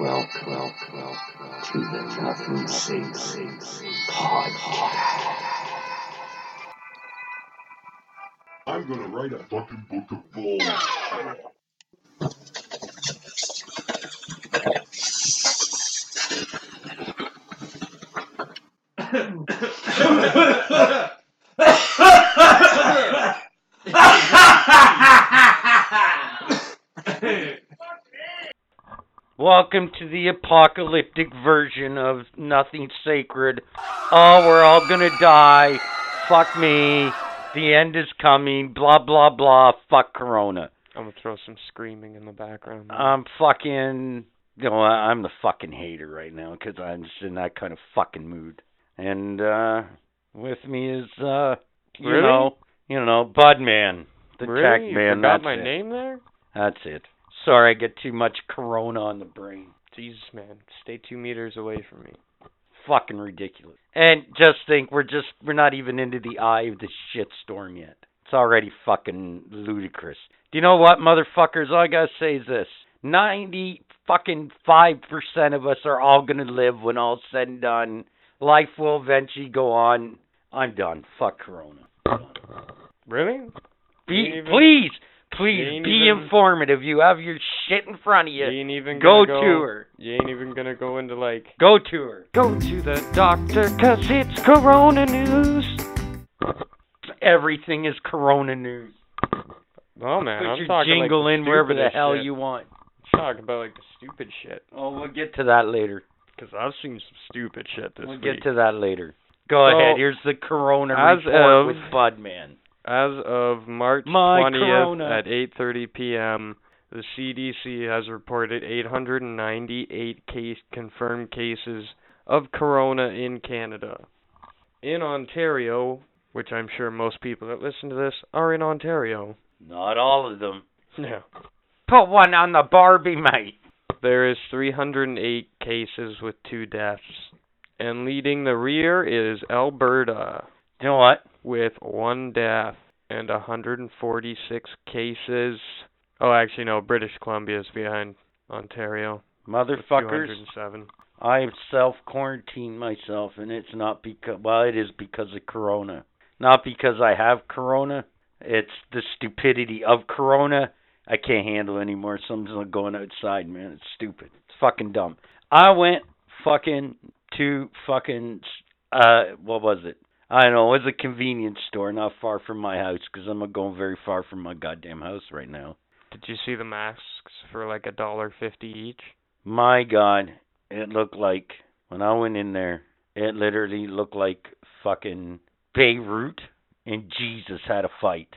Welcome, welcome, welcome to the Nothing Safe Podcast. I'm gonna write a fucking book of balls. Welcome to the apocalyptic version of Nothing Sacred. Oh, we're all gonna die. Fuck me. The end is coming. Blah, blah, blah. Fuck Corona. I'm gonna throw some screaming in the background. I'm fucking. You know, I- I'm the fucking hater right now because I'm just in that kind of fucking mood. And, uh, with me is, uh, you Really? know, you know, Budman, the really? tech You man. forgot that's my it. name there. That's it. Sorry, I get too much Corona on the brain. Jesus, man, stay two meters away from me. fucking ridiculous. And just think, we're just we're not even into the eye of the shit storm yet. It's already fucking ludicrous. Do you know what, motherfuckers? All I gotta say is this: ninety fucking five percent of us are all gonna live when all's said and done. Life will eventually go on. I'm done. Fuck Corona. Really? Be Ain't even- please, please ain't be even- informative. You have your shit in front of You you. ain't even Go gonna to go her. You ain't even gonna go into like. Go to her. Go to the doctor, cause it's Corona news. Everything is Corona news. Oh man, Put I'm your talking jingle like, the in wherever the stupidest hell shit. you want. talk about like the stupid shit. Oh, we'll get to that later. Cause I've seen some stupid shit this we'll week. get to that later. Go So, ahead. Here's the Corona as report of- with Budman. As of March My 20th corona. at 8:30 p.m., the CDC has reported 898 case confirmed cases of corona in Canada. In Ontario, which I'm sure most people that listen to this are in Ontario. Not all of them. Yeah. Put one on the Barbie, mate. There is 308 cases with two deaths. And leading the rear is Alberta You know what? with one death and 146 cases. Oh, actually, no, British Columbia is behind Ontario. with Motherfuckers, 207. I have self quarantined myself, and it's not because, well, it is because of Corona. Not because I have Corona. It's the stupidity of Corona. I can't handle it anymore. Something's not going outside, man. It's stupid. It's fucking dumb. I went fucking to fucking, uh, what was it? I don't know. It was a convenience store not far from my house because I'm not going very far from my goddamn house right now. Did you see the masks for like a dollar fifty each? My God, it looked like when I went in there, it literally looked like fucking Beirut and Jesus had a fight,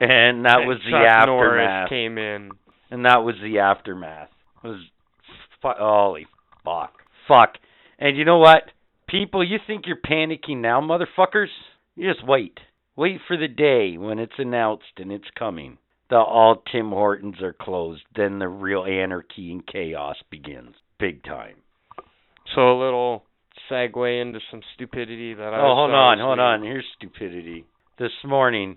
and that And was the Chuck aftermath. Norris came in. And that was the aftermath. It was fu- holy fuck, fuck. And you know what, people, you think you're panicking now, motherfuckers? You just wait, wait for the day when it's announced and it's coming. The all Tim Hortons are closed. Then the real anarchy and chaos begins, big time. So a little segue into some stupidity that I. oh, hold saw on, this hold week. on. Here's stupidity. This morning,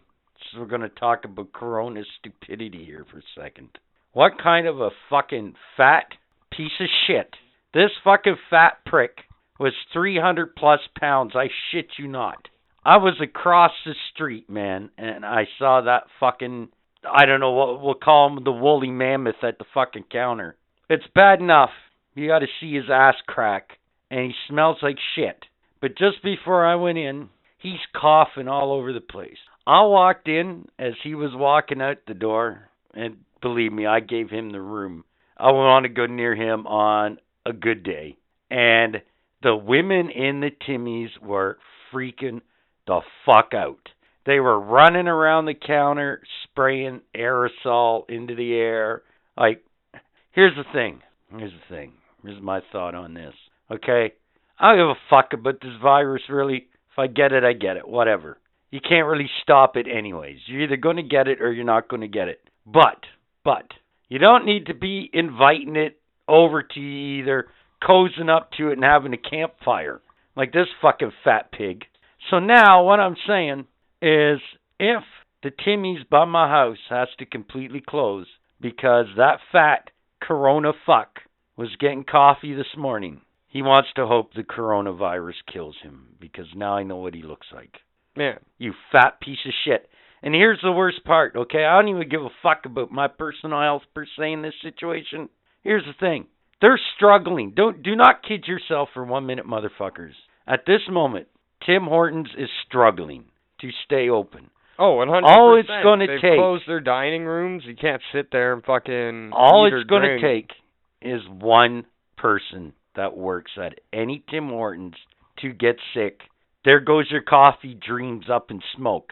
so we're going to talk about Corona stupidity here for a second. What kind of a fucking fat piece of shit? This fucking fat prick was 300 plus pounds. I shit you not. I was across the street, man, and I saw that fucking. I don't know what we'll call him the woolly mammoth at the fucking counter. It's bad enough. You got to see his ass crack, and he smells like shit. But just before I went in, he's coughing all over the place. I walked in as he was walking out the door, and believe me, I gave him the room. I want to go near him on a good day. And the women in the Timmies were freaking the fuck out. They were running around the counter, spraying aerosol into the air. Like, here's the thing. Here's the thing. Here's my thought on this. Okay? I don't give a fuck about this virus, really. If I get it, I get it. Whatever. You can't really stop it, anyways. You're either going to get it or you're not going to get it. But, but, you don't need to be inviting it over to you either, cozying up to it and having a campfire like this fucking fat pig. So now what I'm saying is if the Timmy's by my house has to completely close because that fat Corona fuck was getting coffee this morning. He wants to hope the coronavirus kills him because now I know what he looks like. Man, You fat piece of shit. And here's the worst part, okay? I don't even give a fuck about my personal health per se in this situation. Here's the thing. They're struggling. Don't do not kid yourself for one minute, motherfuckers. At this moment, Tim Hortons is struggling to stay open. oh, 100%. All it's gonna They've take- closed their dining rooms. You can't sit there and fucking. All eat or it's gonna drink. take is one person that works at any Tim Hortons to get sick. There goes your coffee dreams up in smoke.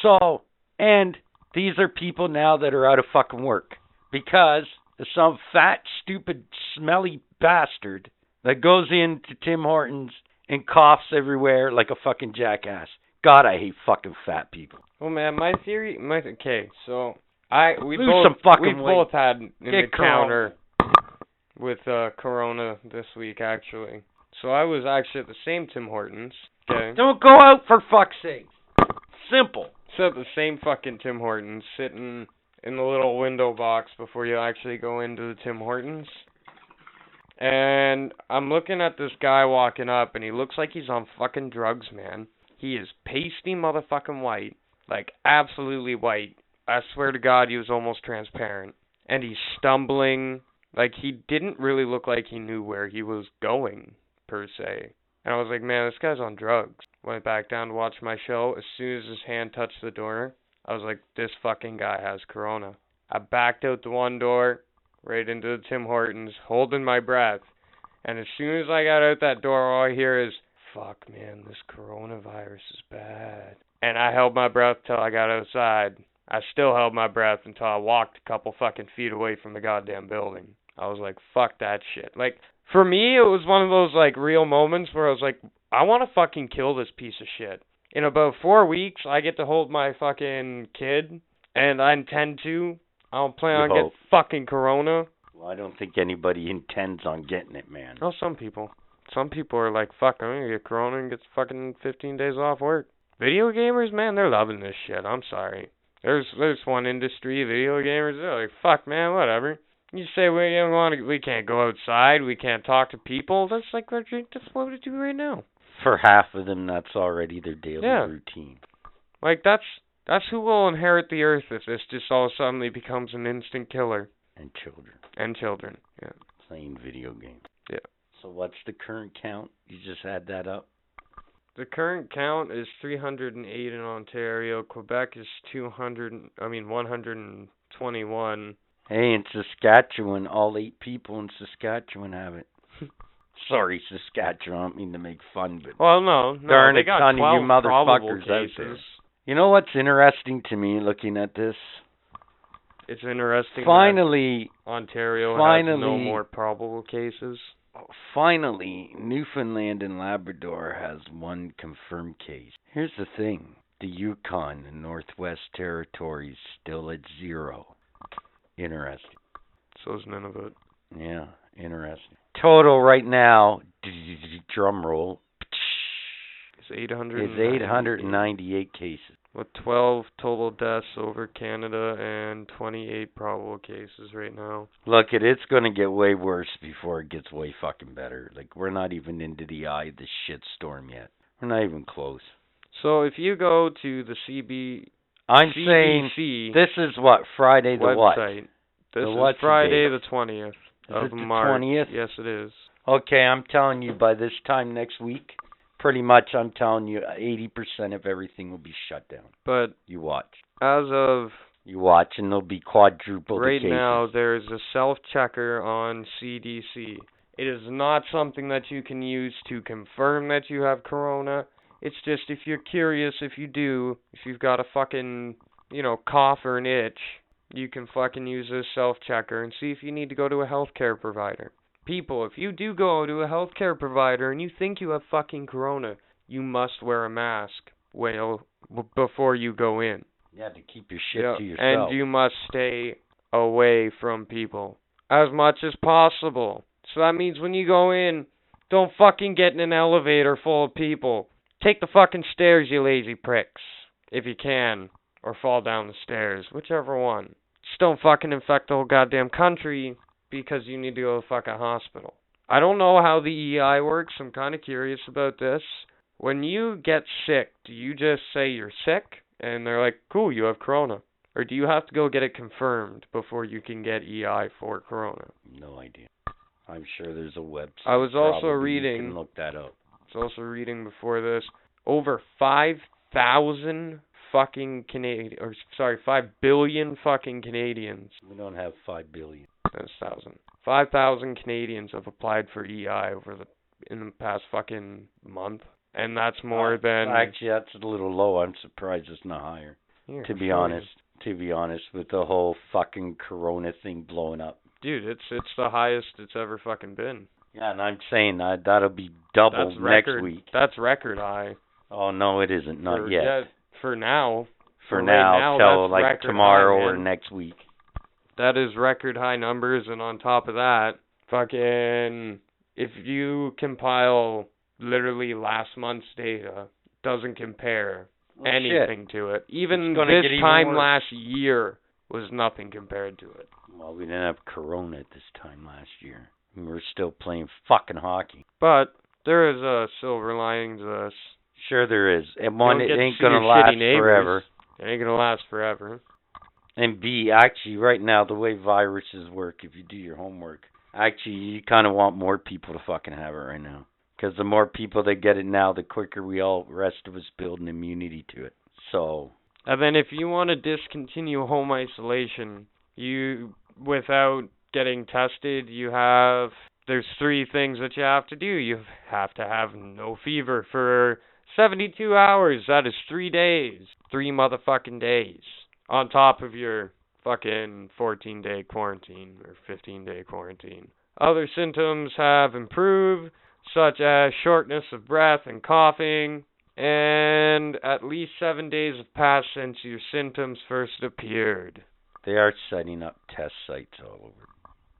So, and these are people now that are out of fucking work because there's some fat, stupid, smelly bastard that goes into Tim Hortons and coughs everywhere like a fucking jackass. God, I hate fucking fat people. Well, man, my theory, my okay, so I we Lose both some fucking we weight. both had an Get encounter with uh Corona this week actually. So I was actually at the same Tim Hortons. Okay. Don't go out for fuck's sake. Simple. So at the same fucking Tim Hortons, sitting in the little window box before you actually go into the Tim Hortons. And I'm looking at this guy walking up, and he looks like he's on fucking drugs, man. He is pasty motherfucking white. Like, absolutely white. I swear to God, he was almost transparent. And he's stumbling. Like, he didn't really look like he knew where he was going, per se. And I was like, man, this guy's on drugs. Went back down to watch my show. As soon as his hand touched the door, I was like, this fucking guy has corona. I backed out the one door, right into the Tim Hortons, holding my breath. And as soon as I got out that door, all I hear is, fuck, man, this coronavirus is bad. And I held my breath till I got outside. I still held my breath until I walked a couple fucking feet away from the goddamn building. I was like, fuck that shit. Like, for me, it was one of those, like, real moments where I was like, I want to fucking kill this piece of shit. In about four weeks, I get to hold my fucking kid, and I intend to. I don't plan You on getting hope. fucking corona. Well, I don't think anybody intends on getting it, man. No, some people. Some people are like, fuck, I'm gonna get corona and get fucking 15 days off work. Video gamers, man, they're loving this shit. I'm sorry. There's there's one industry, video gamers, they're like, fuck, man, whatever. You say we don't want to, we can't go outside, we can't talk to people. That's like what you're that's what we do right now. For half of them, that's already their daily Yeah. routine. Like that's that's who will inherit the earth if this just all suddenly becomes an instant killer And children and children. Yeah. playing video games. Yeah. So what's the current count? You just add that up. The current count is 308 in Ontario. Quebec is 200. and- I mean 121. Hey, in Saskatchewan, all eight people in Saskatchewan have it. Sorry, Saskatchewan. I don't mean to make fun, but Well, no, no, Darn they it, got son, you 12 probable motherfuckers out there. cases. you know what's interesting to me looking at this? It's interesting. that Finally, Ontario has no finally- more probable cases. Oh, finally, Newfoundland and Labrador has one confirmed case. Here's the thing the Yukon and Northwest Territories still at zero. Interesting. So is Nunavut. Yeah, interesting. Total right now, drum roll, It's 800. is 898 cases. With 12 total deaths over Canada and 28 probable cases right now. Look, it it's going to get way worse before it gets way fucking better. Like, we're not even into the eye of the shit storm yet. We're not even close. So if you go to the CB, I'm saying CBC this is what, Friday the what? website. This The is what today? Friday the twentieth Is of it the March. 20th? Yes, it is. Okay, I'm telling you by this time next week, pretty much I'm telling you 80% of everything will be shut down. But You watch. as of You watch and there'll be quadruple the right cases. now, there is a self checker on CDC. It is not something that you can use to confirm that you have corona. It's just if you're curious, if you do, if you've got a fucking, you know, cough or an itch, you can fucking use this self checker and see if you need to go to a healthcare provider. People, if you do go to a healthcare provider and you think you have fucking corona, you must wear a mask well w- before you go in. You have to keep your shit Yeah, to yourself. And you must stay away from people as much as possible. So that means when you go in, don't fucking get in an elevator full of people. Take the fucking stairs, you lazy pricks, if you can, or fall down the stairs, whichever one. Just don't fucking infect the whole goddamn country because you need to go to fucking hospital. I don't know how the EI works. I'm kind of curious about this. When you get sick, do you just say you're sick and they're like, "Cool, you have corona." Or do you have to go get it confirmed before you can get EI for corona? No idea. I'm sure there's a website. I was also probably, you reading- can look that up. It's also reading before this over 5,000 fucking Canadian or sorry, 5 billion fucking Canadians. We don't have five billion. That's 1,000. 5,000 Canadians have applied for EI over the in the past fucking month, and that's more Uh, than Actually, that's a little low. I'm surprised it's not higher. Here, to be show you. honest, to be honest, with the whole fucking corona thing blowing up. Dude, it's it's the highest it's ever fucking been. Yeah, and I'm saying that that'll be double That's next record. week. That's record high. Oh no, it isn't. Not for, yet. yeah, for now, For right now, now, till that's like record tomorrow high, or man. next week. that is record high numbers and on top of that fucking if you compile literally last month's data doesn't compare Well, Oh, shit. anything to it even It's gonna this get even time worse. last year was nothing compared to it Well, we didn't have corona at this time last year. We were still playing fucking hockey. but there is a silver lining to this Sure, there is. And one, You'll it get to ain't see your gonna shitty last neighbors. forever. it ain't gonna last forever And B, actually, right now, the way viruses work, if you do your homework, actually, you kind of want more people to fucking have it right now. Because the more people that get it now, the quicker we all, rest of us, build an immunity to it. So, And Uh, then if you want to discontinue home isolation, you without getting tested, you have there's three things that you have to do. You have to have no fever for 72 hours. That is 3 days. 3 motherfucking days on top of your fucking 14-day quarantine or 15-day quarantine. Other symptoms have improved such as shortness of breath and coughing, and at least seven days have passed since your symptoms first appeared. they are setting up test sites all over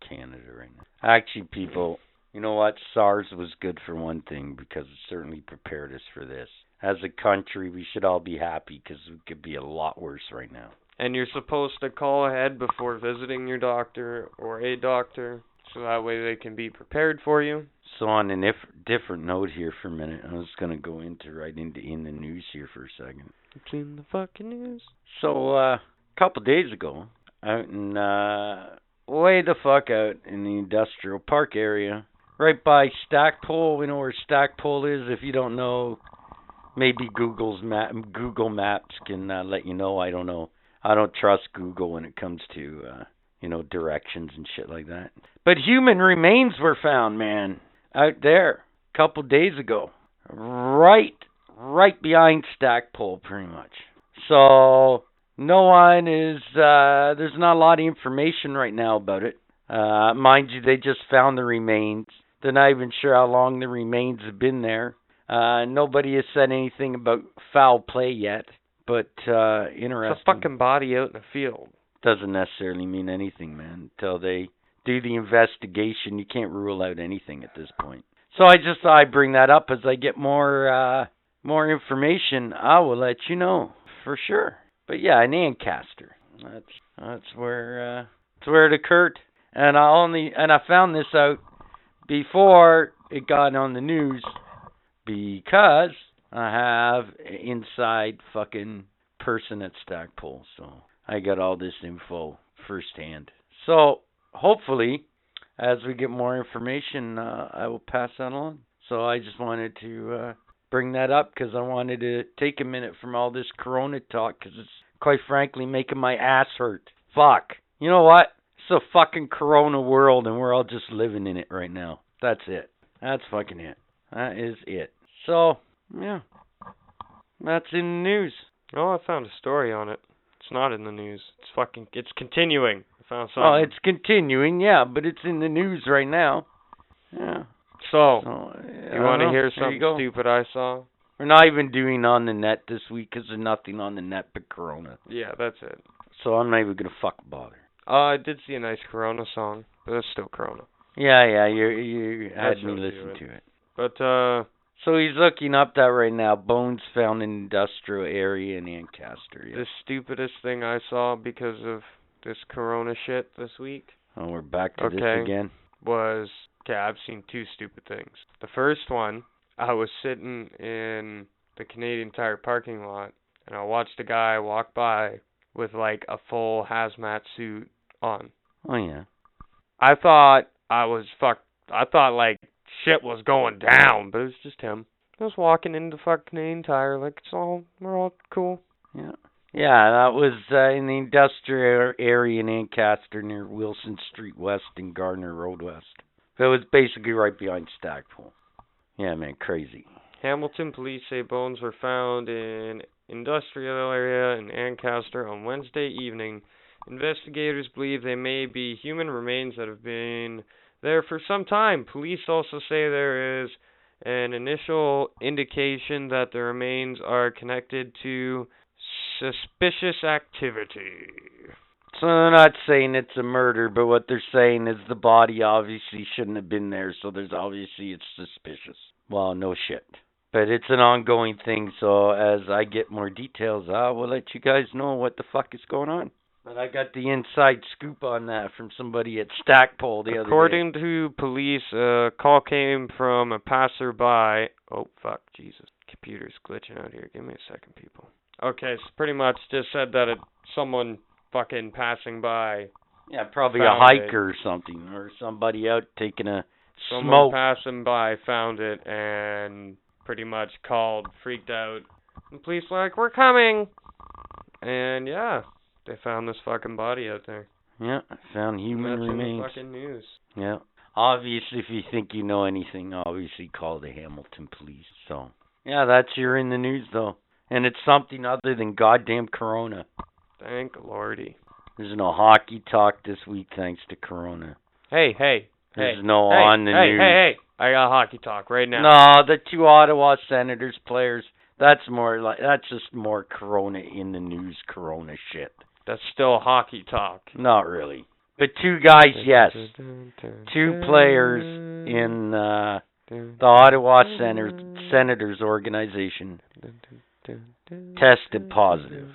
Canada right now. Actually, people, you know what? SARS was good for one thing because it certainly prepared us for this. As a country, we should all be happy because it could be a lot worse right now. And you're supposed to call ahead before visiting your doctor or a doctor, so that way they can be prepared for you. So on a nif- different note here for a minute, I was gonna go into right into in the news here for a second. It's in the fucking news. So uh, a couple days ago, out in uh, way the fuck out in the industrial park area, right by Stackpole. We know where Stackpole is. If you don't know, maybe Google's map, Google Maps can uh, let you know. I don't know. I don't trust Google when it comes to uh, you know directions and shit like that. But human remains were found, man, out there a couple days ago, right, right behind Stackpole, pretty much. So no one is. Uh, there's not a lot of information right now about it. Uh, mind you, they just found the remains. They're not even sure how long the remains have been there. Uh, nobody has said anything about foul play yet, but uh, It's interesting a fucking body out in the field. doesn't necessarily mean anything, man. Until they do the investigation, you can't rule out anything at this point. So I just thought I'd bring that up as I get more uh more information. I will let you know for sure. But yeah, in Ancaster, that's that's where uh, that's where it occurred. And I only and I found this out before it got on the news because I have inside fucking person at Stackpole, so I got all this info firsthand. So hopefully, as we get more information, uh, I will pass that on. So I just wanted to uh, bring that up because I wanted to take a minute from all this Corona talk because it's quite frankly making my ass hurt. Fuck. You know what? It's a fucking Corona world, and we're all just living in it right now. That's it. That's fucking it. That is it. So yeah, that's in the news. Oh, I found a story on it. It's not in the news. It's fucking. It's continuing. I found something. Oh, it's continuing, yeah, but it's in the news right now. Yeah. so. So, oh, yeah, Oh. you I want don't to know. hear There something you go. stupid I saw? We're not even doing on the net this week 'cause there's nothing on the net but Corona. Yeah, that's it. So I'm not even gonna fuck bother. Uh, I did see a nice Corona song, but that's still Corona. Yeah, yeah, you you had That me shows you listen it. to it. But uh, So he's looking up that right now. Bones found in industrial area in Ancaster. Yeah. the stupidest thing I saw because of this Corona shit this week Oh, we're back to Okay. this again. was okay, I've seen two stupid things. The first one, I was sitting in the Canadian Tire parking lot and I watched a guy walk by with like a full hazmat suit on. Oh yeah. I thought I was fuck I thought like shit was going down, but it was just him. I was walking into fuck Canadian Tire like it's all we're all cool. Yeah. Yeah, that was uh, in the industrial area in Ancaster near Wilson Street West and Gardner Road West. So it was basically right behind Stackpole. Yeah, man, crazy. Hamilton police say bones were found in industrial area in Ancaster on Wednesday evening. Investigators believe they may be human remains that have been there for some time. Police also say there is an initial indication that the remains are connected to suspicious activity. So they're not saying it's a murder, but what they're saying is the body obviously shouldn't have been there, so there's obviously it's suspicious. Well, no shit. But it's an ongoing thing, so as I get more details, I will let you guys know what the fuck is going on. But I got the inside scoop on that from somebody at Stackpole the other day. According to police, a call came from a passerby. Oh, fuck, Jesus. Computer's glitching out here. Give me a second, people. Okay, so pretty much just said that it, someone fucking passing by. Yeah, probably a found hiker or something, or somebody out taking a Someone smoke. passing by found it and pretty much called, freaked out. The police were like, we're coming! And yeah, they found this fucking body out there. yeah, found human That's in the remains. fucking news. Yeah. Obviously, if you think you know anything, obviously call the Hamilton police. So, yeah, that's your in the news, though. And it's something other than goddamn Corona. Thank lordy. There's no hockey talk this week thanks to Corona. Hey, hey, hey. There's no hey, on the hey, news. Hey, hey, I got hockey talk right now. No, the two Ottawa Senators players. That's more like that's just more Corona in the news Corona shit. That's still hockey talk. Not really. But two guys, yes, two players in uh, the Ottawa Senators Senators organization Mm-hmm. tested positive.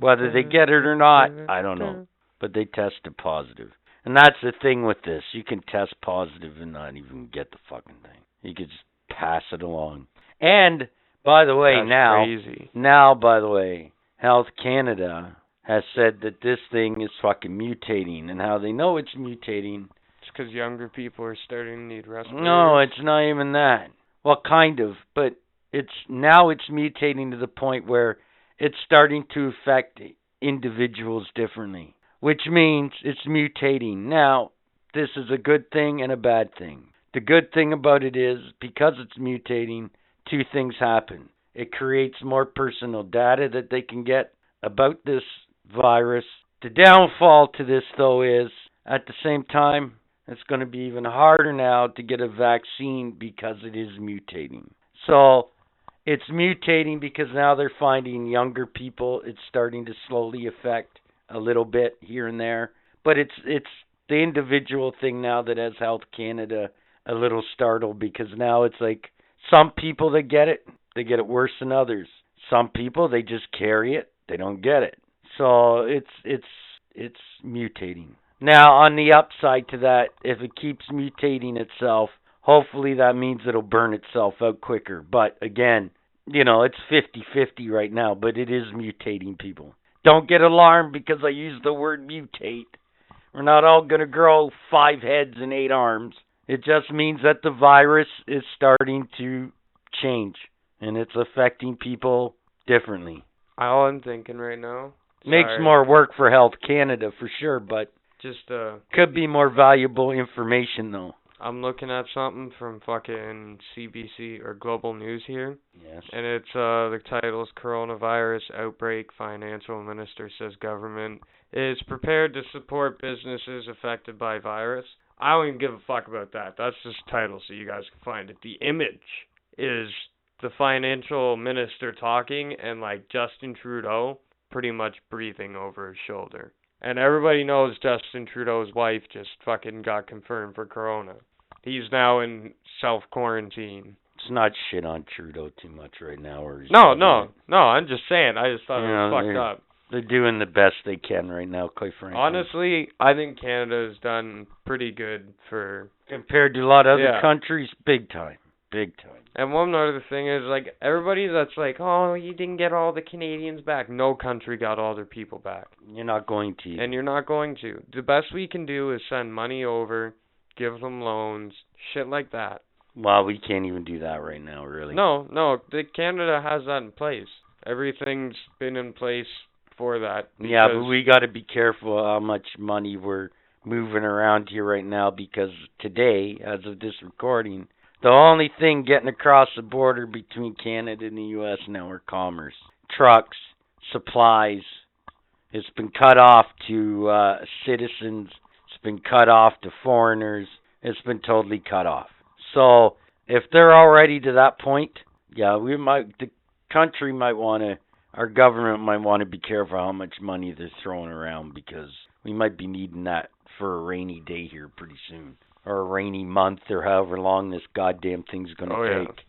Whether they get it or not, Mm-hmm. I don't know. But they tested positive. And that's the thing with this. You can test positive and not even get the fucking thing. You could just pass it along. And by the way, That's now crazy. now by the way, Health Canada has said that this thing is fucking mutating and how they know it's mutating It's because younger people are starting to need respirators. no, it's not even that. Well, kind of, but it's now it's mutating to the point where it's starting to affect individuals differently, which means it's mutating. Now, this is a good thing and a bad thing. The good thing about it is because it's mutating, two things happen. It creates more personal data that they can get about this virus. The downfall to this though is at the same time it's going to be even harder now to get a vaccine because it is mutating. So it's mutating because now they're finding younger people. It's starting to slowly affect a little bit here and there, but it's it's the individual thing now that has Health Canada a little startled because now it's like some people that get it, they get it worse than others. Some people they just carry it, they don't get it. So it's it's it's mutating. Now on the upside to that, if it keeps mutating itself, hopefully that means it'll burn itself out quicker. But again, you know, it's 50-50 right now, but it is mutating people. Don't get alarmed because I use the word mutate. We're not all going to grow five heads and eight arms. It just means that the virus is starting to change and it's affecting people differently. All I'm thinking right now. Makes sorry, more work for Health Canada for sure, but Just uh, could be more valuable information though. I'm looking at something from fucking CBC or Global News here. Yes. And it's uh the title is Coronavirus Outbreak Financial Minister says government is prepared to support businesses affected by virus. I don't even give a fuck about that. That's just the title so you guys can find it. The image is the financial minister talking and like Justin Trudeau pretty much breathing over his shoulder. And everybody knows Justin Trudeau's wife just fucking got confirmed for corona. He's now in self quarantine. Let's not shit on Trudeau too much right now or he's No, gonna- no, no. I'm just saying. I just thought Yeah, it was there- fucked up. They're doing the best they can right now, quite frankly. Honestly, I think Canada's done pretty good for. compared to a lot of other Yeah. countries, big time, big time. And one other thing is like everybody that's like, oh, you didn't get all the Canadians back. No country got all their people back, You're not going to. and you're not going to. The best we can do is send money over, give them loans, shit like that. well, we can't even do that right now, really. No, no, the Canada has that in place. Everything's been in place for that. Yeah, but because- we got to be careful how much money we're moving around here right now because today, as of this recording, the only thing getting across the border between Canada and the U.S. now are commerce, trucks, supplies. It's been cut off to uh, citizens. It's been cut off to foreigners. It's been totally cut off. So if they're already to that point, yeah, we might the country might want to our government might want to be careful how much money they're throwing around because we might be needing that for a rainy day here pretty soon or a rainy month or however long this goddamn thing's going to Oh, yeah. take.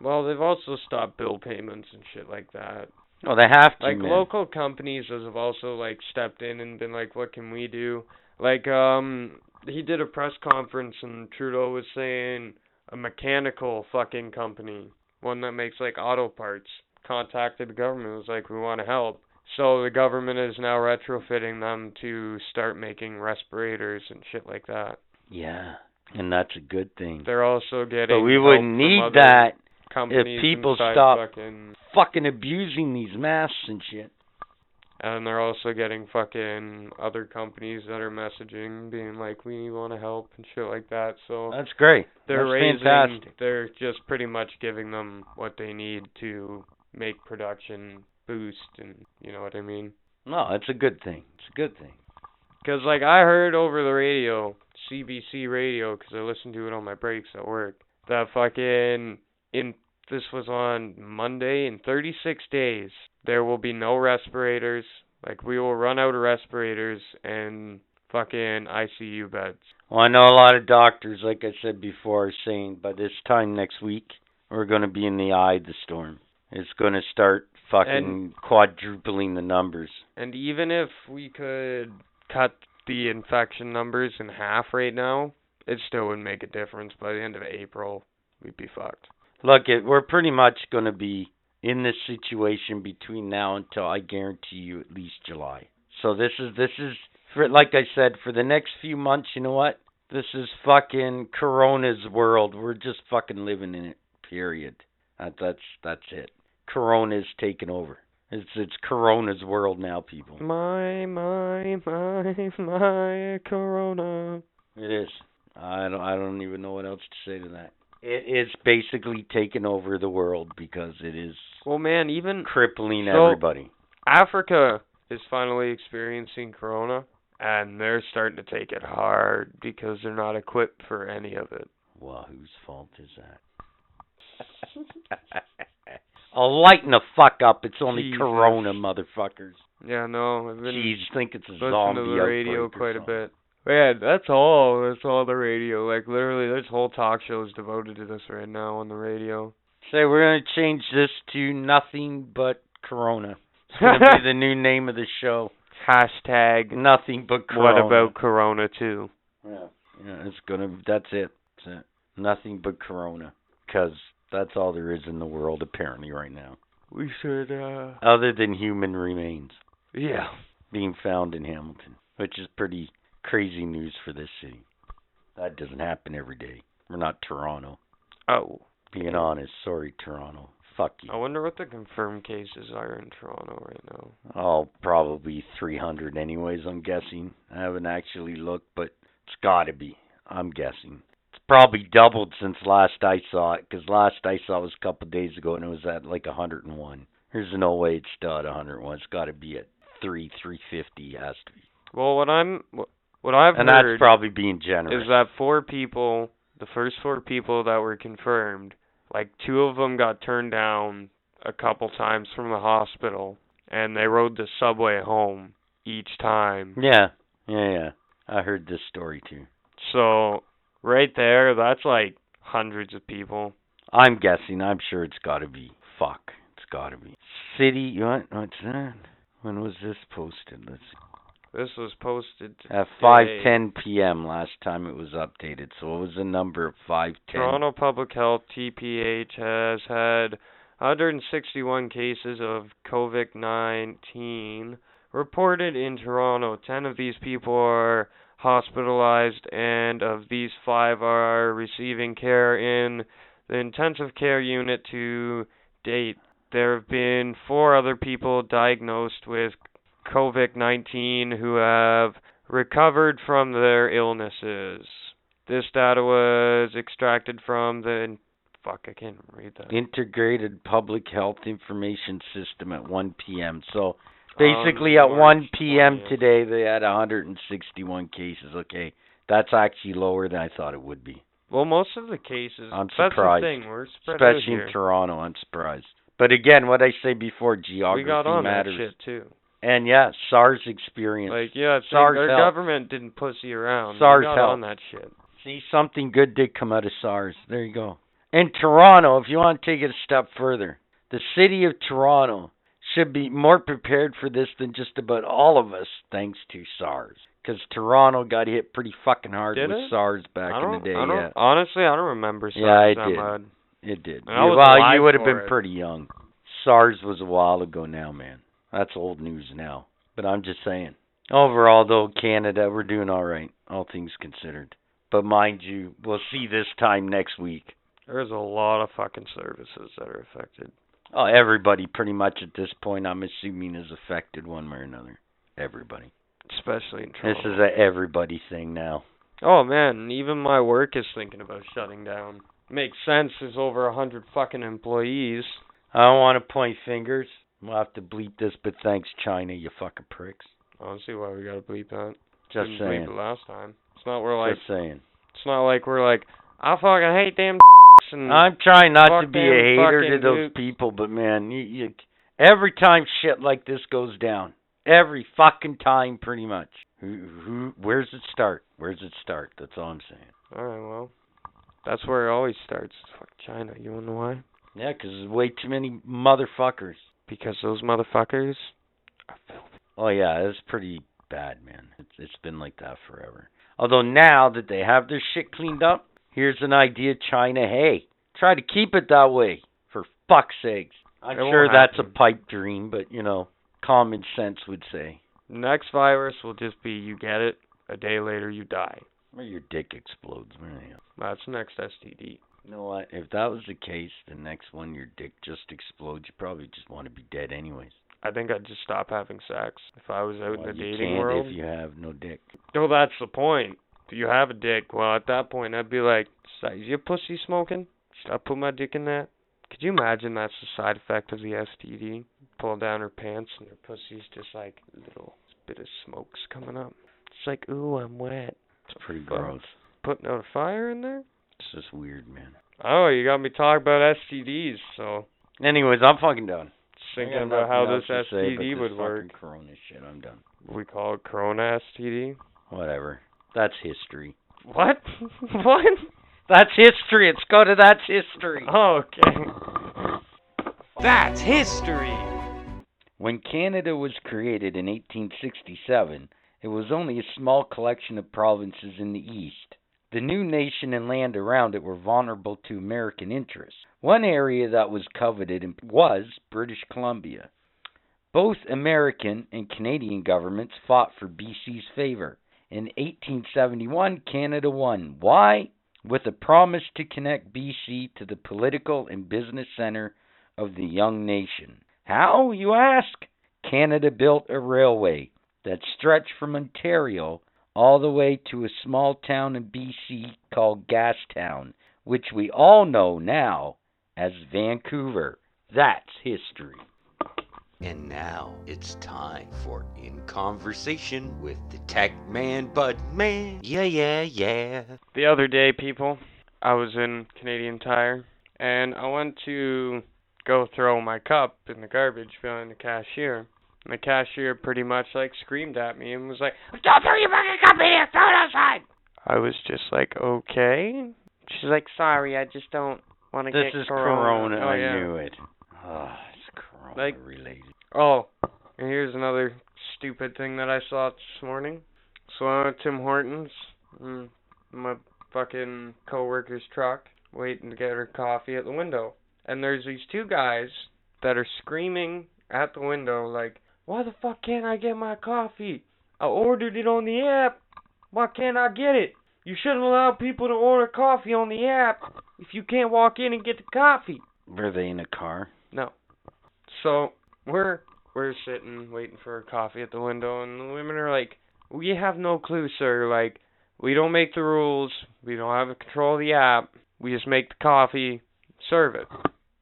Well, they've also stopped bill payments and shit like that. No, Oh, they have to. Like man. local companies has- have also like stepped in and been like, what can we do? Like um, he did a press conference and Trudeau was saying a mechanical fucking company, one that makes like auto parts, contacted the government was like, we want to help. So the government is now retrofitting them to start making respirators and shit like that. Yeah, and that's a good thing. They're also But getting. we help wouldn't from need other that companies people inside stop- Fucking fucking abusing these masks and shit. And they're also getting fucking other companies that are messaging, being like, "We want to help" and shit like that. So That's great. they're that's raising, fantastic. they're just pretty much giving them what they need to make production boost, and you know what I mean? No, it's a good thing. It's a good thing. 'Cause like I heard over the radio, CBC radio, 'cause I listened to it on my breaks at work. That fucking in this was on Monday. In 36 days, there will be no respirators. Like we will run out of respirators and fucking ICU beds. Well, I know a lot of doctors, like I said before, are saying by this time next week we're going to be in the eye of the storm. It's going to start fucking And- quadrupling the numbers. And even if we could cut the infection numbers in half right now, it still wouldn't make a difference. By the end of April, we'd be fucked. Look, it, we're pretty much going to be in this situation between now until I guarantee you at least July. So this is this is for like I said for the next few months. You know what? This is fucking Corona's world. We're just fucking living in it. Period. That, that's that's it. Corona's taken over. It's it's Corona's world now, people. My, my, my, my corona. It is. I don't. I don't even know what else to say to that. It is basically taken over the world because it is Well, man, even crippling So- everybody. Africa is finally experiencing corona, and they're starting to take it hard because they're not equipped for any of it. Well, whose fault is that? I'll Oh, lighten the fuck up. It's only Jesus. Corona, motherfuckers. Yeah, no, I've been Jeez, think it's a listening zombie to the radio outbreak or quite a something. bit. Man, that's all. That's all the radio. Like literally, this whole talk show is devoted to this right now on the radio. Say we're gonna change this to nothing but Corona. It's gonna be the new name of the show. Hashtag. Nothing but Corona. What about Corona too? Yeah. Yeah, it's gonna. That's it. That's it. Nothing but Corona, because that's all there is in the world apparently right now, We should. uh other than human remains Yeah. being found in Hamilton, which is pretty crazy news for this city. That doesn't happen every day. We're not Toronto. Oh. Being honest, sorry, Toronto. Fuck you. I wonder what the confirmed cases are in Toronto right now. Oh, probably 300 anyways, I'm guessing. I haven't actually looked, but it's got to be. I'm guessing. It's probably doubled since last I saw it, 'cause last I saw it was a couple days ago, and it was at like 101. There's no way it's still at 101. It's got to be at 3, 350 has to be. Well, what I'm wh- what I've and heard that's probably being is generous. that four people, the first four people that were confirmed, like two of them got turned down a couple times from the hospital, and they rode the subway home each time. yeah, yeah, yeah. I heard this story too. So right there, that's like hundreds of people. I'm guessing. I'm sure it's got to be. Fuck. It's got to be. City. What? What's that? When was this posted? Let's see. This was posted At today. 5:10 p.m. last time it was updated. So it was the number of 5:10. Toronto Public Health TPH has had 161 cases of COVID 19 reported in Toronto. 10 of these people are hospitalized, and of these, five are receiving care in the intensive care unit to date. There have been four other people diagnosed with COVID 19 who have recovered from their illnesses. This data was extracted from the. Fuck, I can't read that. Integrated Public Health Information System at 1 p.m. So Um, basically at March 1 p.m. 20th. today they had 161 cases. Okay, that's actually lower than I thought it would be, Well, most of the cases. I'm that's surprised. the thing. We're spread out especially here. in Toronto. I'm surprised. But again, what I say before, geography We got on matters. that shit too. And yeah, SARS experience. Like, yeah, it's SARS our help. government didn't pussy around. SARS we got help. on that shit. See, something good did come out of SARS. There you go. And Toronto, if you want to take it a step further, the city of Toronto should be more prepared for this than just about all of us, thanks to SARS. Because Toronto got hit pretty fucking hard Did with it? SARS back I in don't, the day. I don't, yeah, Honestly, I don't remember. SARS Yeah, I that did. bad. it did. and I was well, alive you would have for been it. pretty young. SARS was a while ago now, man. That's old news now. But I'm just saying. Overall, though, Canada, we're doing all right, all things considered. But mind you, we'll see this time next week. There's a lot of fucking services that are affected. Oh, everybody pretty much at this point, I'm assuming, is affected one way or another. Everybody. Especially in This Toronto. is a everybody thing now. Oh man, even my work is thinking about shutting down. Makes sense. There's over a hundred fucking employees. I don't want to point fingers. We'll have to bleep this, but thanks, China, you fucking pricks. I don't see why we gotta bleep that. Just Didn't bleep it saying. last time. It's not we're like Just saying. it's not like we're like I fucking hate them and I'm trying not to Hmm. fuck be a them hater to fucking those nukes. people, but man, you, you, every time shit like this goes down, every fucking time, pretty much. Who, who, where's it start? Where's it start? That's all I'm saying. all right, well, that's where it always starts. Fuck China. You wanna know why? Yeah, 'cause there's way too many motherfuckers. Because those motherfuckers are filthy. Oh yeah, it's pretty bad, man. It's it's been like that forever. Although now that they have their shit cleaned up, here's an idea, China. Hey, try to keep it that way for fuck's sakes. I'm It won't sure that's a happen. pipe dream, but you know, common sense would say. Next virus will just be you get it a day later you die. Well, your dick explodes. There you go. That's next STD. You know what? If that was the case, the next one your dick just explodes. You probably just want to be dead anyways. I think I'd just stop having sex if I was out Well, in the you dating can't world. if you have no dick. No, that's the point. If you have a dick, well, at that point, I'd be like, "So- is your pussy smoking? Should I put my dick in that? Could you imagine that's the side effect of the STD? Pull down her pants and her pussy's just like little bit of smoke's coming up. It's like, ooh, I'm wet. It's pretty Fuck. gross. Putting out a fire in there? It's just weird, man. Oh, you got me talking about STDs, so Anyways, I'm fucking done. just I thinking got about how nothing this else to say STD but would this work. fucking Corona shit. I'm done. We call it Corona STD. Whatever. That's history. What? what? That's history. It's go to that's history. Oh, okay. That's history. When Canada was created in 1867, it was only a small collection of provinces in the east. The new nation and land around it were vulnerable to American interests. One area that was coveted in- was British Columbia. Both American and Canadian governments fought for BC's favor. In 1871, Canada won. Why? With a promise to connect BC to the political and business center of the young nation. How, you ask? Canada built a railway that stretched from Ontario all the way to a small town in BC called Gastown, which we all know now as Vancouver. That's history. And now it's time for In Conversation with the Tech Man Bud Man. Yeah, yeah, yeah. The other day, people, I was in Canadian Tire and I went to go throw my cup in the garbage behind the cashier. And the cashier pretty much like screamed at me and was like, Don't throw your fucking cup in here, throw it outside. I was just like, Okay. She's like, Sorry, I just don't want to This get is corona. Corona. Oh, I yeah. knew it. Ah, it's Corona Like- related. Oh, And here's another stupid thing that I saw this morning. So I'm at Tim Hortons, in my fucking coworker's truck, waiting to get her coffee at the window. And there's these two guys that are screaming at the window, like, Why the fuck can't I get my coffee? I ordered it on the app. Why can't I get it? You shouldn't allow people to order coffee on the app if you can't walk in and get the coffee. Were they in a car? So we're we're sitting waiting for a coffee at the window, and the women are like, "We have no clue, sir. Like, we don't make the rules. We don't have control of the app. We just make the coffee, serve it."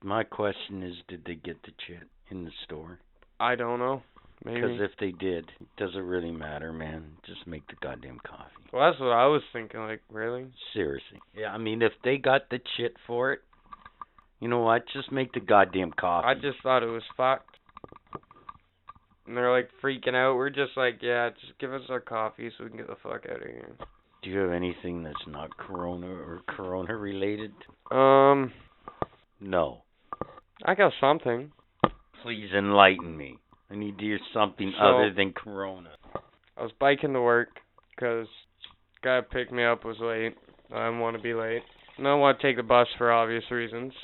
My question is, did they get the chit in the store? I don't know. Maybe. Because if they did, it doesn't really matter, man. Just make the goddamn coffee. well, that's what I was thinking. Like, really? Seriously. Yeah, I mean, if they got the chit for it, you know what? Just make the goddamn coffee. I just thought it was fucked. And they're like freaking out. We're just like, yeah, just give us our coffee so we can get the fuck out of here. Do you have anything that's not Corona or Corona related? Um, No. I got something. Please enlighten me. I need to hear something So- other than Corona. I was biking to work 'cause guy picked me up was late. I didn't want to be late. And I want to take the bus for obvious reasons.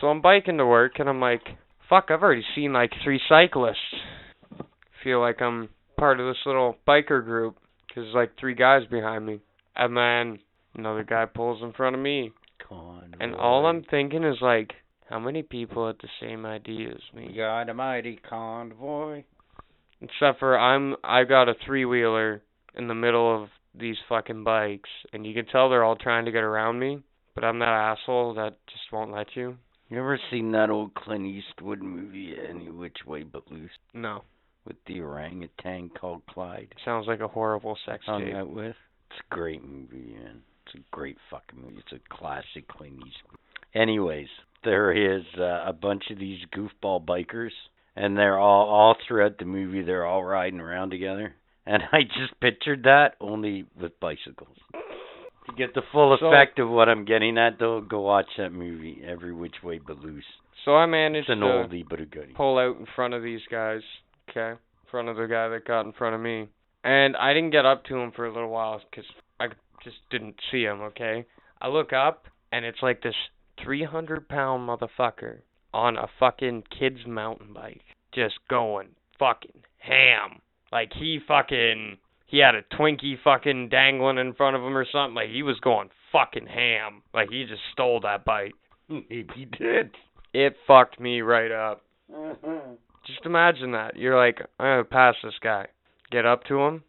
So I'm biking to work and I'm like, fuck, I've already seen like three cyclists. Feel like I'm part of this little biker group 'cause there's like three guys behind me. And then another guy pulls in front of me. Corona. And all I'm thinking is like, how many people had the same idea as me? God Almighty convoy. Except for I'm I've got a three wheeler in the middle of these fucking bikes and you can tell they're all trying to get around me, but I'm that asshole that just won't let you. You ever seen that old Clint Eastwood movie, Any Which Way But Loose, No. with the orangutan called Clyde? Sounds like a horrible sex Hung tape. out with. It's a great movie, man. It's a great fucking movie. It's a classic Clint Eastwood. Anyways, there is uh, a bunch of these goofball bikers, and they're all all throughout the movie. They're all riding around together, and I just pictured that only with bicycles. To get the full So- effect of what I'm getting at, though, go watch that movie, Every Which Way But Loose. So It's I uh, managed an to oldie but a goodie. pull out in front of these guys, okay? In front of the guy that got in front of me. And I didn't get up to him for a little while because I just didn't see him, okay? I look up, and it's like this 300 pound motherfucker on a fucking kid's mountain bike, just going fucking ham. Like he fucking. He had a Twinkie fucking dangling in front of him or something. Like he was going fucking ham. Like he just stole that bike. Maybe did. It fucked me right up. Mm-hmm. Just imagine that. You're like, I'm gonna pass this guy. Get up to him.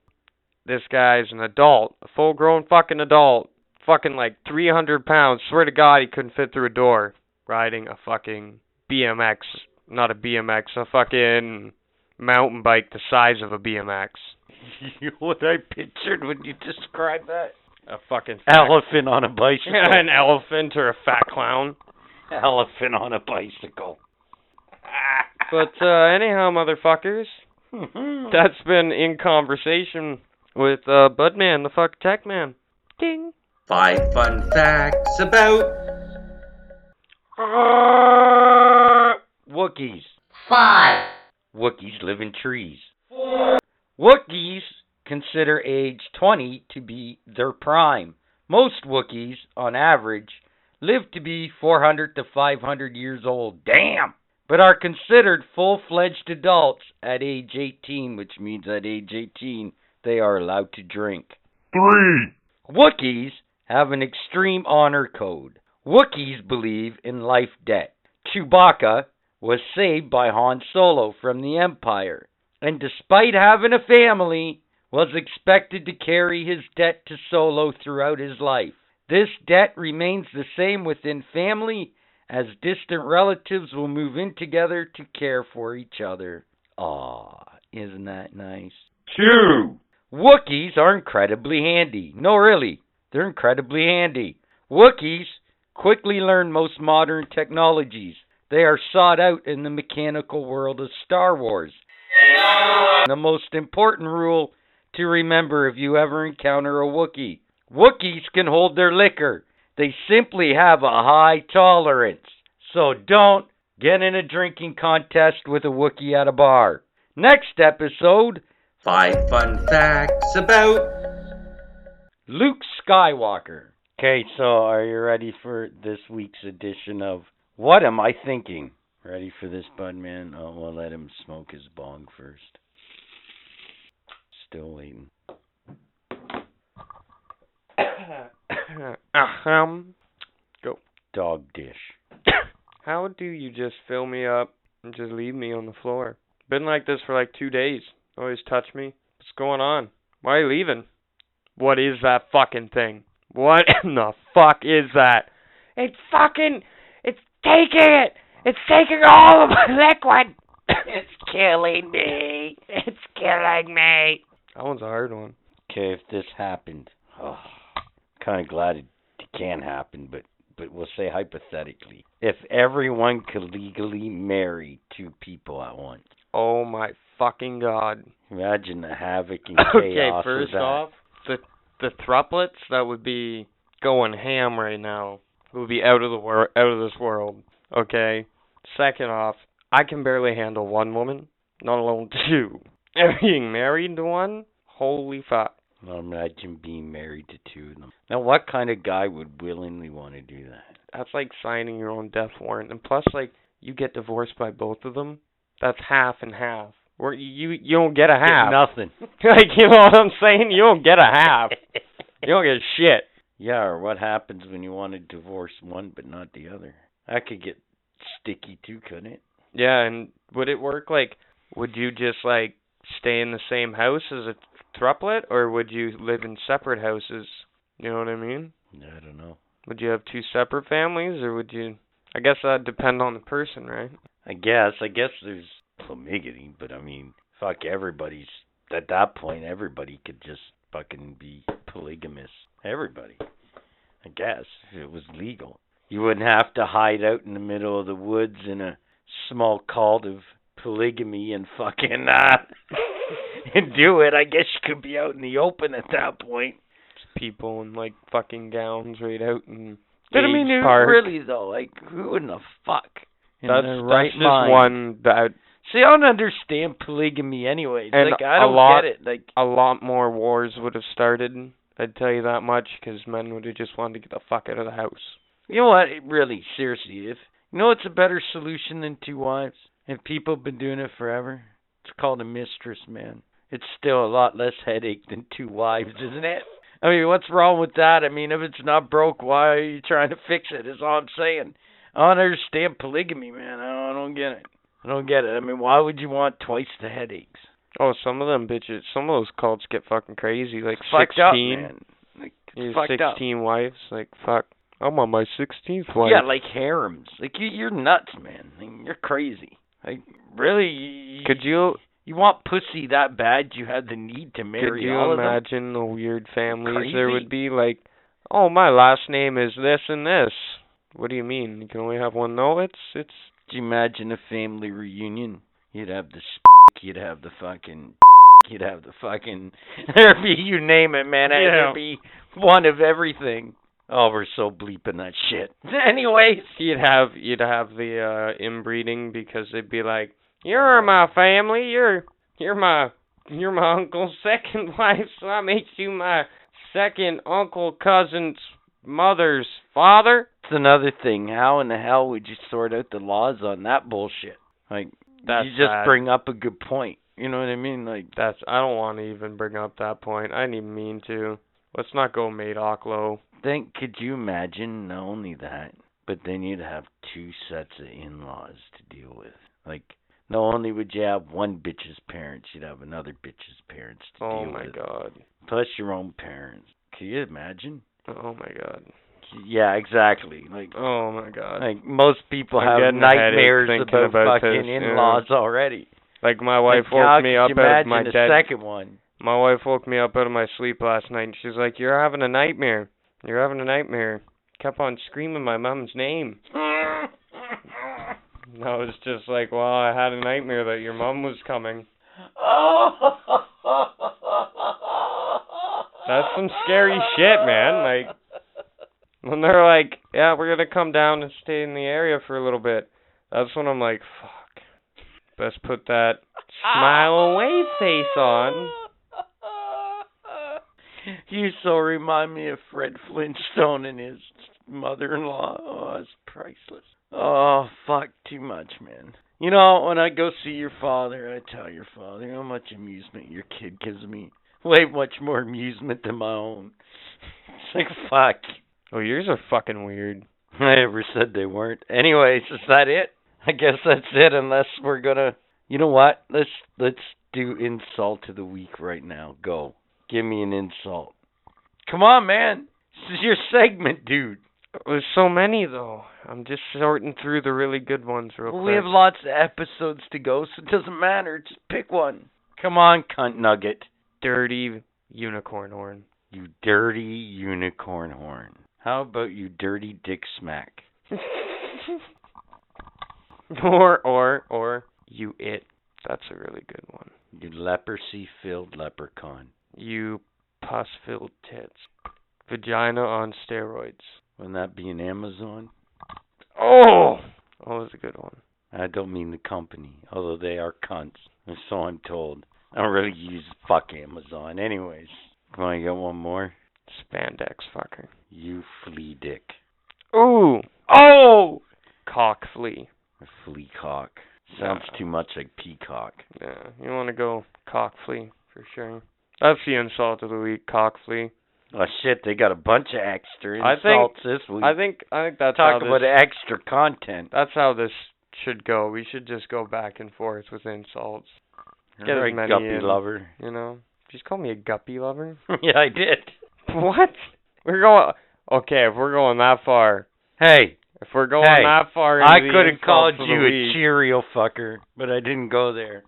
This guy's an adult, a full grown fucking adult, fucking like 300 pounds. Swear to God, he couldn't fit through a door. Riding a fucking BMX, not a BMX, a fucking mountain bike the size of a BMX. you know what I pictured when you described that? A fucking Elephant on a bicycle. an elephant or a fat clown. Elephant on a bicycle. But uh, anyhow, motherfuckers, that's been in conversation with uh, Budman, the fuck tech man. Ding. Five fun facts about. Wookiees. Five. Wookiees live in trees. Four. Wookiees consider age 20 to be their prime. Most Wookiees, on average, live to be 400 to 500 years old. Damn! But are considered full fledged adults at age 18, which means at age 18 they are allowed to drink. Three. Wookiees have an extreme honor code. Wookiees believe in life debt. Chewbacca was saved by Han Solo from the Empire, and despite having a family, was expected to carry his debt to Solo throughout his life. This debt remains the same within family, as distant relatives will move in together to care for each other. Aw, isn't that nice? Two. Wookiees are incredibly handy. No, really, they're incredibly handy. Wookiees quickly learn most modern technologies. They are sought out in the mechanical world of Star Wars. The most important rule to remember if you ever encounter a Wookiee Wookiees can hold their liquor, they simply have a high tolerance. So don't get in a drinking contest with a Wookiee at a bar. Next episode, Five fun facts about. Luke Skywalker. Okay, so are you ready for this week's edition of What Am I Thinking? Ready for this, bud man? Oh, we'll let him smoke his bong first. Still waiting. Ahem. Dog dish. How do you just fill me up and just leave me on the floor? Been like this for like two days. Always touch me. What's going on? Why are you leaving? What is that fucking thing? What in the fuck is that? It's fucking. It's taking it! It's taking all of my liquid! it's killing me! It's killing me! That one's a hard one. Okay, if this happened, oh, kind of glad it can happen, but but we'll say hypothetically, if everyone could legally marry two people at once, Oh my fucking god. imagine the havoc and chaos. Okay, of first that. off, the the thruplets that would be going ham right now. It would be out of the wor- out of this world. Okay. Second off, I can barely handle one woman, not alone two. And being married to one, holy fuck. Now imagine being married to two of them. Now, what kind of guy would willingly want to do that? That's like signing your own death warrant. And plus, like you get divorced by both of them. That's half and half. Where you you don't get a half. Nothing. like you know what I'm saying? You don't get a half. you don't get shit. Yeah, or what happens when you want to divorce one but not the other? That could get sticky too, couldn't it? Yeah, and would it work like would you just like stay in the same house as a thruplet or would you live in separate houses? You know what I mean? I don't know. Would you have two separate families or would you I guess that'd depend on the person, right? I guess. I guess there's polygamy, but I mean, fuck, everybody's at that point. Everybody could just fucking be polygamous. Everybody, I guess, if it was legal, you wouldn't have to hide out in the middle of the woods in a small cult of polygamy and fucking uh, and do it. I guess you could be out in the open at that point. Just people in like fucking gowns right out in But I mean, Gage it- Park. really though, like, who in the fuck in that's, their that's right just mind? one that See, I don't understand polygamy anyway. And like, I a don't lot- get it. Like, a lot more wars would have started. I'd tell you that much because men would have just wanted to get the fuck out of the house. you know what? Really, seriously, if you know what's a better solution than two wives, and people have been doing it forever, it's called a mistress, man. It's still a lot less headache than two wives, isn't it? I mean, what's wrong with that? I mean, if it's not broke, why are you trying to fix it? Is all I'm saying. I don't understand polygamy, man. I don't, I don't get it. I don't get it. I mean, why would you want twice the headaches? Oh, some of them bitches, some of those cults get fucking crazy. Like It's fucked up, sixteen, man. Like, it's you fucked up. sixteen wives. Like fuck, I'm on my sixteenth wife. Yeah, like harems. Like you, you're nuts, man. Like, you're crazy. Like really, you, could you you want pussy that bad? You had the need to could marry you all of them. imagine the weird families there Crazy. would be? Like, oh, my last name is this and this. What do you mean? You can only have one. No, it's it's. Could you imagine a family reunion? You'd have the sp- you'd have the fucking, you'd have the fucking. There'd be you name it, man. Yeah. There'd be one of everything. Oh, we're so bleeping that shit. Anyways, You'd have you'd have the uh inbreeding because they'd be like, you're my family. You're you're my you're my uncle's second wife, so I make you my second uncle cousin's mother's father. that's another thing. How in the hell would you sort out the laws on that bullshit? Like. That's you just bad. bring up a good point. You know what I mean? Like That's I don't want to even bring up that point. I didn't even mean to. Let's not go Madoc low. think could you imagine not only that, but then you'd have two sets of in laws to deal with. Like not only would you have one bitch's parents, you'd have another bitch's parents to Oh deal my with. god. Plus your own parents. Can you imagine? Oh my god. Yeah, exactly. Like Oh my god. like most people I'm have getting a headache nightmares thinking about, about fucking this, yeah. in laws already. Like my wife like, how woke me could up you out of imagine my the dead second one. My wife woke me up out of my sleep last night and she's like, You're having a nightmare. You're having a nightmare. Kept on screaming my mom's name. And I was just like, Well, I had a nightmare that your mom was coming. That's some scary shit, man. Like when they're like, Yeah, we're gonna come down and stay in the area for a little bit. That's when I'm like, Fuck. Best put that smile away face on. You so remind me of Fred Flintstone and his mother-in-law. Oh, it's priceless. Oh, fuck, too much, man. You know, when I go see your father, I tell your father how much amusement your kid gives me. Way much more amusement than my own. It's like, fuck. Oh, yours are fucking weird. I never said they weren't. Anyways, is that it? I guess that's it. Unless we're gonna, you know what? Let's let's do insult of the week right now. Go, give me an insult. Come on, man. This is your segment, dude. There's so many though. I'm just sorting through the really good ones real Well, quick. we have lots of episodes to go, so it doesn't matter. Just pick one. Come on, cunt nugget. dirty unicorn horn. You dirty unicorn horn. How about you dirty dick smack? or or or you it. That's a really good one. You leprosy filled leprechaun. You pus filled tits. Vagina on steroids. Wouldn't that be an Amazon? Oh, that was a good one. I don't mean the company, although they are cunts, or so I'm told. I don't really use fuck Amazon. Anyways, come on, you got one more? Spandex fucker. You flea dick. Ooh. Oh. Cock flea. Or flea cock. Sounds Yeah. too much like peacock. Yeah, you want to go cock flea for sure. That's the insult of the week, cock flea. Oh shit, they got a bunch of extra I insults think- this week. I think I think that's how Talk this, about extra content. That's how this should go. We should just go back and forth with insults. get as All right, many guppy in. lover. You know, just call me a guppy lover. yeah, I did. What? We're going. Okay, if we're going that far, Hey, if we're going Hey, that far, into I the could have insults called of the you a week- Cheerio fucker, but I didn't go there.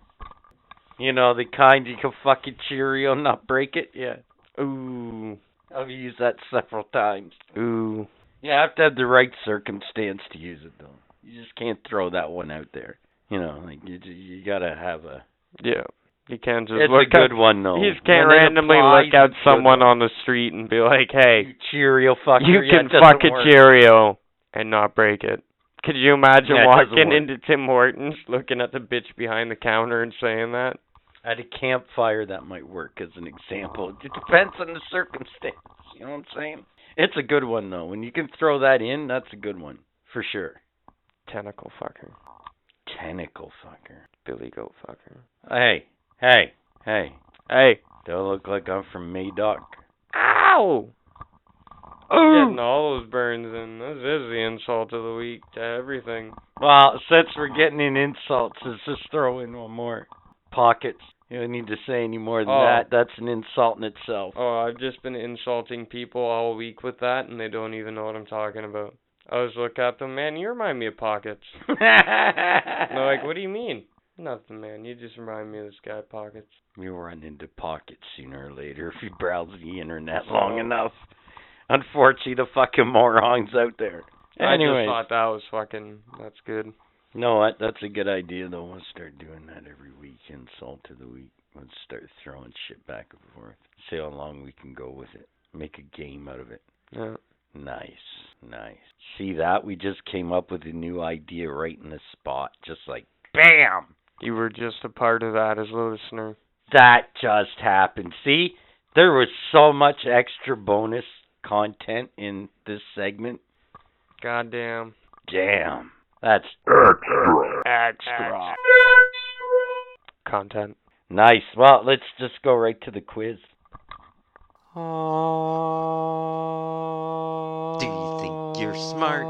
You know, the kind you can fuck a Cheerio and not break it? Yeah. Ooh, I've used that several times. ooh. You have to have the right circumstance to use it, though. You just can't throw that one out there. You know, like you ju- you gotta have a. Yeah, you can't just It's look a good up, one though. You just can't When it randomly applies, look at it's good, someone though. on the street and be like, "Hey, You Cheerio fucker. you yeah, can it doesn't fuck a work. Cheerio and not break it." Could you imagine Yeah, it doesn't walking work. into Tim Hortons, looking at the bitch behind the counter, and saying that? At a campfire, that might work as an example. It depends on the circumstance. You know what I'm saying? It's a good one though. When you can throw that in, that's a good one for sure. Tentacle fucker, Tentacle fucker. Billy Goat fucker. Hey, hey, hey! Hey, Don't look like I'm from Maydoc. Ow! Ooh. Getting all those burns in. This is the insult of the week to everything. Well, since we're getting in insults, let's just throw in one more. Pockets. You don't need to say any more than Oh. that. That's an insult in itself. Oh, I've just been insulting people all week with that, and they don't even know what I'm talking about. I always look at them, man, you remind me of Pockets. no, And they're like, what do you mean? Nothing, man. You just remind me of this guy, Pockets. You'll run into pockets sooner or later if you browse the internet long enough. Unfortunately, the fucking morons out there. I just Anyways, thought that was fucking. That's good. you know what? That's a good idea, though. We'll start doing that every week. Insult of the week. Let's start throwing shit back and forth. See how long we can go with it. Make a game out of it. Yeah. Nice, nice. See that? We just came up with a new idea right in the spot, just like bam. You were just a part of that as a listener. That just happened. See, there was so much extra bonus content in this segment. Goddamn. Damn, that's Extra. Extra. Content. nice. Well, let's just go right to the quiz. Do you think you're smart?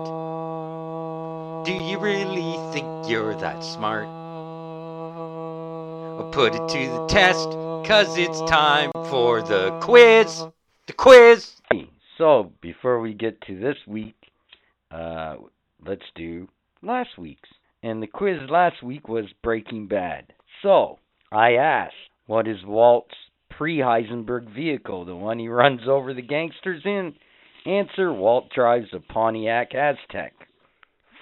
Do you really think you're that smart? Well, put it to the test, cause it's time for the quiz! The quiz! Hey, So before we get to this week, uh, let's do last week's. And the quiz last week was Breaking Bad. So I asked, what is Walt's pre-Heisenberg vehicle, the one he runs over the gangsters in? Answer: Walt drives a Pontiac Aztec.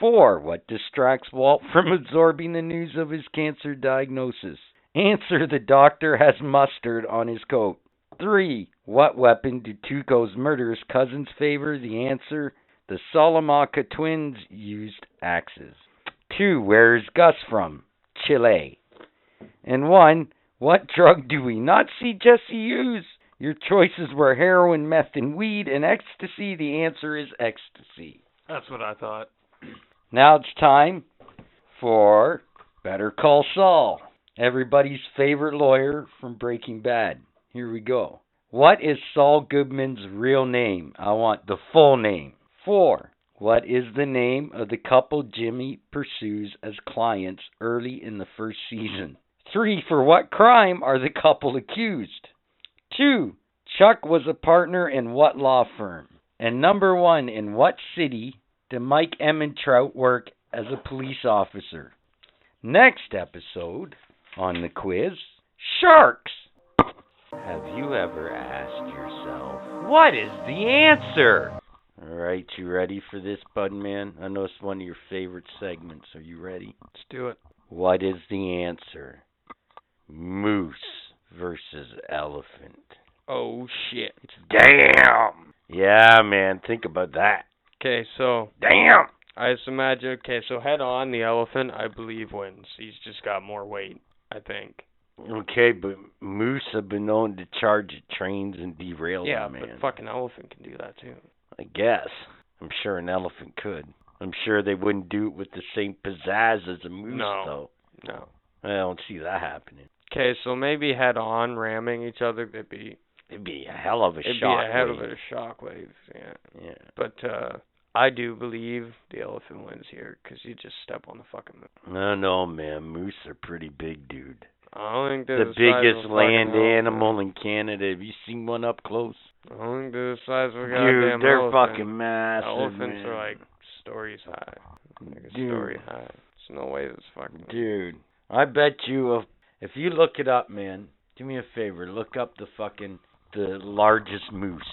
Four. What distracts Walt from absorbing the news of his cancer diagnosis? Answer: The doctor has mustard on his coat. Three. What weapon do Tuco's murderous cousins favor? The answer: the Salamanca twins used axes. Two. Where is Gus from? Chile. And one, what drug do we not see Jesse use? Your choices were heroin, meth, and weed, and ecstasy. The answer is ecstasy. That's what I thought. Now it's time for Better Call Saul, everybody's favorite lawyer from Breaking Bad. Here we go. What is Saul Goodman's real name? I want the full name. Four. What is the name of the couple Jimmy pursues as clients early in the first season? Three. For what crime are the couple accused? Two. Chuck was a partner in what law firm? And number one, in what city did Mike Emmentrout work as a police officer? Next episode on the quiz Sharks! Have you ever asked yourself, what is the answer? Alright, you ready for this, Bud Man? I know it's one of your favorite segments. Are you ready? Let's do it. What is the answer? Moose versus elephant. Oh shit. Damn! Yeah, man, think about that. Okay, so Damn! I just imagine. Okay, so head on the elephant, I believe wins. He's just got more weight, I think. Okay, but moose have been known to charge at trains and derail yeah, them, but man. fucking elephant can do that too. I guess. I'm sure an elephant could. I'm sure they wouldn't do it with the same pizzazz as a moose, No. though. No. I don't see that happening. Okay, so maybe head on ramming each other. It'd be It'd be a hell of a it'd shock. be a hell of wave. a shockwave. Yeah. Yeah. But uh I do believe the elephant wins here because you just step on the fucking. Moon. No, no, man. Moose are pretty big, dude. I don't think they're The the size of a biggest fucking land elephant. animal in Canada. Have you seen one up close? I don't think they're the size of a goddamn Dude, they're elephant. fucking massive. Elephants man. are like stories high. Like a Dude. story high. There's no way this fucking. Dude, I bet you if, if you look it up, man. Do me a favor, look up the fucking the largest moose.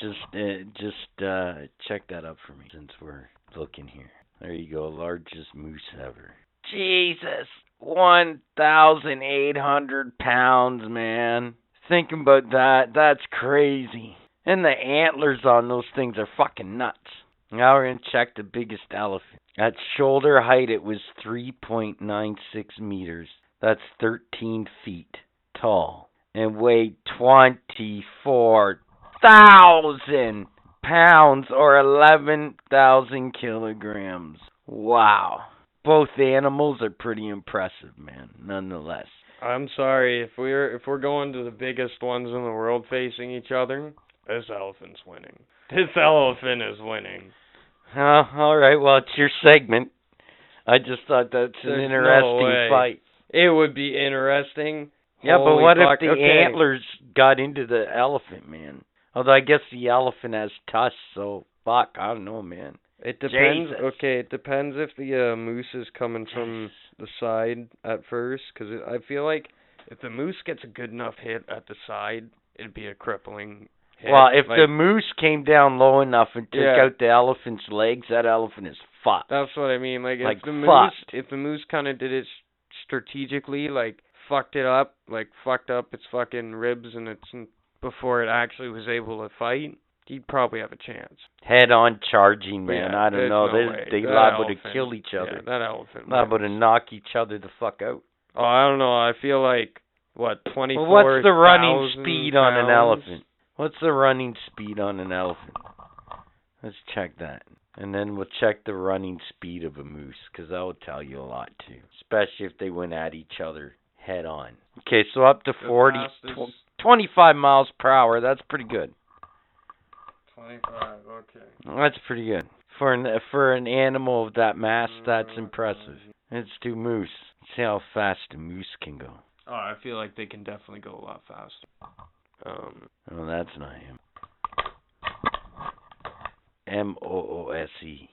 Just uh, just uh check that up for me since we're looking here. There you go, largest moose ever. Jesus, 1,800 pounds, man. Thinking about that, that's crazy. And the antlers on those things are fucking nuts. Now we're going to check the biggest elephant. At shoulder height, it was 3.96 meters. That's 13 feet tall. And weighed 24,000 pounds or 11,000 kilograms. Wow. Both animals are pretty impressive, man, nonetheless. I'm sorry if we're if we're going to the biggest ones in the world facing each other. This elephant's winning. This elephant is winning. Uh, all right, well, it's your segment. I just thought that's an There's no interesting way. fight. It would be interesting. Yeah, but Holy what fuck, if the okay. antlers got into the elephant, man? Although I guess the elephant has tusks, so fuck, I don't know, man. It depends. Jesus. Okay, it depends if the uh, moose is coming from the side at first, because I feel like if the moose gets a good enough hit at the side, it'd be a crippling. hit. Well, if Like, the moose came down low enough and took Yeah. out the elephant's legs, that elephant is fucked. That's what I mean. Like, Like, if the moose, fucked. if the moose kind of did it s- strategically, like fucked it up, like fucked up its fucking ribs and its before it actually was able to fight, he'd probably have a chance. Head on charging, man. Yeah, I don't there's know. no they way. they That liable to elephant- kill each Yeah, other. that elephant. liable wins. to knock each other the fuck out. Oh, I don't know. I feel like what twenty Well, four. what's the running speed on an elephant? What's the running speed on an elephant? Let's check that. And then we'll check the running speed of a moose, because that will tell you a lot, too. Especially if they went at each other head on. Okay, so up to 40, tw- 25 miles per hour. That's pretty good. Twenty five. Okay. That's pretty good. For an, for an animal of that mass, that's impressive. It's two moose. See how fast a moose can go. Oh, I feel like they can definitely go a lot faster. Um. Oh, that's not him. M O O S E.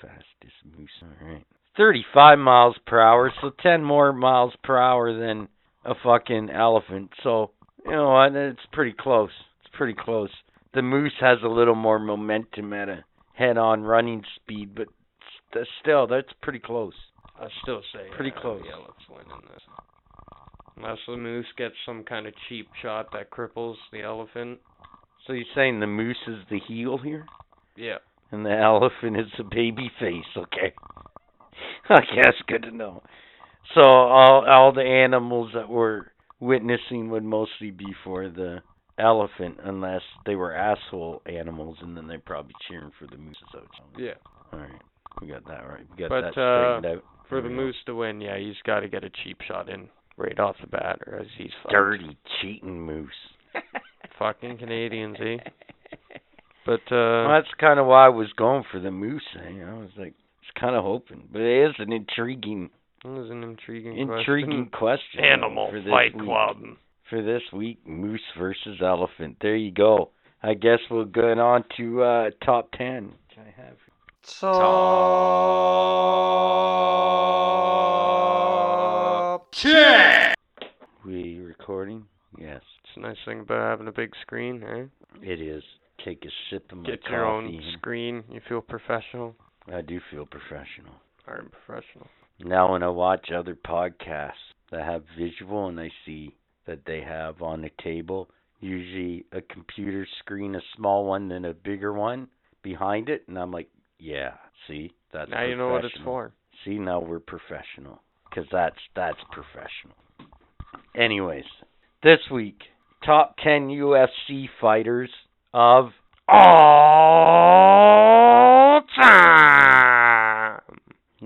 Fastest moose. All right. 35 miles per hour, so 10 more miles per hour than a fucking elephant. So, you know what? It's pretty close. It's pretty close. The moose has a little more momentum at a head on running speed, but st- still, that's pretty close. I still say Pretty uh, close. The elephant's winning this. Unless the moose gets some kind of cheap shot that cripples the elephant. So, you're saying the moose is the heel here? Yeah. And the elephant is a baby face, okay. I guess good to know. So all all the animals that were witnessing would mostly be for the elephant, unless they were asshole animals, and then they're probably cheering for the moose. So it's- Yeah. All right, we got that right. We got But, that uh, straightened out. For the There we go. Moose to win, yeah, he's got to get a cheap shot in right off the bat, or as he's fucked. dirty cheating moose. Fucking Canadians, eh? But Well, uh, that's kind of why I was going for the moose. You know, I was like, it's kind of hoping, but it is an intriguing, that was an intriguing, intriguing question. question. Animal for this Fight week. Club. for this week, moose versus elephant. There you go. I guess we'll go on to uh, top ten. Which I have. Top We recording? Yes, It's a nice thing about having a big screen, eh? it is. Take a sip of my Get coffee. your own and screen. You feel professional. I do feel professional Or professional. now when I watch other podcasts that have visual and I see that they have on the table usually a computer screen, a small one, then a bigger one behind it, and I'm like, yeah, see, that's now you know what it's professional. for. See, now we're professional. 'Cause that's that's professional. Anyways, this week, top ten UFC fighters of all time.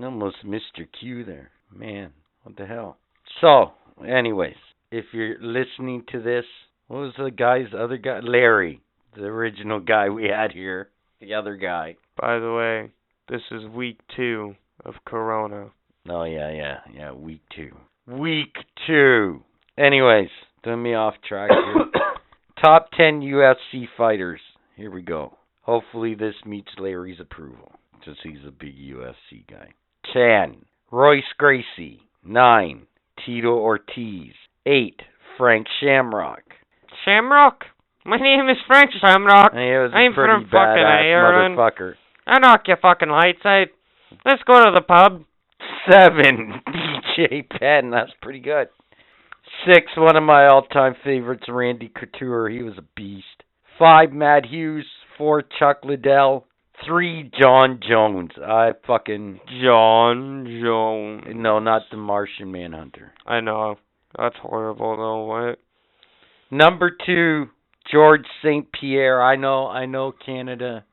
Almost Mr. Q there, man. What the hell? So, anyways, if you're listening to this, what was the guy's other guy? Larry, the original guy we had here, the other guy. By the way, this is week two of Corona. Oh yeah, yeah, yeah. Week two. Week two. Anyways, threw me off track here. Top ten UFC fighters. Here we go. Hopefully this meets Larry's approval, since he's a big UFC guy. Ten. Royce Gracie. Nine. Tito Ortiz. Eight. Frank Shamrock. Shamrock. My name is Frank Shamrock. Hey, it was a I'm pretty from fucking badass Ireland. motherfucker. I knock your fucking lights out. Let's go to the pub. Seven, DJ Penn. That's pretty good. Six, one of my all time favorites, Randy Couture. He was a beast. Five, Matt Hughes. Four, Chuck Liddell. Three, John Jones. I fucking. John Jones. No, not the Martian Manhunter. I know. That's horrible though. What? Number two, George St. Pierre. I know, I know Canada.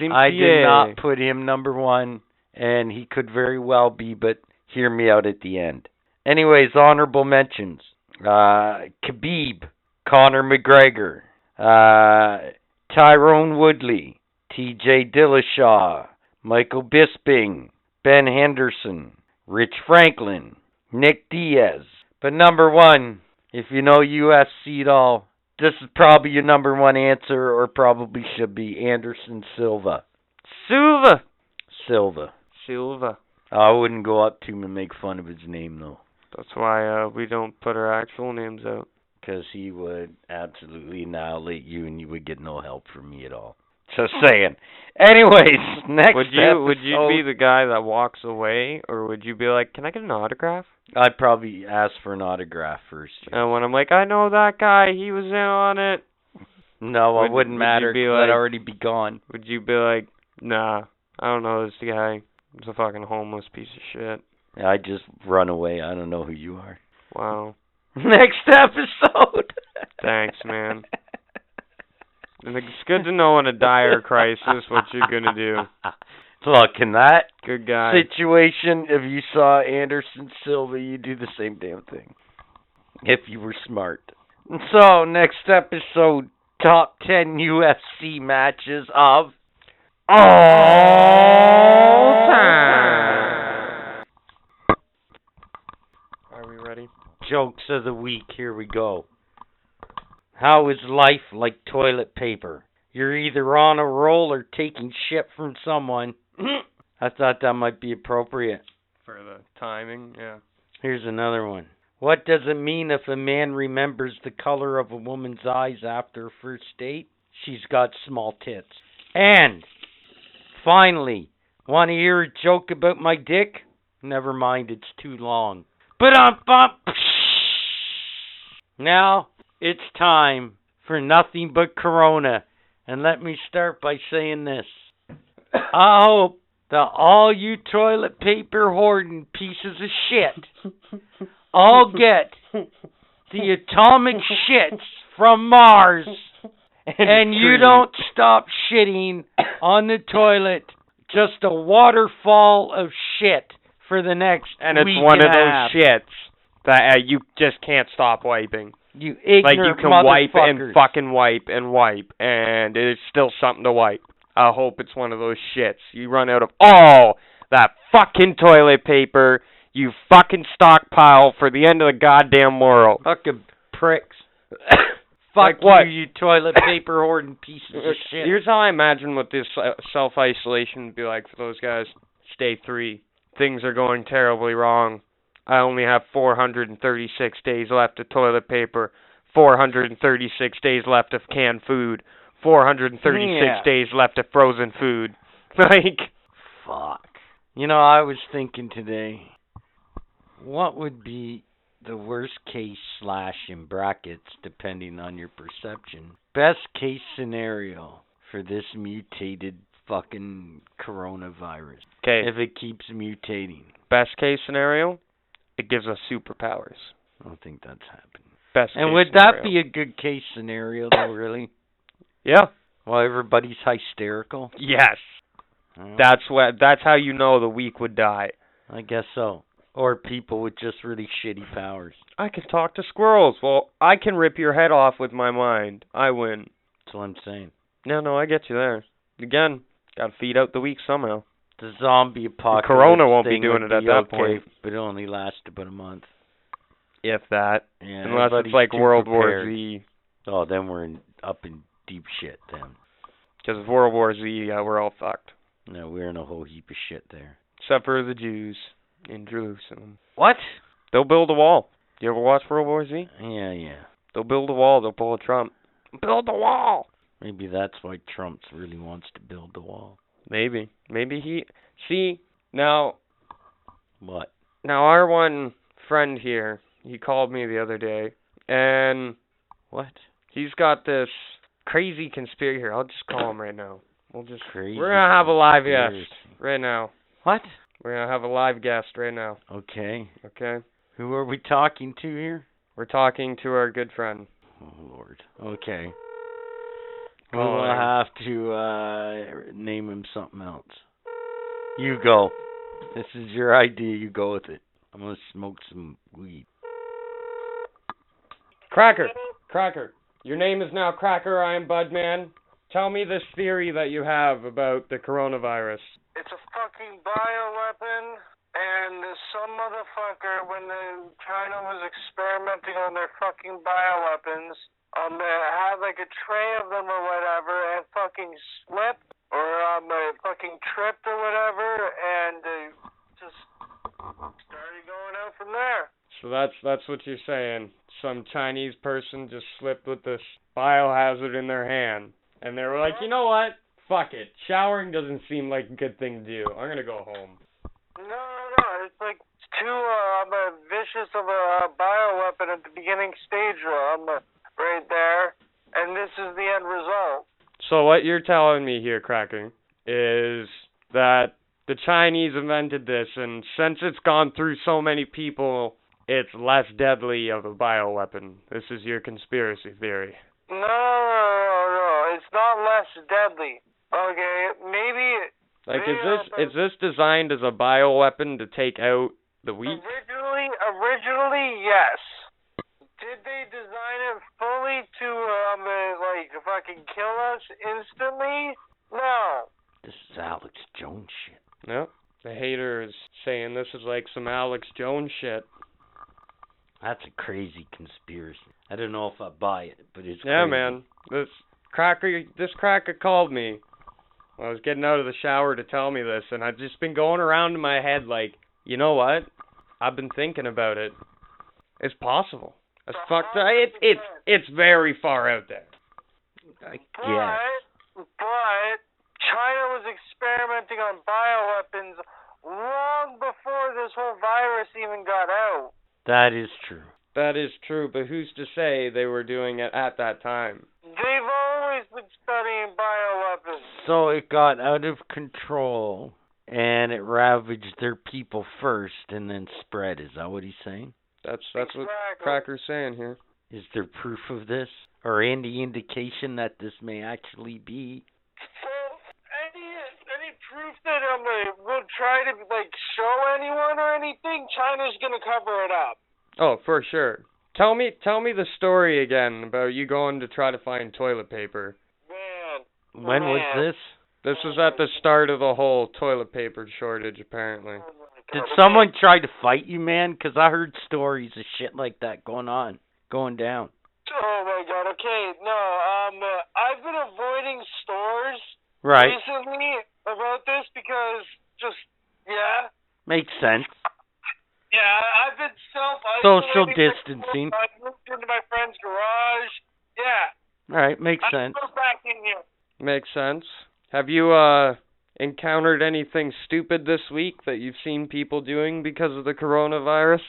I did not put him number one, and he could very well be, but hear me out at the end. Anyways, honorable mentions: uh, Khabib, Conor McGregor, uh, Tyrone Woodley, T.J. Dillashaw, Michael Bisping, Ben Henderson, Rich Franklin, Nick Diaz. But number one, if you know USC at all, this is probably your number one answer, or probably should be Anderson Silva. Silva. Silva. Silva. I wouldn't go up to him and make fun of his name though, That's why uh, we don't put our actual names out. 'cause he would absolutely annihilate you, and you would get no help from me at all. Just saying. Anyways, next would you would you be episode, the guy that walks away, or would you be like, "Can I get an autograph?" I'd probably ask for an autograph first. And when I'm like, "I know that guy. He was in on it." no, would- it wouldn't would you matter. be 'cause like- I'd already be gone. Would you be like, "Nah, I don't know this guy. He's a fucking homeless piece of shit." I'd just run away. I don't know who you are. Wow. Next episode. Thanks, man. And it's good to know in a dire crisis what you're gonna do. Look, in that Good guy. situation, if you saw Anderson Silva, you'd do the same damn thing. If you were smart. So, next episode top 10 UFC matches of all time. Are we ready? Jokes of the week. Here we go. How is life like toilet paper? You're either on a roll or taking shit from someone. I thought that might be appropriate. For the timing, yeah. Here's another one. What does it mean if a man remembers the color of a woman's eyes after a first date? She's got small tits. And finally, want to hear a joke about my dick? Never mind, it's too long. But um bump. Now it's time for nothing but Corona, and let me start by saying this: I hope The all you toilet paper hoarding pieces of shit all get the atomic shits from Mars, and you trees. don't stop shitting on the toilet. Just a waterfall of shit for the next And it's week one and of a those half. shits that uh, you just can't stop wiping. You ignorant like you can wipe and motherfuckers. fucking wipe and wipe, and it's still something to wipe. I hope it's one of those shits. You run out of all that fucking toilet paper you fucking stockpile for the end of the goddamn world. Fucking pricks. Like Fuck what? you, you toilet paper hoarding pieces of shit. Here's how I imagine what this self isolation would be like for those guys. It's day three. Things are going terribly wrong. I only have 436 days left of toilet paper, 436 days left of canned food, 436 Yeah. days left of frozen food. Like, Fuck. You know, I was thinking today, what would be the worst case slash in brackets, depending on your perception, best case scenario for this mutated fucking coronavirus okay, if it keeps mutating? best case scenario, it gives us superpowers. I don't think that's happening. Best And case would that scenario. be a good case scenario, though, really? Yeah. While everybody's hysterical? Yes. Well, That's what. That's how you know the weak would die. I guess so. Or people with just really shitty powers. I can talk to squirrels. Well, I can rip your head off with my mind. I win. That's what I'm saying. No, no, I get you there. Again, gotta feed out the weak somehow. The zombie apocalypse. corona won't be thing doing would it at be that okay, point. But it only lasts about a month. If that. Yeah, Unless it's everybody's like too World War prepared. Z. Oh, then we're in, up in deep shit then. Because if World War Z, yeah, we're all fucked. No, we're in a whole heap of shit there. Except for the Jews in Jerusalem. What? They'll build a wall. You ever watch World War Z? Yeah, yeah. They'll build a wall. They'll pull a Trump. Build the wall! Maybe that's why Trump's really wants to build the wall. Maybe. Maybe he. See, now, What? Now, our one friend here, he called me the other day, and What? he's got this crazy conspiracy. Here, I'll just call him right now. We'll just Crazy. we're gonna have a live guest conspiracy. right now. What? We're gonna have a live guest right now. Okay. Okay, Who are we talking to here? we're talking to our good friend. Oh Lord. Okay. Call we'll in. have to uh name him something else. You go. This is your idea. You go with it. I'm gonna smoke some weed. Cracker, Cracker, your name is now Cracker. I am Budman. Tell me this theory that you have about the coronavirus. It's a fucking bioweapon, and some motherfucker, when the China was experimenting on their fucking bioweapons, um, they had like a tray of them or whatever, and fucking slipped or um, uh, fucking tripped or whatever, and they just started going out from there. So that's that's what you're saying. Some Chinese person just slipped with this biohazard in their hand, and they were like, you know what? Fuck it. Showering doesn't seem like a good thing to do. I'm gonna go home. No, no, it's like it's too uh, um, uh, vicious of a uh, bioweapon at the beginning stage, um, uh, right there, and this is the end result. So what you're telling me here, Cracker, is that the Chinese invented this, and since it's gone through so many people, it's less deadly of a bioweapon. This is your conspiracy theory. No, no, no, no. It's not less deadly. Okay, maybe Like, is Yeah, this is this designed as a bioweapon to take out the weak? originally, originally, yes. Did they design it fully to um uh, like fucking kill us instantly? No. This is Alex Jones shit. No. The hater is saying this is like some Alex Jones shit. That's a crazy conspiracy. I don't know if I buy it, but it's yeah, crazy. man. This cracker this cracker called me. I was getting out of the shower to tell me this and I've just been going around in my head like, you know what? I've been thinking about it. It's possible. It's fucked up. It, it's it's very far out there. I But guess. but China was experimenting on bioweapons long before this whole virus even got out. That is true. That is true, but who's to say they were doing it at that time? They've always been studying bioweapons. So it got out of control and it ravaged their people first and then spread. Is that what he's saying? That's that's what Exactly. Cracker's saying here. Is there proof of this or any indication that this may actually be? Well, any any proof that um uh, we'll try to like show anyone or anything, China's gonna cover it up. Oh, for sure. Tell me tell me the story again about you going to try to find toilet paper. Man, When was Man. this? This was at the start of the whole toilet paper shortage apparently. oh my Did God. someone try to fight you, man? 'Cause I heard stories of shit like that going on, going down. Oh my god. Okay, no. Um, uh, I've been avoiding stores Right. recently about this because just yeah, Makes sense. yeah. I- I've been self Social distancing. I moved into my friend's garage. Yeah, All right, makes I'm sense. still back in here. Makes sense. Have you uh encountered anything stupid this week that you've seen people doing because of the coronavirus?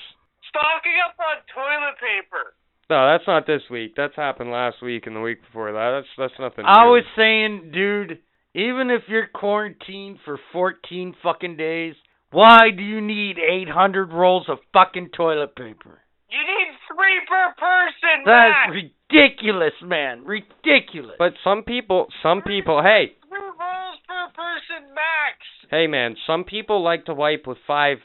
Stocking up on toilet paper. No, that's not this week. That's happened last week and the week before that. That's that's nothing. I new. was saying, dude, even if you're quarantined for 14 fucking days, why do you need 800 rolls of fucking toilet paper? You need three per person. That's max. ridiculous, man. Ridiculous. But some people, some people, hey, three rolls per person max. hey, man, some people like to wipe with five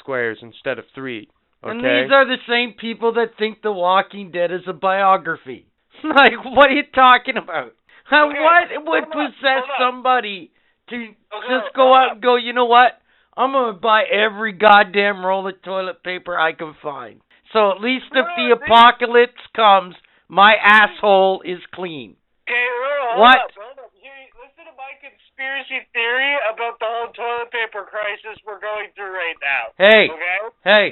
squares instead of three. Okay. And these are the same people that think The Walking Dead is a biography. Like, what are you talking about? Huh, Okay, what would hold up, possess hold up. somebody to just go hold out up. and go, you know what? I'm going to buy every goddamn roll of toilet paper I can find. So at least if No, the they- apocalypse comes, my asshole is clean. Okay, hold What? up, hold up. Here, listen to my conspiracy theory about the whole toilet paper crisis we're going through right now. Hey, Okay? hey,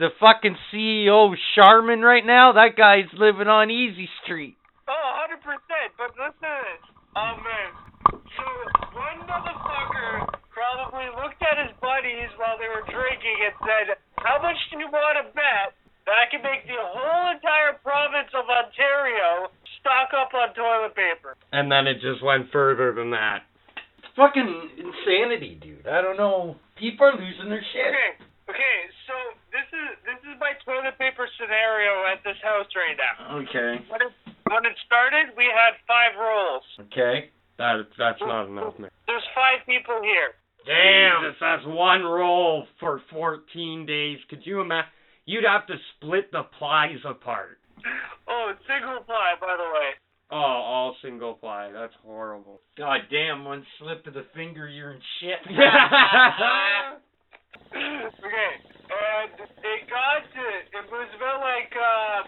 the fucking CEO Charmin right now, that guy's living on Easy Street. Oh, 100%. But listen to this. Um, uh, so one motherfucker probably looked at his buddies while they were drinking and said, How much do you want to bet that I can make the whole entire province of Ontario stock up on toilet paper? and then it just went further than that. fucking insanity, dude. I don't know. People are losing their shit. Okay, okay. So this is this is my toilet paper scenario at this house right now. Okay. When it when it started, we had five rolls. Okay. That that's not enough, man. There's five people here. Damn, that's one roll for 14 days. Could you imagine? You'd have to split the plies apart. Oh, it's single ply, by the way. Oh, all single ply. That's horrible. God damn, one slip of the finger, you're in shit. Uh-huh. okay, and it got to it was about like uh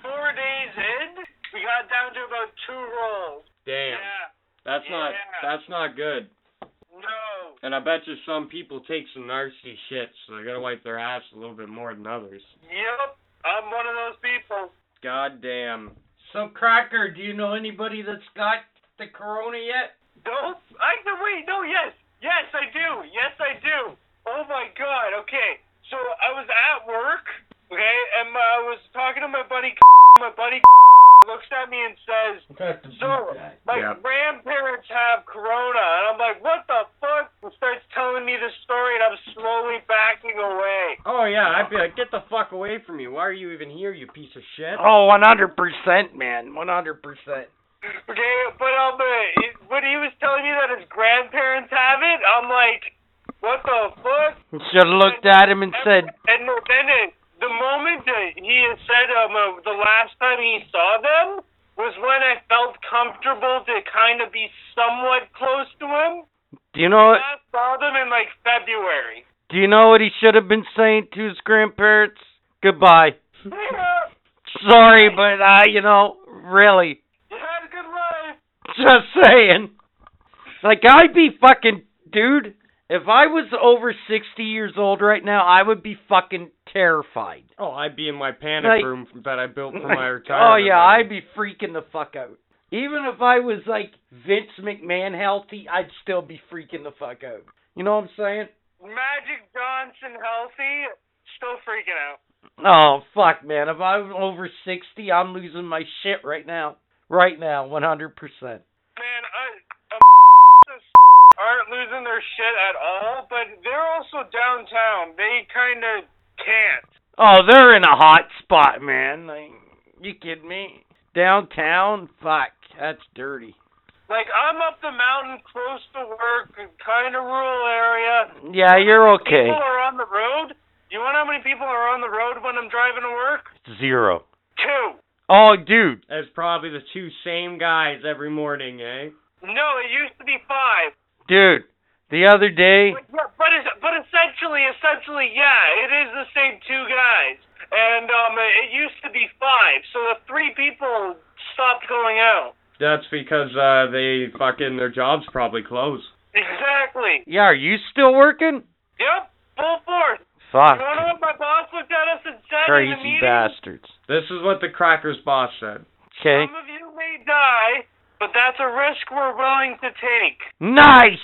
four days in. We got down to about two rolls. Damn, Yeah. that's not Yeah. that's not good. No. And I bet you some people take some nasty shit, so they gotta wipe their ass a little bit more than others. Yep. I'm one of those people. God damn. so, Cracker, do you know anybody that's got the corona yet? No, I no wait, no, yes, yes, I do, yes, I do. Oh my god, okay. So I was at work, okay, and my, I was talking to my buddy. My buddy looks at me and says, "So my Yeah. grandparents have corona," and I'm like, "What the fuck?" And starts telling me the story, and I'm slowly backing away. Oh yeah, I'd be like, get the fuck away from me. Why are you even here, you piece of shit? Oh, 100%, man. 100%. Okay, but um, uh, it- when he was telling me that his grandparents have it, I'm like, "What the fuck?" Should have looked at him and said, And then it, the moment that he had said um, uh, the last time he saw them was when I felt comfortable to kind of be somewhat close to him. Do you know what? I saw them in like February. Do you know what he should have been saying to his grandparents? Goodbye. you Sorry, but I, you know, really. had a good life. Just saying. Like I'd be fucking dude, if I was over 60 years old right now, I would be fucking terrified. Oh, I'd be in my panic Like- room that I built for Like, my retirement. oh yeah, money. I'd be freaking the fuck out. Even if I was like Vince McMahon healthy, I'd still be freaking the fuck out. You know what I'm saying? Magic Johnson healthy, still freaking out. Oh fuck, man. If I'm over 60, I'm losing my shit right now. Right now, 100%. Man, I, um, aren't losing their shit at all, but they're also downtown. They kind of can't. Oh, they're in a hot spot, man. Like, you kidding me? Downtown? Fuck, that's dirty. Like I'm up the mountain, close to work, kind of rural area. Yeah, you're okay. People are on the road. You want how many people are on the road when I'm driving to work? Zero. Two. Oh, dude. That's probably the two same guys every morning, eh? No, it used to be five. Dude, the other day. But, yeah, but, es- but essentially, essentially, yeah, it is the same two guys. And um, it used to be five, so the three people stopped going out. That's because uh they fucking their jobs probably close. Exactly. Yeah, are you still working? Yep, full force. Fuck. You wanna know what my boss looked at us and said in the Crazy meeting? bastards. This is what the crackers boss said. Okay. Some of you may die, but that's a risk we're willing to take. Nice!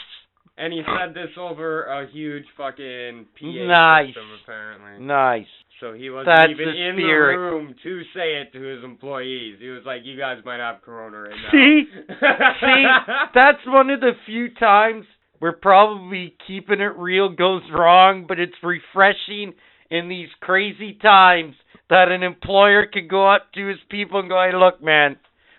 And he said this over a huge fucking PA Nice. system apparently. Nice. So he wasn't That's even the in spirit. the room to say it to his employees. He was like, "You guys might have corona right now." See? See, that's one of the few times where probably keeping it real goes wrong, but it's refreshing in these crazy times that an employer can go up to his people and go, hey, look, man,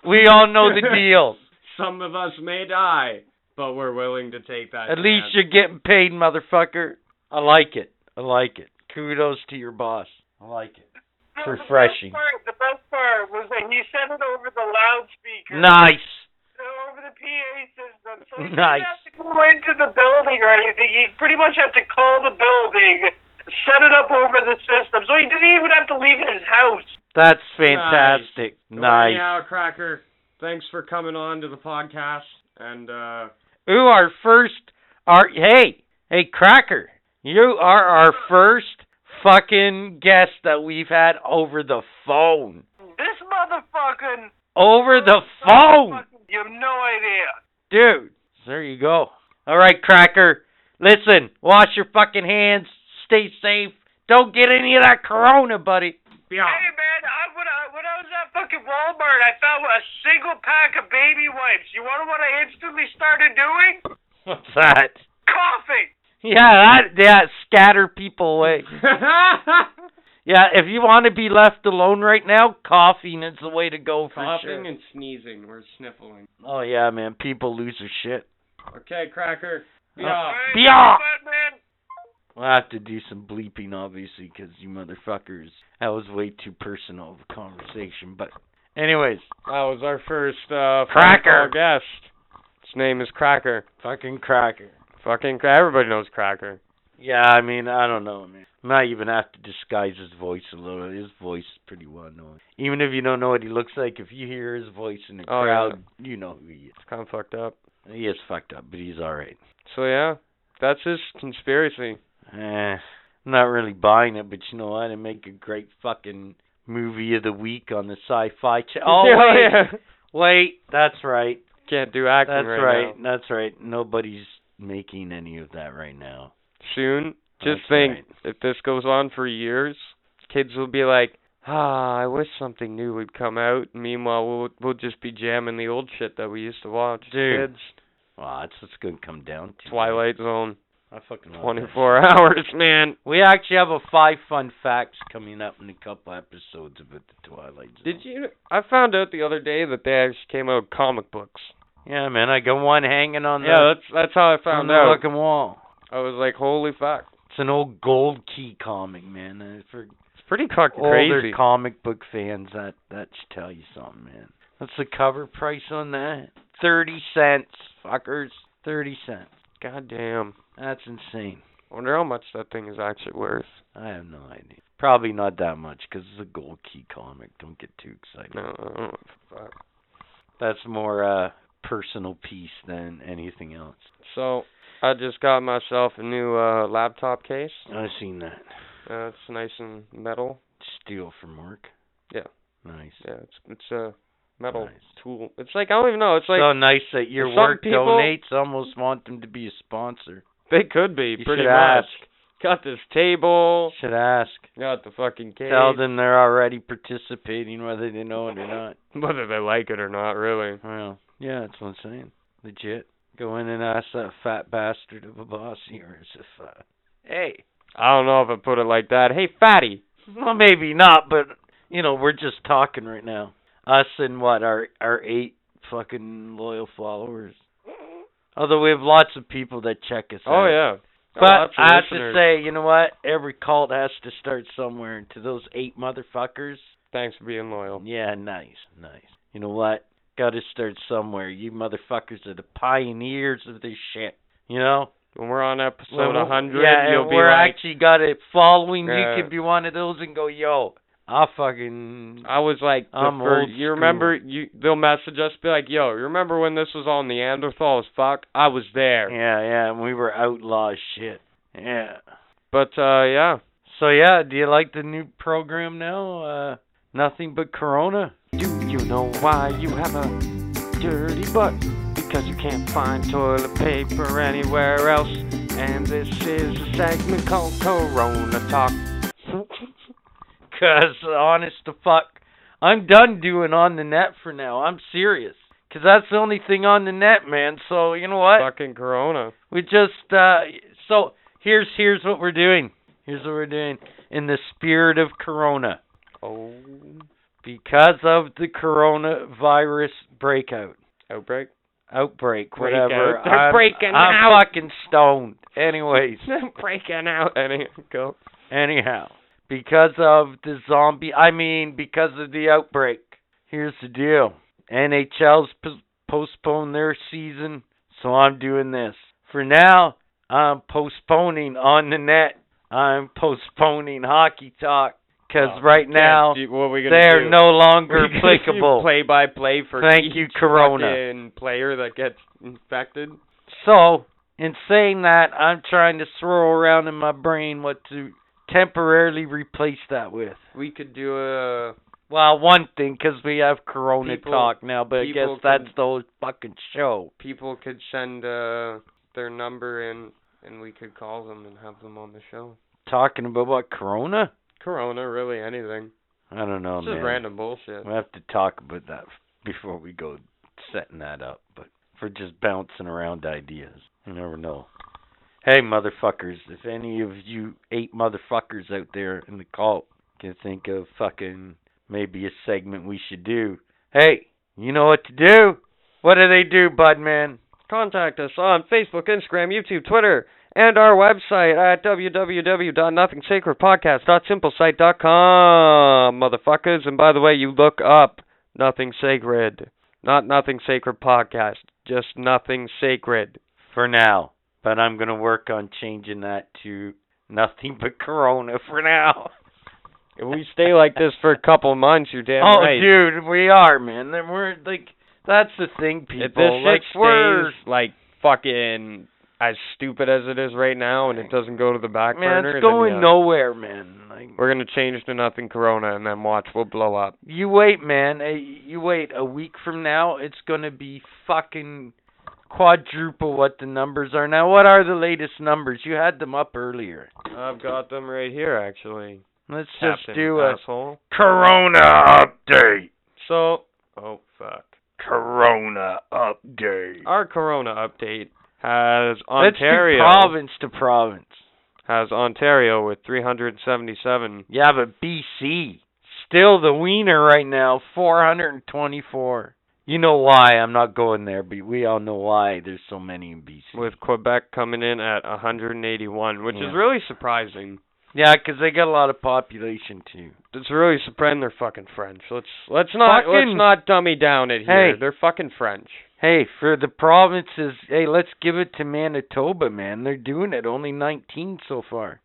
we all know the deal. Some of us may die, but we're willing to take that. At least chance. you're getting paid, motherfucker. I like it. I like it. Kudos to your boss. I like it. It's No, refreshing. The best, part, the best part was that he said it over the loudspeaker. Nice. Over the PA system. So he Nice. didn't have to go into the building or anything. He pretty much had to call the building, set it up over the system. So he didn't even have to leave his house. That's fantastic. Well, Nice. Anyhow, Cracker, thanks for coming on to the podcast. And uh, Ooh, our first, our hey, hey, Cracker, you are our first fucking guest that we've had over the phone. This motherfucking. Over the phone, Motherfucking- You have no idea. dude. There you go. All right, Cracker. Listen, wash your fucking hands. Stay safe. Don't get any of that corona, buddy. yeah, Hey man, I, when, I, when I was at fucking Walmart, I found a single pack of baby wipes. You wanna what I instantly started doing? What's that? Coughing. Yeah, that yeah, scatter people away. Yeah, if you want to be left alone right now, coughing is the way to go for coughing sure. and sneezing. We're sniffling. Oh yeah, man, people lose their shit. Okay, Cracker. Oh. Yeah. Alright, be off. but, man, We'll have to do some bleeping, obviously, 'cause you motherfuckers. That was way too personal of a conversation. But, anyways, That was our first uh, phone Cracker. call guest. His name is Cracker. fucking cracker. Fucking Cra- everybody knows Cracker. Yeah, I mean, I don't know, man. Might even have to disguise his voice a little. His voice is pretty well known. Even if you don't know what he looks like, if you hear his voice in the Oh, yeah. crowd, you know who he It's kind of fucked up. is. He is fucked up, but he's all right. So yeah, that's his conspiracy. Eh, I'm not really buying it, but you know what? It'd make a great fucking movie of the week on the sci-fi channel. Oh, Yeah, wait. yeah. Wait, that's right. Can't do acting That's right, right. now. That's right. Nobody's making any of that right now. Soon, just That's think right. if this goes on for years, kids will be like, "Ah, I wish something new would come out." Meanwhile, we'll we'll just be jamming the old shit that we used to watch. Dude. Kids, Well, that's what's going to come down to. Twilight Zone, I fucking love that. 24 hours, man. We actually have a five fun facts coming up in a couple episodes about the Twilight Zone. Did you? I found out the other day that they actually came out with comic books. Yeah, man. I got one hanging on yeah, the that's that's how I on found the out. fucking wall. I was like, "Holy fuck!" It's an old gold key comic, man. Uh, For It's pretty fucking older crazy. comic book fans, that that should tell you something, man. What's the cover price on that? Thirty cents, fuckers. Thirty cents. God damn. That's insane. I wonder how much that thing is actually worth. I have no idea. Probably not that much because it's a gold key comic. Don't get too excited. No, I don't know. Fuck. That's more uh personal piece than anything else. So I just got myself a new uh laptop case. I've seen that. Uh, it's nice and metal. Steal from work. Yeah. Nice. Yeah, it's it's a metal Nice. tool. It's like I don't even know. It's like so nice that your some work people- donates. I Almost want them to be a sponsor. they could be You pretty should much. ask. Got this table. Should ask. Got the fucking case. Tell them they're already participating, whether they know it or not. whether they like it or not. Really. Well, yeah, that's what I'm saying. Legit. Go in and ask that fat bastard of a boss of yours if, uh, hey. I don't know if I put it like that. Hey, fatty. Well, maybe not, but you know, we're just talking right now. Us and what our our eight fucking loyal followers. Although we have lots of people that check us out. Oh yeah. Oh, But lots of I have to listeners. say, you know what? Every cult has to start somewhere. And to those eight motherfuckers, thanks for being loyal. yeah, nice, nice. You know what? Got to start somewhere. You motherfuckers are the pioneers of this shit. You know, When we're on episode Well, 100, yeah, and you'll be we're like, actually got a following. Yeah. You could be one of those and go, yo, I fucking I was like, the I'm old first, you remember, you they'll message us, be like, yo, remember when this was all Neanderthal as fuck? I was there. Yeah, yeah, and we were outlaw shit. Yeah. But, uh, yeah. So yeah, do you like the new program now? Uh nothing but corona. Do you know why you have a dirty butt? Because you can't find toilet paper anywhere else. And this is a segment called Corona Talk. Cuz honest to fuck, I'm done doing on the net for now. I'm serious. Cuz that's the only thing on the net, man. So, you know what? Fucking Corona. We just uh so here's here's what we're doing. Here's what we're doing in the spirit of corona. Oh. Because of the coronavirus breakout. Outbreak? outbreak, Break whatever. out. They're I'm, breaking I'm out. fucking stoned. Anyways, Breaking out. Any, go. anyhow, because of the zombie, I mean, because of the outbreak. Here's the deal: NHL's p- postponed their season, so I'm doing this for now. I'm postponing on the net. I'm postponing hockey talk because Oh, right Can't now do- what are we gonna they're do? no longer We're gonna do applicable. Play by play for Thank each you, Corona. fucking player that gets infected. So, in saying that, I'm trying to swirl around in my brain what to temporarily replace that with. We could do a Well, one thing, because we have Corona People- talk now, but I guess people that's can- the whole fucking show. people could send uh their number in and we could call them and have them on the show. Talking about what, Corona? Corona, really anything. I don't know, This Oh, man. is random bullshit. We have to talk about that before we go setting that up, but for just bouncing around ideas. You never know. Hey, motherfuckers, if any of you eight motherfuckers out there in the cult can think of fucking maybe a segment we should do, hey, you know what to do. What do they do, Budman? Contact us on Facebook, Instagram, YouTube, Twitter, and our website at www.nothingsacredpodcast.simplesite.com, motherfuckers. And by the way, you look up Nothing Sacred, not Nothing Sacred Podcast, just Nothing Sacred. For now. But I'm going to work on changing that to nothing but Corona for now. If we stay like this for a couple months, you're damn oh, right. dude, we are, man. Then We're like, that's the thing, people. if this shit Let's stays we're- like fucking as stupid as it is right now, and it doesn't go to the back man, burner, it's then going yeah. nowhere, man. Like, We're gonna change to nothing Corona, and then watch, we'll blow up. you wait, man. Hey, You wait a week from now, it's gonna be fucking quadruple what the numbers are now. What are the latest numbers? You had them up earlier. I've got them right here, actually. Let's Captain just do a asshole. Corona update. So, oh fuck, Corona update. our Corona update has Let's do Ontario province to province. has Ontario with 377. Yeah, but BC still the wiener right now, 424. You know why I'm not going there, but we all know why there's so many in BC. With Quebec coming in at 181, which Yeah. is really surprising. Yeah, 'cause they got a lot of population too. It's really surprising they're fucking French. Let's let's not Fucking- let's not dummy down it here. Hey. They're fucking French. Hey, for the provinces, hey, let's give it to Manitoba, man. They're doing it. Only 19 so far.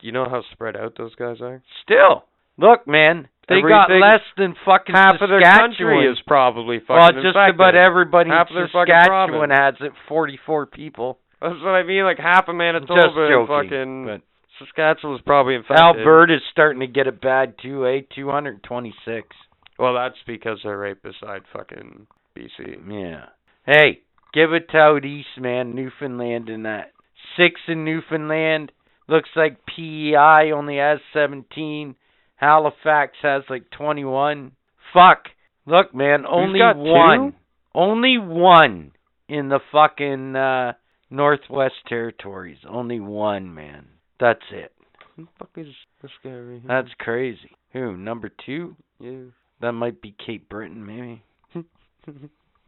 You know how spread out those guys are. Still, look, man, they got Everything- less than fucking Half of their country Saskatchewan. is probably fucking well, just infected. about everybody Half of in their fucking Saskatchewan province. has it. 44 people. That's what I mean. Like half of Manitoba just and joking, fucking but- Saskatchewan's probably infected. Alberta's starting to get it bad too, eh? 226. Well, that's because they're right beside fucking BC. Yeah. Hey, give it to out east, man. Newfoundland and that. Six in Newfoundland. Looks like PEI only has 17. Halifax has like 21. Fuck. Look, man, only got one. Only one in the fucking uh, Northwest Territories. Only one, man. That's it. Who the fuck is this guy right here? That's crazy. Who? Number two? yeah. That might be Cape Breton, maybe.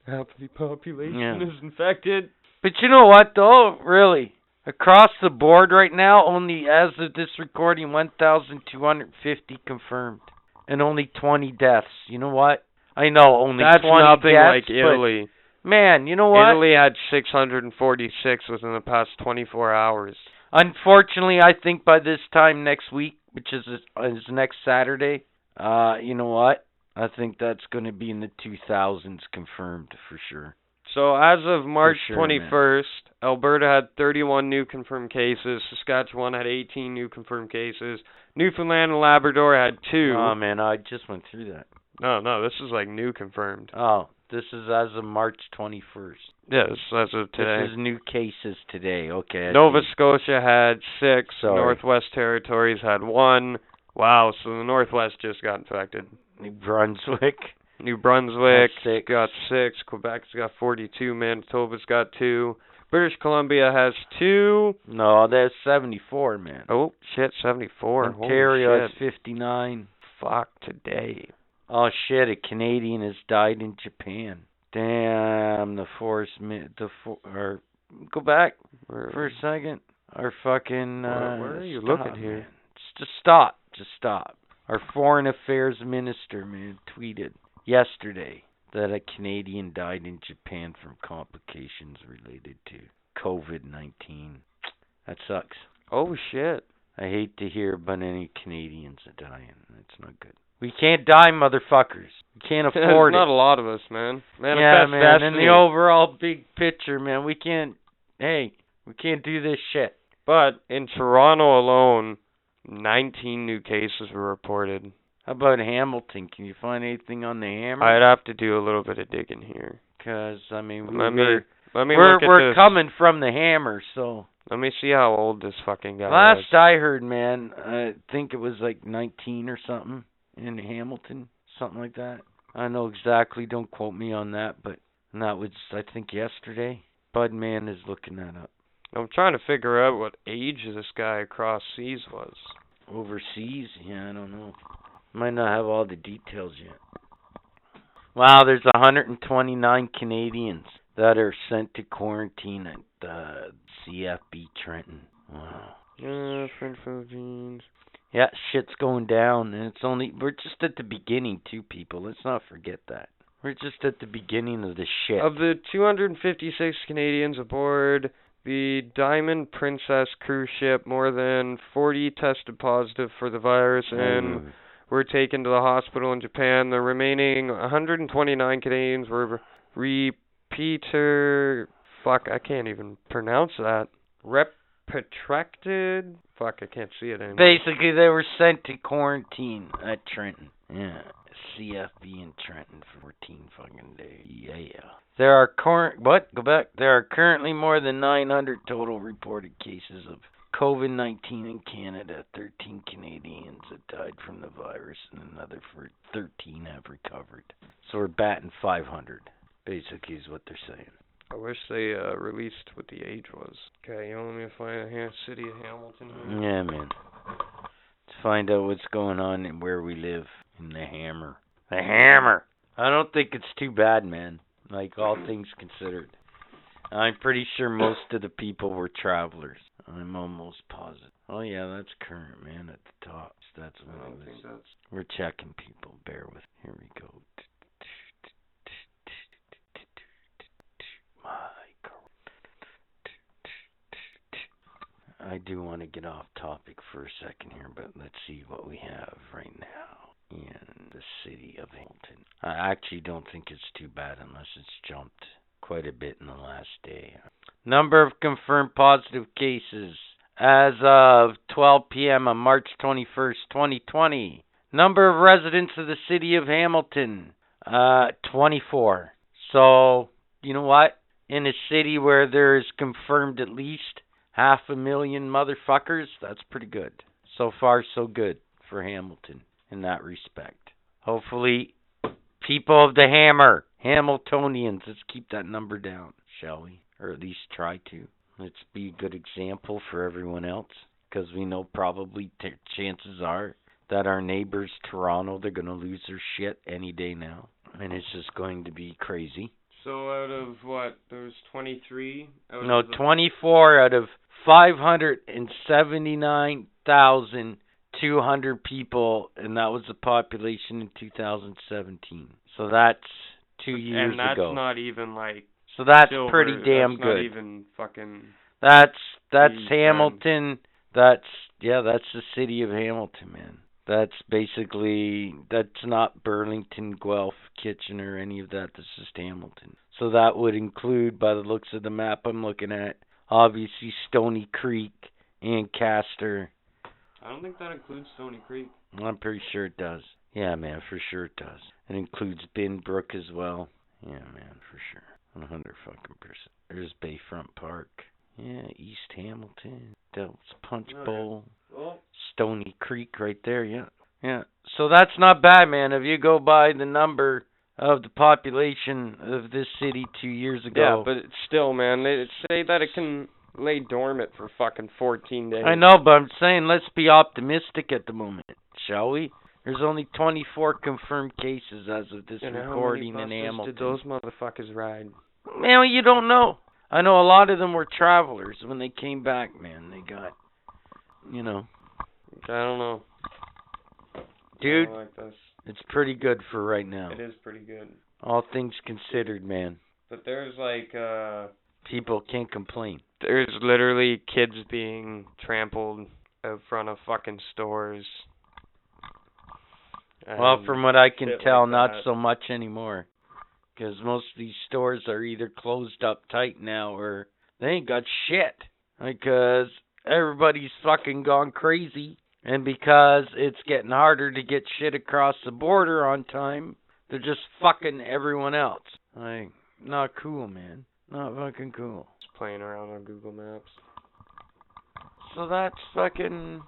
Half the population Yeah. is infected. But you know what, though? Really. Across the board right now, only as of this recording, 1,250 confirmed. And only 20 deaths. You know what? I know, only That's 20 nothing deaths. like but- Italy. Man, you know what? Italy had 646 within the past 24 hours. Unfortunately, I think by this time next week, which is is next Saturday, uh, you know what? I think that's going to be in the 2000s confirmed for sure. So as of March sure, man. 21st, Alberta had 31 new confirmed cases. Saskatchewan had 18 new confirmed cases. Newfoundland and Labrador had two. Oh man, I just went through that. no, no, this is like new confirmed. Oh, this is as of March 21st. Yeah, this is as of This today. is new cases today. Okay. I Nova see. Scotia had six. Sorry. Northwest Territories had one. Wow, so the Northwest just got infected. New Brunswick. New Brunswick Got six. got six. Quebec's got 42. Manitoba's got two. British Columbia has two. No, that's 74, man. Oh shit, 74. Holy Ontario shit. is 59. fuck today. Oh shit! A Canadian has died in Japan. Damn the force. mi- The for, or go back Where- for a second. Our fucking. Where- Uh, where are you stop, looking here? man. Just, just stop. Just stop. Our foreign affairs minister man tweeted yesterday that a Canadian died in Japan from complications related to COVID-19. That sucks. Oh shit. I hate to hear about any Canadians are dying. That's not good. We can't die, motherfuckers. We can't There's afford not it. a lot of us, man. yeah, Manifest man. In destiny. the overall big picture, man, we can't. Hey, we can't do this shit. but in Toronto alone, 19 new cases were reported. How about Hamilton? Can you find anything on the hammer? I'd have to do a little bit of digging here. Because I mean, we Let me, were, let me we're look at we're this. coming from the hammer, so. Let me see how old this fucking guy was. Last I heard, man, I think it was like 19 or something in Hamilton, something like that. I know exactly. Don't quote me on that, but and that was I think yesterday. Bud Man is looking that up I'm trying to figure out what age this guy across seas was. overseas. Yeah, I don't know. Might not have all the details yet. Wow, there's 129 Canadians that are sent to quarantine at uh, CFB Trenton. Wow. Yeah, French Philippines. Yeah, shit's going down, and it's only we're just at the beginning, too, people. Let's not forget that we're just at the beginning of the shit. Of the 256 Canadians aboard the Diamond Princess cruise ship, more than 40 tested positive for the virus and Mm. were taken to the hospital in Japan. The remaining 129 Canadians were repeater. Fuck, I can't even pronounce that. Repetracted. Fuck, I can't see it anymore. basically they were sent to quarantine at Trenton. Yeah, CFB in Trenton for 14 fucking days. Yeah. There are current what? Go back. There are currently more than 900 total reported cases of COVID-19 in Canada. 13 Canadians have died from the virus, and another for 13 have recovered. So we're batting 500. Basically, is what they're saying. I wish they uh, released what the age was. Okay, you want me to find the city of Hamilton? Here? Yeah, man. To find out what's going on and where we live in the hammer. The hammer. I don't think it's too bad, man. Like all Mm-hmm. things considered. I'm pretty sure most of the people were travelers. I'm almost positive. Oh yeah, that's current, man, at the top. So that's I what don't it think is. that's. We're checking people. Bear with. Here we go. My God. I do want to get off topic for a second here, but let's see what we have right now in the city of Hamilton. I actually don't think it's too bad unless it's jumped quite a bit in the last day. Number of confirmed positive cases as of 12 p.m. on March 21st, 2020. Number of residents of the city of Hamilton, uh, 24. So, you know what? In a city where there is confirmed at least half a million motherfuckers, that's pretty good. So far, so good for Hamilton in that respect. Hopefully, people of the hammer, Hamiltonians, let's keep that number down. shall we? Or at least try to. Let's be a good example for everyone else, because we know probably t- chances are that our neighbors, Toronto, they're going to lose their shit any day now. And it's just going to be crazy. So out of what? There was 23. Out No, of the- 24 out of 579,200 people, and that was the population in 2017. So that's two years And that's ago. not even like. so that's silver, pretty damn that's good. Not even fucking. That's that's Jeez, man. Hamilton. That's yeah, that's the city of Hamilton, man. That's basically that's not Burlington, Guelph, Kitchener, any of that. That's just Hamilton. So that would include, by the looks of the map I'm looking at, obviously Stony Creek, Ancaster. I don't think that includes Stony Creek. I'm pretty sure it does. Yeah, man, for sure it does. It includes Binbrook as well. Yeah, man, for sure. 100 fucking percent. There's Bayfront Park. Yeah, East Hamilton, Dells Punch Oh, yeah. Bowl, Well, Stony Creek right there, yeah. Yeah. So that's not bad, man. If you go by the number of the population of this city 2 years yeah, ago. but it's still, man, they say that it can lay dormant for fucking 14 days. I know, but I'm saying let's be optimistic at the moment, shall we? There's only 24 confirmed cases as of this And recording how in many buses Hamilton. did those motherfuckers ride? Man, you don't know. I know a lot of them were travelers when they came back. Man, they got, you know, I don't know. dude, I don't like this. it's pretty good for right now. Uh, It is pretty good. All things considered, man, But there's like uh people can't complain. there's literally kids being trampled out front of fucking stores. well, And from what I can Um, shit tell, like not that. so much anymore. 'Cause most of these stores are either closed up tight now or they ain't got shit. Because everybody's fucking gone crazy. And because it's getting harder to get shit across the border on time, they're just fucking everyone else. Like, not cool, man. Not fucking cool. just playing around on Google Maps. So that's fucking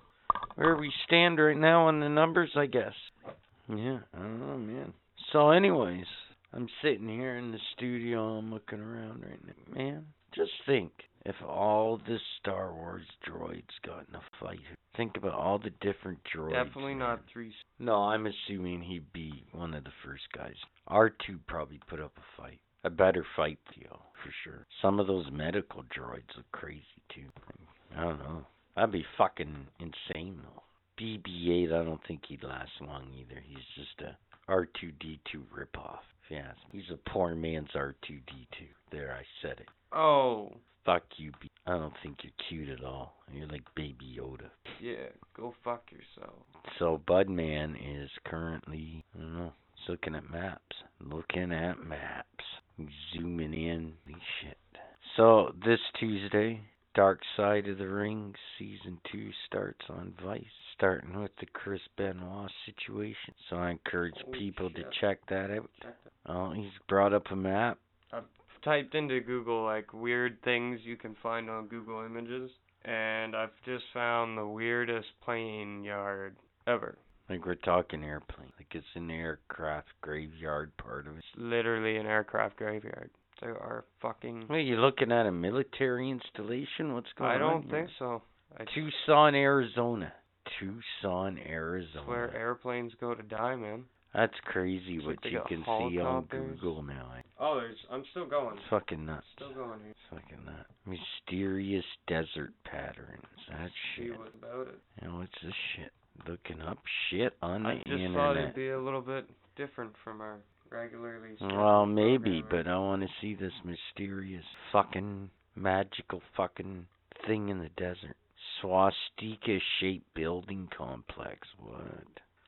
where we stand right now on the numbers, I guess. Yeah, I don't know, man. So, anyways, I'm sitting here in the studio. I'm looking around right now. Man, just think if all the Star Wars droids got in a fight, think about all the different droids. Definitely not man. three No, I'm assuming he'd be one of the first guys. R2 probably put up a fight. A better fight, Theo, for sure. Some of those medical droids look crazy, too. I don't know. That'd be fucking insane, though. BB 8, I don't think he'd last long either. He's just a R2D2 ripoff. If you ask. He's a poor man's R2D2. There, I said it. Oh Fuck you, B. I don't think you're cute at all. You're like Baby Yoda. yeah, go fuck yourself. So Budman is currently I don't know, he's looking at maps. Looking at maps. Zooming in. Holy shit. So this Tuesday, Dark Side of the Ring season two starts on Vice, starting with the Chris Benoit situation. So I encourage Holy people shit. to check that out. Check that. Oh, he's brought up a map. Typed into Google like weird things you can find on Google Images and I've just found the weirdest plane yard ever. Like we're talking airplane. Like it's an aircraft graveyard part of it. It's literally an aircraft graveyard. There are fucking. Wait, you looking at a military installation? What's going on? I don't here? think so. I Tucson, Arizona. Tucson, Arizona. swear airplanes go to die, man. That's crazy It's what like they you got can see on helicopters. Google now. eh? Oh, there's. I'm still going. It's fucking nuts. Still going here. It's fucking nuts. Mysterious desert patterns. That See shit. what about it. And what's this shit? Looking up shit on the I just thought internet. it'd be a little bit different from our regularly. Well, scheduled maybe, programming. but I want to see this mysterious fucking magical fucking thing in the desert. Swastika shaped building complex. What?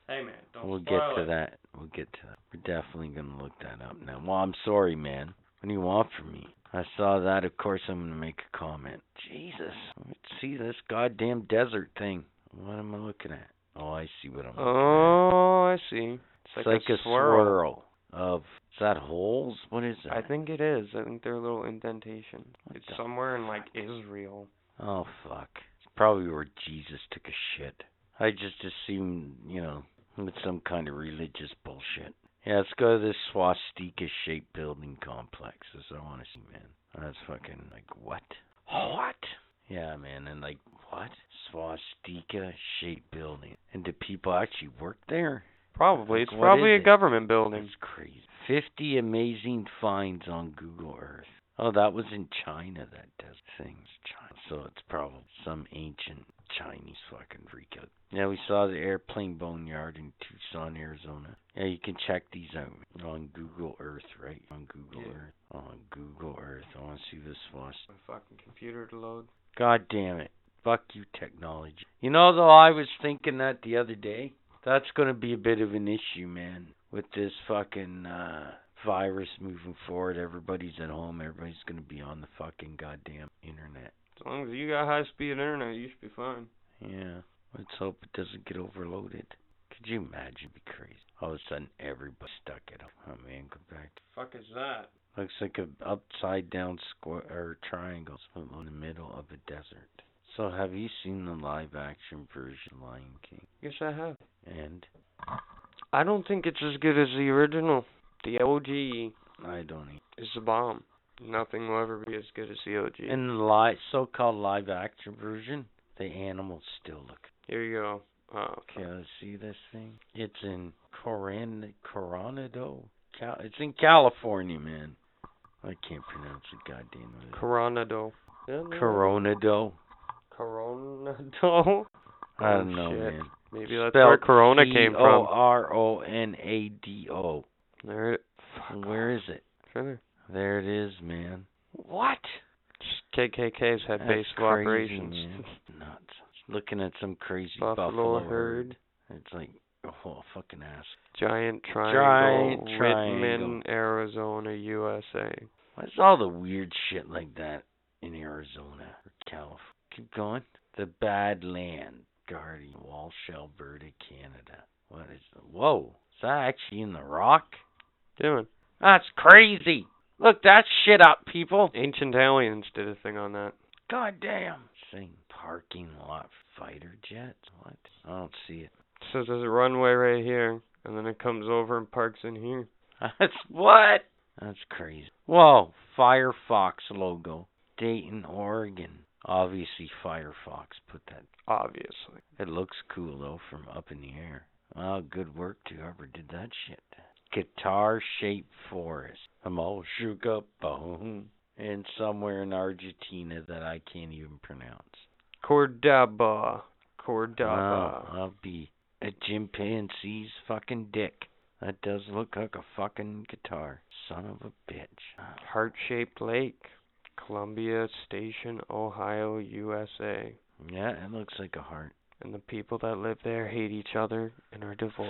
Hey, man, don't We'll get spoil to it. that. We'll get to that. We're definitely going to look that up now. Well, I'm sorry, man. What do you want from me? I saw that. Of course, I'm going to make a comment. Jesus. Let's see this goddamn desert thing. What am I looking at? Oh, I see what I'm looking at. Oh, I see. It's It's like, like, a swirl. of. Is that holes? What is that? I think it is. I think they're little indentations. What It's the somewhere in like Israel. Oh fuck. It's probably where Jesus took a shit. I just assumed, you know, it's some kind of religious bullshit. Yeah, let's go to this swastika shaped building complex. That's what I want to see, man. That's fucking like what? What? Yeah, man, and like what? Swastika shaped building. And do people actually work there? Probably. It's What is probably a it? government building. That's crazy. Fifty amazing finds on Google Earth. Oh, that was in China that does things. China. So it's probably some ancient Chinese fucking freak out. Yeah, we saw the airplane boneyard in Tucson, Arizona. Yeah, you can check these out on Google Earth, right? On Google Yeah. Earth. On Google Earth. I want to see this one. My fucking computer to load. God damn it. Fuck you, technology. You know, though, I was thinking that the other day. That's going to be a bit of an issue, man, with this fucking uh, virus moving forward. Everybody's at home. Everybody's going to be on the fucking goddamn internet. As long as you got high speed internet, you should be fine. Yeah. Let's hope it doesn't get overloaded. Could you imagine? It'd be crazy. All of a sudden, everybody's stuck at home. Oh, man, go back. Fuck is that? Looks like a upside down square or triangle split in the middle of a desert. So have you seen the live action version of Lion King? Yes, I have. And I don't think it's as good as the original. The OG I don't e- is the bomb. Nothing will ever be as good as the OG. in the live so called live action version, the animals still look Here you go. Oh, okay. Let's see this thing. It's in Coran Coronado. Cal- it's in California, man. I can't pronounce the goddamn word. Coronado. Coronado. Coronado? I Oh, don't know, shit. man. Maybe that's where Corona came C O from. R O N A D O. There it Where is it? is. There it is, man. What? KKK's had That's base crazy, of operations. man. Nuts. Looking at some crazy Buffalo, herd. herd, It's like, oh, fucking ass. giant triangle, Giant triangle. Whitman, Arizona, USA. Why's all the weird shit like that in Arizona or California? Keep going. The Badland Guardian, Walsh, Alberta, Canada. What is? Whoa, is that actually in the rock? Doing. That's crazy. Look that shit up, people. Ancient aliens did a thing on that. God damn. Same parking lot for fighter jets. What? I don't see it. So there's a runway right here, and then it comes over and parks in here. That's what? That's crazy. Whoa, Firefox logo. Dayton, Oregon. Obviously Firefox put that. Obviously. It looks cool though from up in the air. Oh, good work to whoever did that shit. Guitar shaped forest. I'm all shook up. Boom. And somewhere in Argentina that I can't even pronounce. Cordoba. Wow, Cordoba. I'll be a chimpanzee's fucking dick. That does look like a fucking guitar. Son of a bitch. Heart shaped lake. Columbia Station, Ohio, USA. Yeah, it looks like a heart. And the people that live there hate each other and are divorced.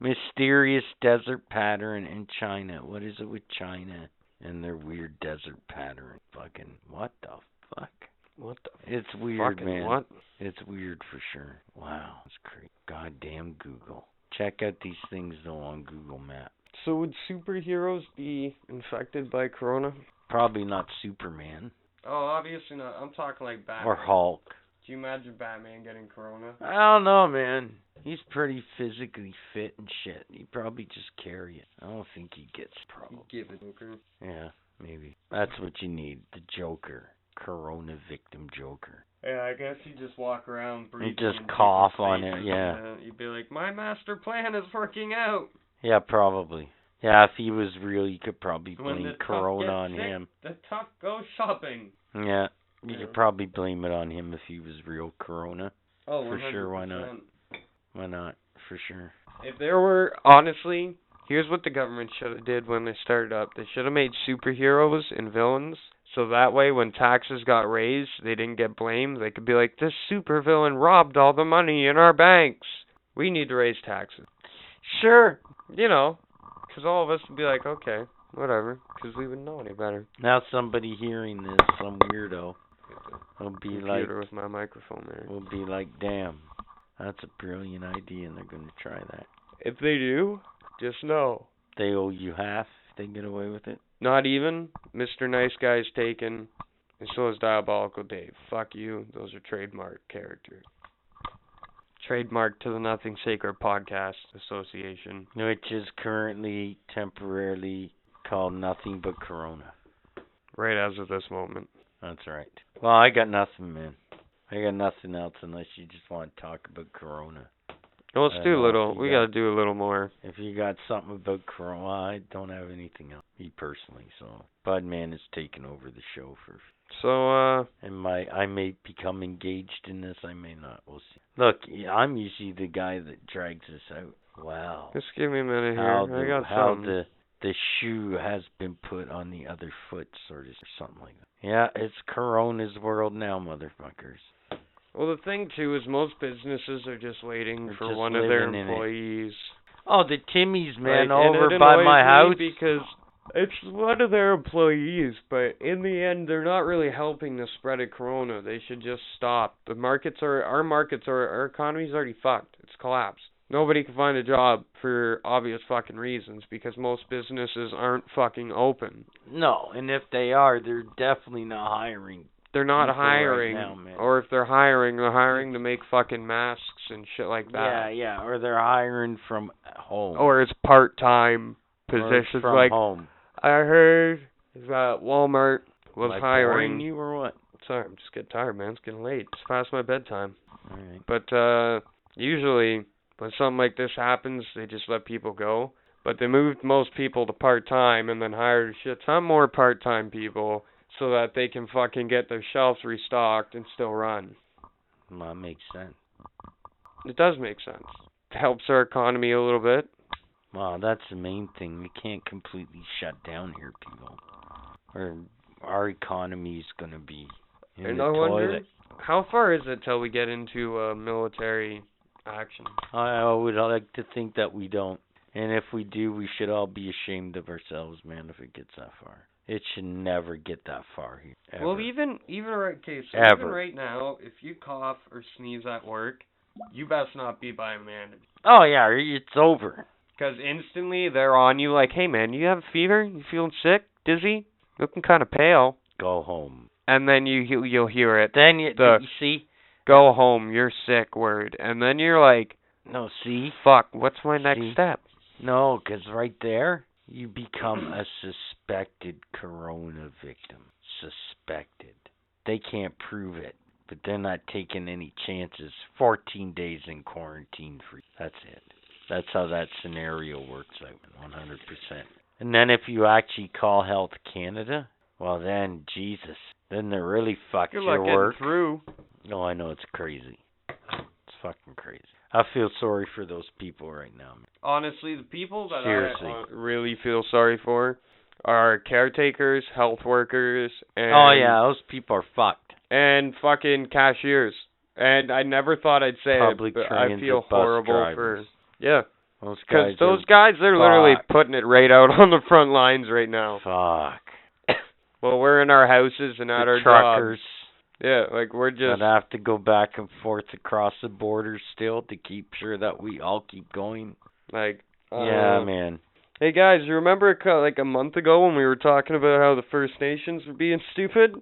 Mysterious desert pattern in China. What is it with China and their weird desert pattern? Fucking what the fuck? What the It's weird, fucking man. what? It's weird for sure. Wow, it's crazy. Goddamn Google. Check out these things though on Google Maps. So would superheroes be infected by corona? Probably not Superman Oh, obviously not. I'm talking like Batman. or Hulk. Do you imagine Batman getting corona? I don't know, man. He's pretty physically fit and shit. He'd probably just carry it. I don't think he gets problem. Give it, Joker. Yeah, maybe. That's what you need. The Joker. Corona victim Joker. Yeah, I guess you just walk around breathing. just in people's cough on it, faces, yeah. and, uh, You'd be like, my master plan is working out. Yeah, probably. Yeah, if he was real, you could probably When blame the tough Corona gets on sick, him. The tough goes shopping. Yeah, you Yeah. could probably blame it on him if he was real Corona. Oh, For sure, why not? 100%. Why not? For sure. If there were honestly, here's what the government should have did when they started up. They should have made superheroes and villains, so that way when taxes got raised, they didn't get blamed. They could be like, this supervillain robbed all the money in our banks. We need to raise taxes. Sure. You know, 'cause all of us would be like, okay, whatever, 'cause we wouldn't know any better. Now somebody hearing this, some weirdo, will be like, Computer with my microphone there. will be like, damn, that's a brilliant idea, and they're going to try that. If they do, just know. They owe you half if they get away with it. Not even Mr. Nice Guy's taken, and so is Diabolical Dave. Fuck you. Those are trademark characters. trademark to the Nothing Sacred Podcast Association. which is currently temporarily called Nothing But Corona. Right as of this moment. That's right. Well, I got nothing, man. I got nothing else unless you just want to talk about Corona. No, let's I do know, a little. We yeah. gotta do a little more. If you got something about Corona, I don't have anything else, me personally. So Budman is taking over the show for, So, uh, and my I may become engaged in this. I may not. We'll see. Look, I'm usually the guy that drags this out. Wow. just give me a minute here. how I the, got how something. the the shoe has been put on the other foot, sort of or something like that. Yeah, it's Corona's world now, motherfuckers. Well, the thing too is most businesses are just waiting They're for just one of their living in it. employees. Oh, the Timmy's man Right, and over it by annoys my me house. because it's one of their employees, but in the end, they're not really helping the spread of corona. They should just stop. The markets are our markets are our economy's already fucked. It's collapsed. Nobody can find a job for obvious fucking reasons because most businesses aren't fucking open. No, and if they are, they're definitely not hiring. They're not People right hiring, now, man. or if they're hiring, they're hiring to make fucking masks and shit like that. Yeah, yeah, or they're hiring from home or it's part time Or positions. from Like home. I heard that Walmart was Like boring hiring. you or what? Sorry, I'm just getting tired, man. It's getting late. It's past my bedtime. All right. But uh usually when something like this happens, they just let people go. But they moved most people to part time and then hired a shit ton more part time people so that they can fucking get their shelves restocked and still run. Well, that makes sense. It does make sense. It helps our economy a little bit. Wow, that's the main thing. We can't completely shut down here, people. Or our economy's gonna be in and the I wonder toilet. how far is it till we get into uh, military action? I would like to think that we don't. And if we do, we should all be ashamed of ourselves, man. If it gets that far, it should never get that far here. Ever. Well, even even right okay, so Ever. even right now, if you cough or sneeze at work, you best not be by Amanda Oh yeah, it's over. because instantly they're on you like, hey man, you have a fever? You feeling sick? Dizzy? Looking kind of pale? Go home. And then you you- you'll hear it. Then you, The- you see, Go home. You're sick. Word. And then you're like, no, see, fuck. What's my next See? step? no, 'cause right there you become a suspected corona victim. Suspected. They can't prove it, but they're not taking any chances. Fourteen days in quarantine for that's it. That's how that scenario works out, one hundred percent. And then if you actually call Health Canada, well then Jesus, then they really fucked Good your luck work. getting through. No, I know it's crazy. It's fucking crazy. I feel sorry for those people right now. man. Honestly, the people that Seriously. I uh, really feel sorry for are caretakers, health workers, and oh yeah, those people are fucked. and fucking cashiers. And I never thought I'd say Public it, but I transit feel bus horrible drivers. for yeah, For, those because guys those guys they're literally fucked. putting it right out on the front lines right now. are fuck. Well, we're in our houses and at the our truckers jobs. Yeah, like we're just that have to go back and forth across the border still to keep sure that we all keep going. like yeah, uh, man. Hey guys, you remember a cou- like a month ago when we were talking about how the First Nations were being stupid?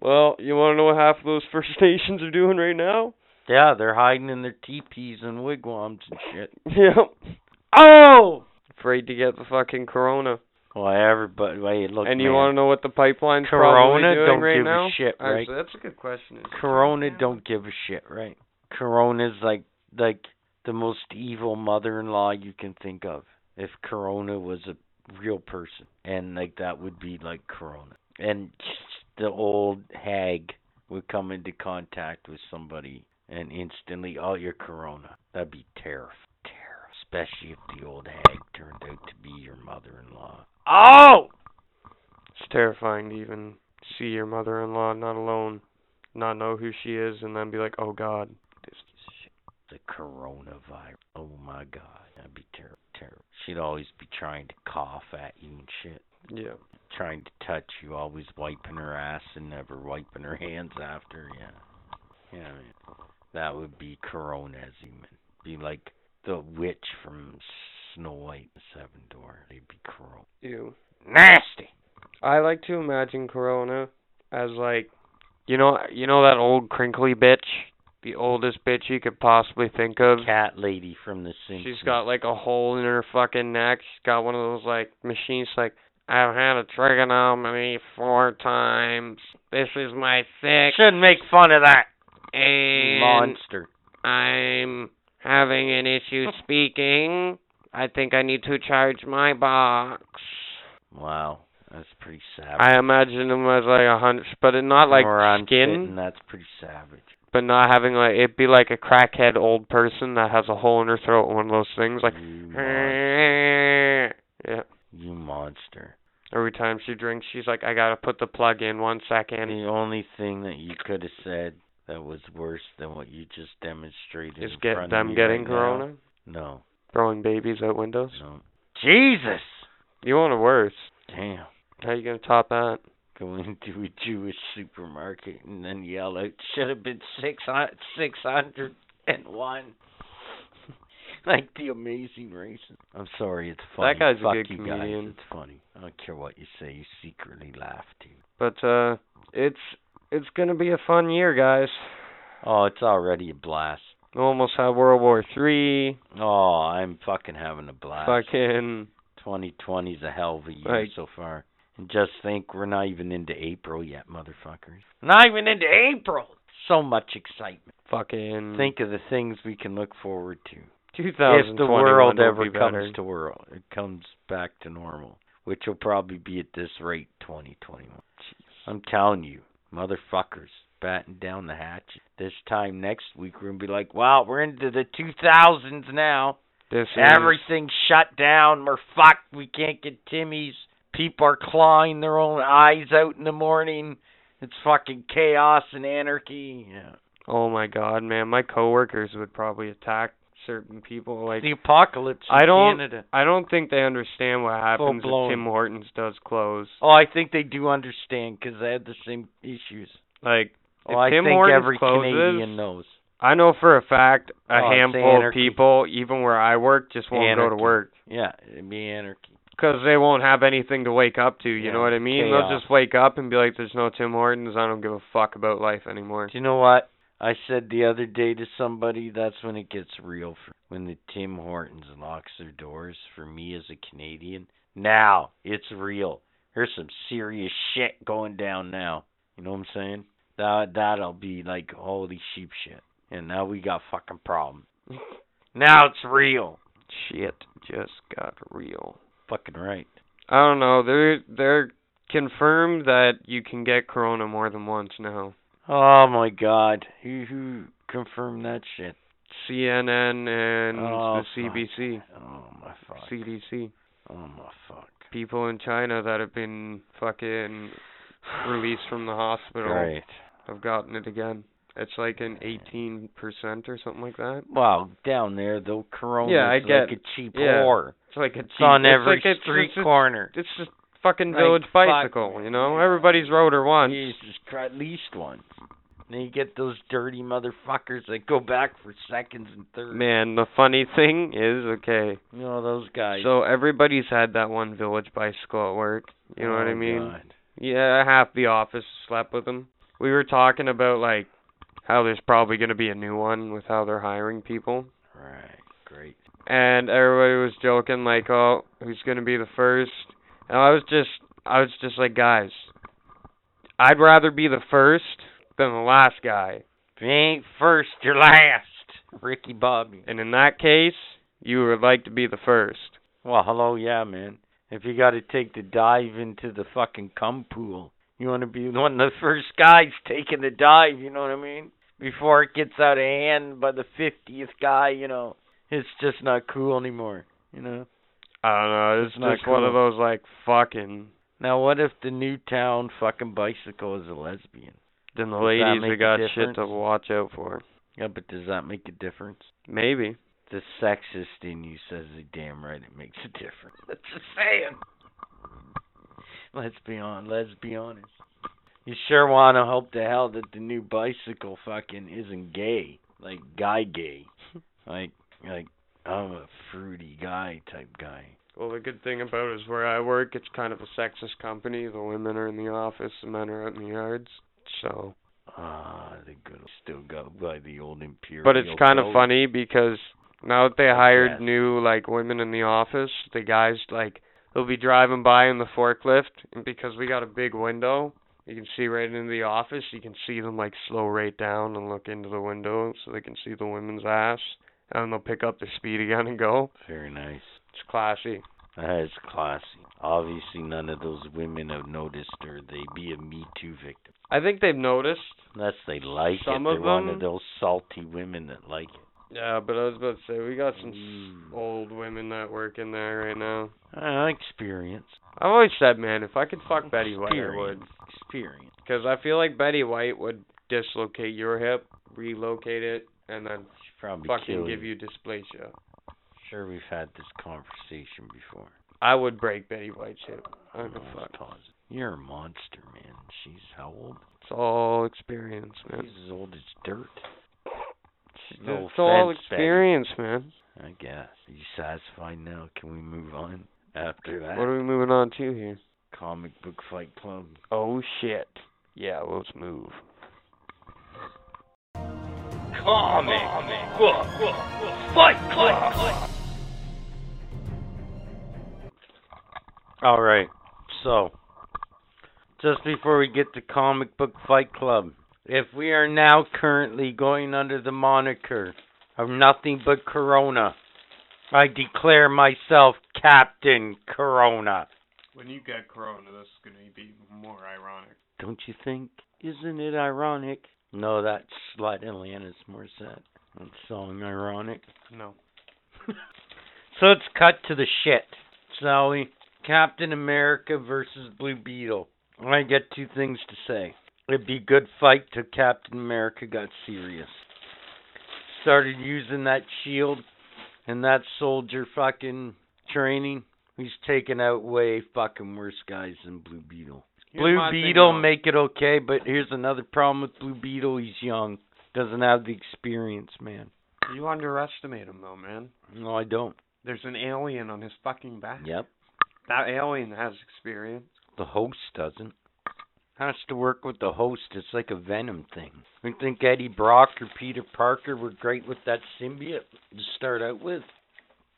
Well, you want to know what half of those First Nations are doing right now? Yeah, they're hiding in their teepees and wigwams and shit. yep, Oh. afraid to get the fucking corona. Well, everybody. Wait, look. and you man, want to know what the pipeline's probably Corona doing don't right give now? a shit, right? Actually, that's a good question. isn't it? Corona don't give a shit, right? Corona's like like the most evil mother-in-law you can think of. If Corona was a real person, and like that would be like Corona, and the old hag would come into contact with somebody, and instantly, oh, you're Corona. That'd be terrifying, terrifying, especially if the old hag turned out to be your mother-in-law. Oh, It's terrifying to even see your mother-in-law not alone, not know who she is, and then be like, "Oh God." the coronavirus. Oh my god, that'd be terrible. Terrible. She'd always be trying to cough at you and shit, Yeah. trying to touch you, always wiping her ass and never wiping her hands after. Yeah, yeah. I mean, that would be Corona as human. Be like the witch from Snow White and the Seven Door. They'd be Corona. Ew. Nasty. I like to imagine Corona as like, you know, you know that old crinkly bitch the oldest bitch you could possibly think of. Cat lady from the Simpsons. She's got like a hole in her fucking neck. She's got one of those like machines like I've had a trigonometry four times. This is my sixth Shouldn't make fun of that and monster. I'm having an issue speaking. I think I need to charge my box. Wow, that's pretty savage. I imagine him as like a hundred, but it not like Where I'm sitting, skin, that's pretty savage. but not having like it'd be like a crackhead old person that has a hole in her throat, one of those things like. you, mon- Yeah. you monster. Every time she drinks, she's like, I gotta put the plug in one And second. the only thing that you could have said that was worse than what you just demonstrated Is in get front of them me getting right now- corona, No, throwing babies out windows. no. Jesus, You want a worse? damn. How you gonna top that? Go into a Jewish supermarket and then yell out, "Should have been six hundred, six hundred and one." like the amazing racist. I'm sorry, it's funny. guy's a Fuck good you comedian. Guys, it's funny. I don't care what you say. You secretly laugh too. But uh, it's it's gonna be a fun year, guys. Oh, it's already a blast. We almost have World War Three. Oh, I'm fucking having a blast. Fucking 2020 is a hell of a year Like- so far. And just think, we're not even into April yet, motherfuckers. Not even into April. Mm. So much excitement. fucking Think of the things we can look forward to. 2021 If the world will ever be better. comes to world, it comes back to normal, which will probably be at this rate 2021. I'm telling you, motherfuckers, batten down the hatchet. This time next week, we're gonna be like, wow, we're into the 2000s now. this is Everything's shut down. We're fucked. We can't get Timmy's. People are clawing their own eyes out in the morning. It's fucking chaos and anarchy. Yeah. Oh my god, man! My coworkers would probably attack certain people. Like the apocalypse in I don't- Canada. I don't think they understand what happens if blown. Tim Hortons does close. Oh, I think they do understand because they had the same issues. Like Oh, if I Tim think Hortons every closes, Canadian knows. I know for a fact a Oh, it's handful of anarchy. people, even where I work, just won't go Anarchy. to work. Yeah, it'd be anarchy. because they won't have anything to wake up to. You Yeah, know what I mean? They'll chaos. just wake up and be like, "There's no Tim Hortons. I don't give a fuck about life anymore." Do you know what? I said the other day to somebody, that's when it gets real for when the Tim Hortons locks their doors for me as a Canadian. Now it's real. There's some serious shit going down now. You know what I'm saying? That that'll be like holy sheep shit. And now we got fucking problem. now it's real. Shit just got real. Fucking right. I don't know. They're they're confirmed that you can get corona more than once now. Oh my god. Who who confirmed that shit? CNN and Oh, the CBC, Oh my fuck. CDC. Oh my fuck. People in China that have been fucking released from the hospital Right. have gotten it again. It's like an 18% or something like that. Well, down there, though, Corona Yeah, I is get- like a cheap yeah. whore. It's like a It's cheap- on it's every like it's, street it's a- corner. It's just fucking Like, village fuck. bicycle, you know. Everybody's rode her once. Jesus Christ, at least one. Then you get those dirty motherfuckers that go back for seconds and thirds. Man, the funny thing is, okay, You know those guys. so everybody's had that one village bicycle at work. You know what I Oh, mean? God. Yeah, half the office slept with them. We were talking about like how there's probably gonna be a new one with how they're hiring people, Right, great. and everybody was joking like, "Oh, who's gonna be the first? And I was just, I was just like, guys, I'd rather be the first than the last guy. If you ain't first, you're last. Ricky Bobby. And in that case, you would like to be the first. Well, hello, yeah, man. If you got to take the dive into the fucking cum pool, you want to be one of the first guys taking the dive, you know what I mean? Before it gets out of hand by the 50th guy, you know, it's just not cool anymore, you know? I don't know. It's, It's not just one of cool. those like fucking. Now, what if the new town fucking bicycle is a lesbian? Then the Does that ladies make a have got shit difference? to watch out for. Yeah, but does that make a difference? Maybe. The sexist in you says the damn right it makes a difference. That's just saying. Let's be on. Let's be honest. You sure want to hope to hell that the new bicycle fucking isn't gay, like guy gay, like like I'm a fruity guy type guy. Well, the good thing about it is where I work, it's kind of a sexist company. The women are in the office, the men are out in the yards. So Ah, they could still go by the old imperial. But it's kind of code. funny because now that they hired Yes. new like women in the office, the guys like they'll be driving by in the forklift, and because we got a big window, you can see right into the office. You can see them like slow right down and look into the window so they can see the women's ass, and they'll pick up their speed again and go. Very nice. It's classy. That is classy. Obviously, none of those women have noticed, or they'd be a Me Too victim. I think they've noticed. Unless they like Some it, they're of one of them- those salty women that like it. Yeah, but I was about to say we got some Mm. s old women that work in there right now. Uh, experience. I've always said, man, if I could fuck Betty White, I would. Experience. Experience. Because I feel like Betty White would dislocate your hip, relocate it, and then She'd probably fucking kill give you dysplasia. Sure, we've had this conversation before. I would break Betty White's hip. I don't give a Almost fuck. positive. You're a monster, man. She's how old? It's all experience, man. She's as old as dirt. It's No all offense, Betty. experience, man. I guess. Are you satisfied now? Can we move on after that? What are we moving on to here? Comic Book Fight Club. Oh shit. Yeah, well, let's move. All right. So, just before we get to Comic Book Fight Club, if we are now currently going under the moniker of nothing but Corona, I declare myself Captain Corona. When you get Corona, this is gonna be more ironic. Don't you think? Isn't it ironic? No, that's slut Alanis Morissette. That song ironic. No. So let's cut to the shit, shall we? Captain America versus Blue Beetle. I get two things to say. It'd be a good fight till Captain America got serious. Started using that shield and that soldier fucking training. He's taking out way fucking worse guys than Blue Beetle. Blue Beetle make it okay, but here's another problem with Blue Beetle. He's young, doesn't have the experience, man. You underestimate him, though, man. No, I don't. There's an alien on his fucking back. Yep. That alien has experience. The host doesn't. Has to work with the host. It's like a Venom thing. You think Eddie Brock or Peter Parker were great with that symbiote to start out with?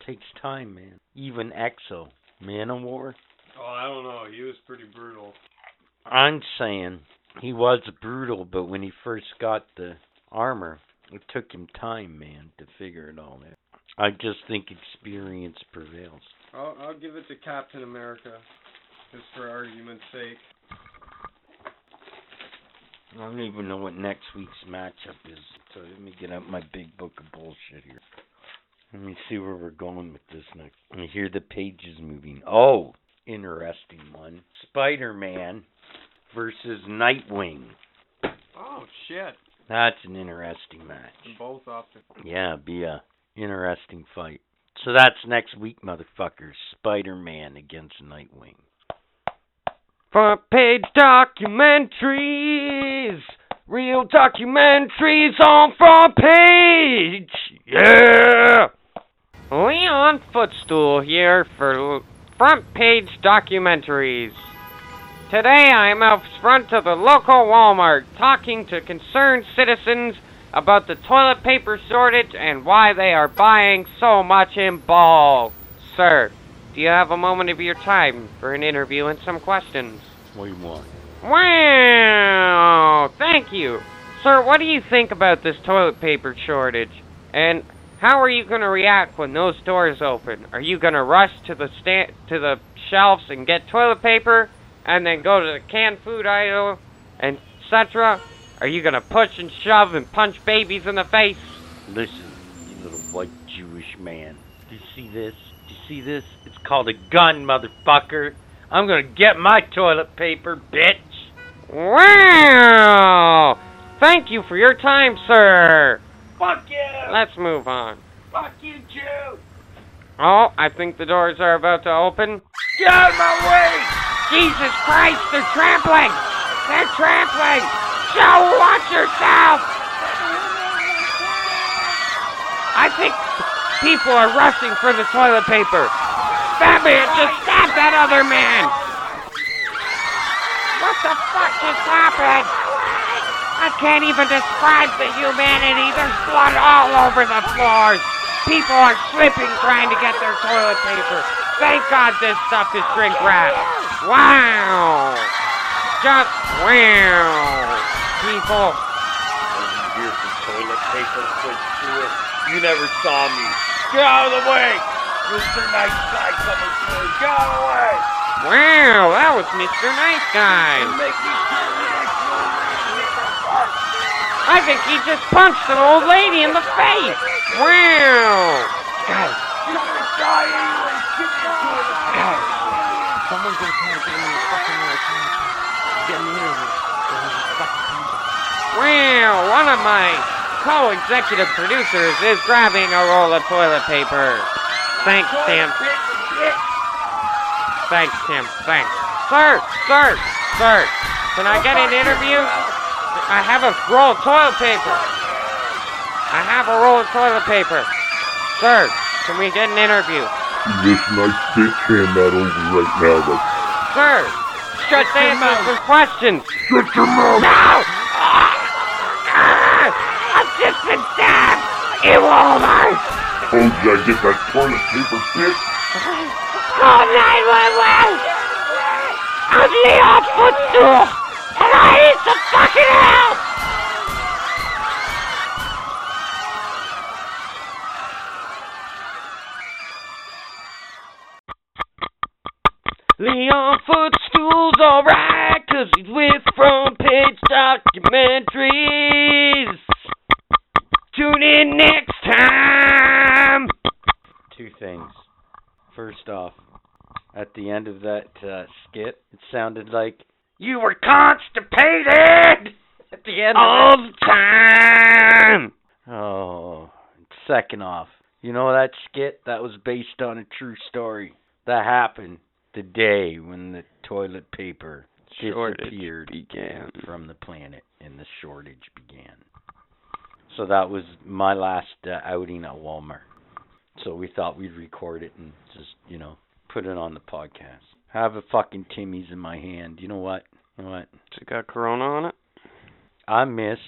Takes time, man. Even Exo, Man of War. Oh, I don't know. He was pretty brutal. I'm saying he was brutal, but when he first got the armor, it took him time, man, to figure it all out. I just think experience prevails. I'll, I'll give it to Captain America, just for argument's sake. I don't even know what next week's matchup is. So let me get out my big book of bullshit here. Let me see where we're going with this next. I hear the pages moving. Oh, interesting one. Spider Man versus Nightwing. Oh shit! That's an interesting match. Both off the. Yeah, be a interesting fight. So that's next week, motherfuckers. Spider Man against Nightwing. Front page documentaries, real documentaries on front page. Yeah. Leon Footstool here for l- front page documentaries. Today I am out front of the local Walmart talking to concerned citizens about the toilet paper shortage and why they are buying so much in bulk. Sir, do you have a moment of your time for an interview and some questions? What do you want? Wow, thank you. Sir, what do you think about this toilet paper shortage? And how are you going to react when those doors open? Are you going to rush to the sta- to the shelves and get toilet paper and then go to the canned food aisle and etc? Are you going to push and shove and punch babies in the face? Listen, you little white Jewish man. Do you see this? Do you see this? It's called a gun, motherfucker. I'm gonna get my toilet paper, bitch. Wow! Thank you for your time, sir. Fuck you! Let's move on. Fuck you, Jew! Oh, I think the doors are about to open. Get out of my way! Jesus Christ, they're trampling! They're trampling! Joe, watch yourself! I think people are rushing for the toilet paper. That man just stabbed that other man! What the fuck just happened? I can't even describe the humanity. There's blood all over the floors. People are slipping trying to get their toilet paper. Thank God this stuff is shrink wrap. Wow. Just wow. People. Here's the toilet paper pushed through it. You never saw me. Get out of the way! Mr. Nice Guy coming through. Get out of the way! Wow, that was Mr. Nice Guy. Make me feel like I think he just punched an old lady in the face. Wow. Guys, You're gonna die anyway. Give me your toilet paper. someone's gonna try to get me a fucking Get me out of here. Well, one of my co-executive producers is grabbing a roll of toilet paper. Thanks, Tim. Thanks, Tim. Thanks. Sir, sir, sir. Can I get an interview? I have a roll of toilet paper. I have a roll of toilet paper. Sir, can we get an interview? This nice bitch hand that over right now. Like, Sir, shut answer for questions. Shut your mouth! No! I've just been stabbed. It won't hurt. Oh, did I get that toilet paper, bitch? Call 911. I'm Leon Footstool, and I need some fucking help. Leon Footstool's alright, cause he's with front page documentaries. Tune in next time! Two things. First off, at the end of that uh, skit, it sounded like you were constipated at the end All of the time! it. Oh, second off, you know that skit that was based on a true story that happened the day when the toilet paper Shortage disappeared began. from the planet and the shortage began. So that was my last uh, outing at Walmart. So we thought we'd record it and just, you know, put it on the podcast. Have a fucking Timmy's in my hand. You know what? You know what? Has it got Corona on it? I miss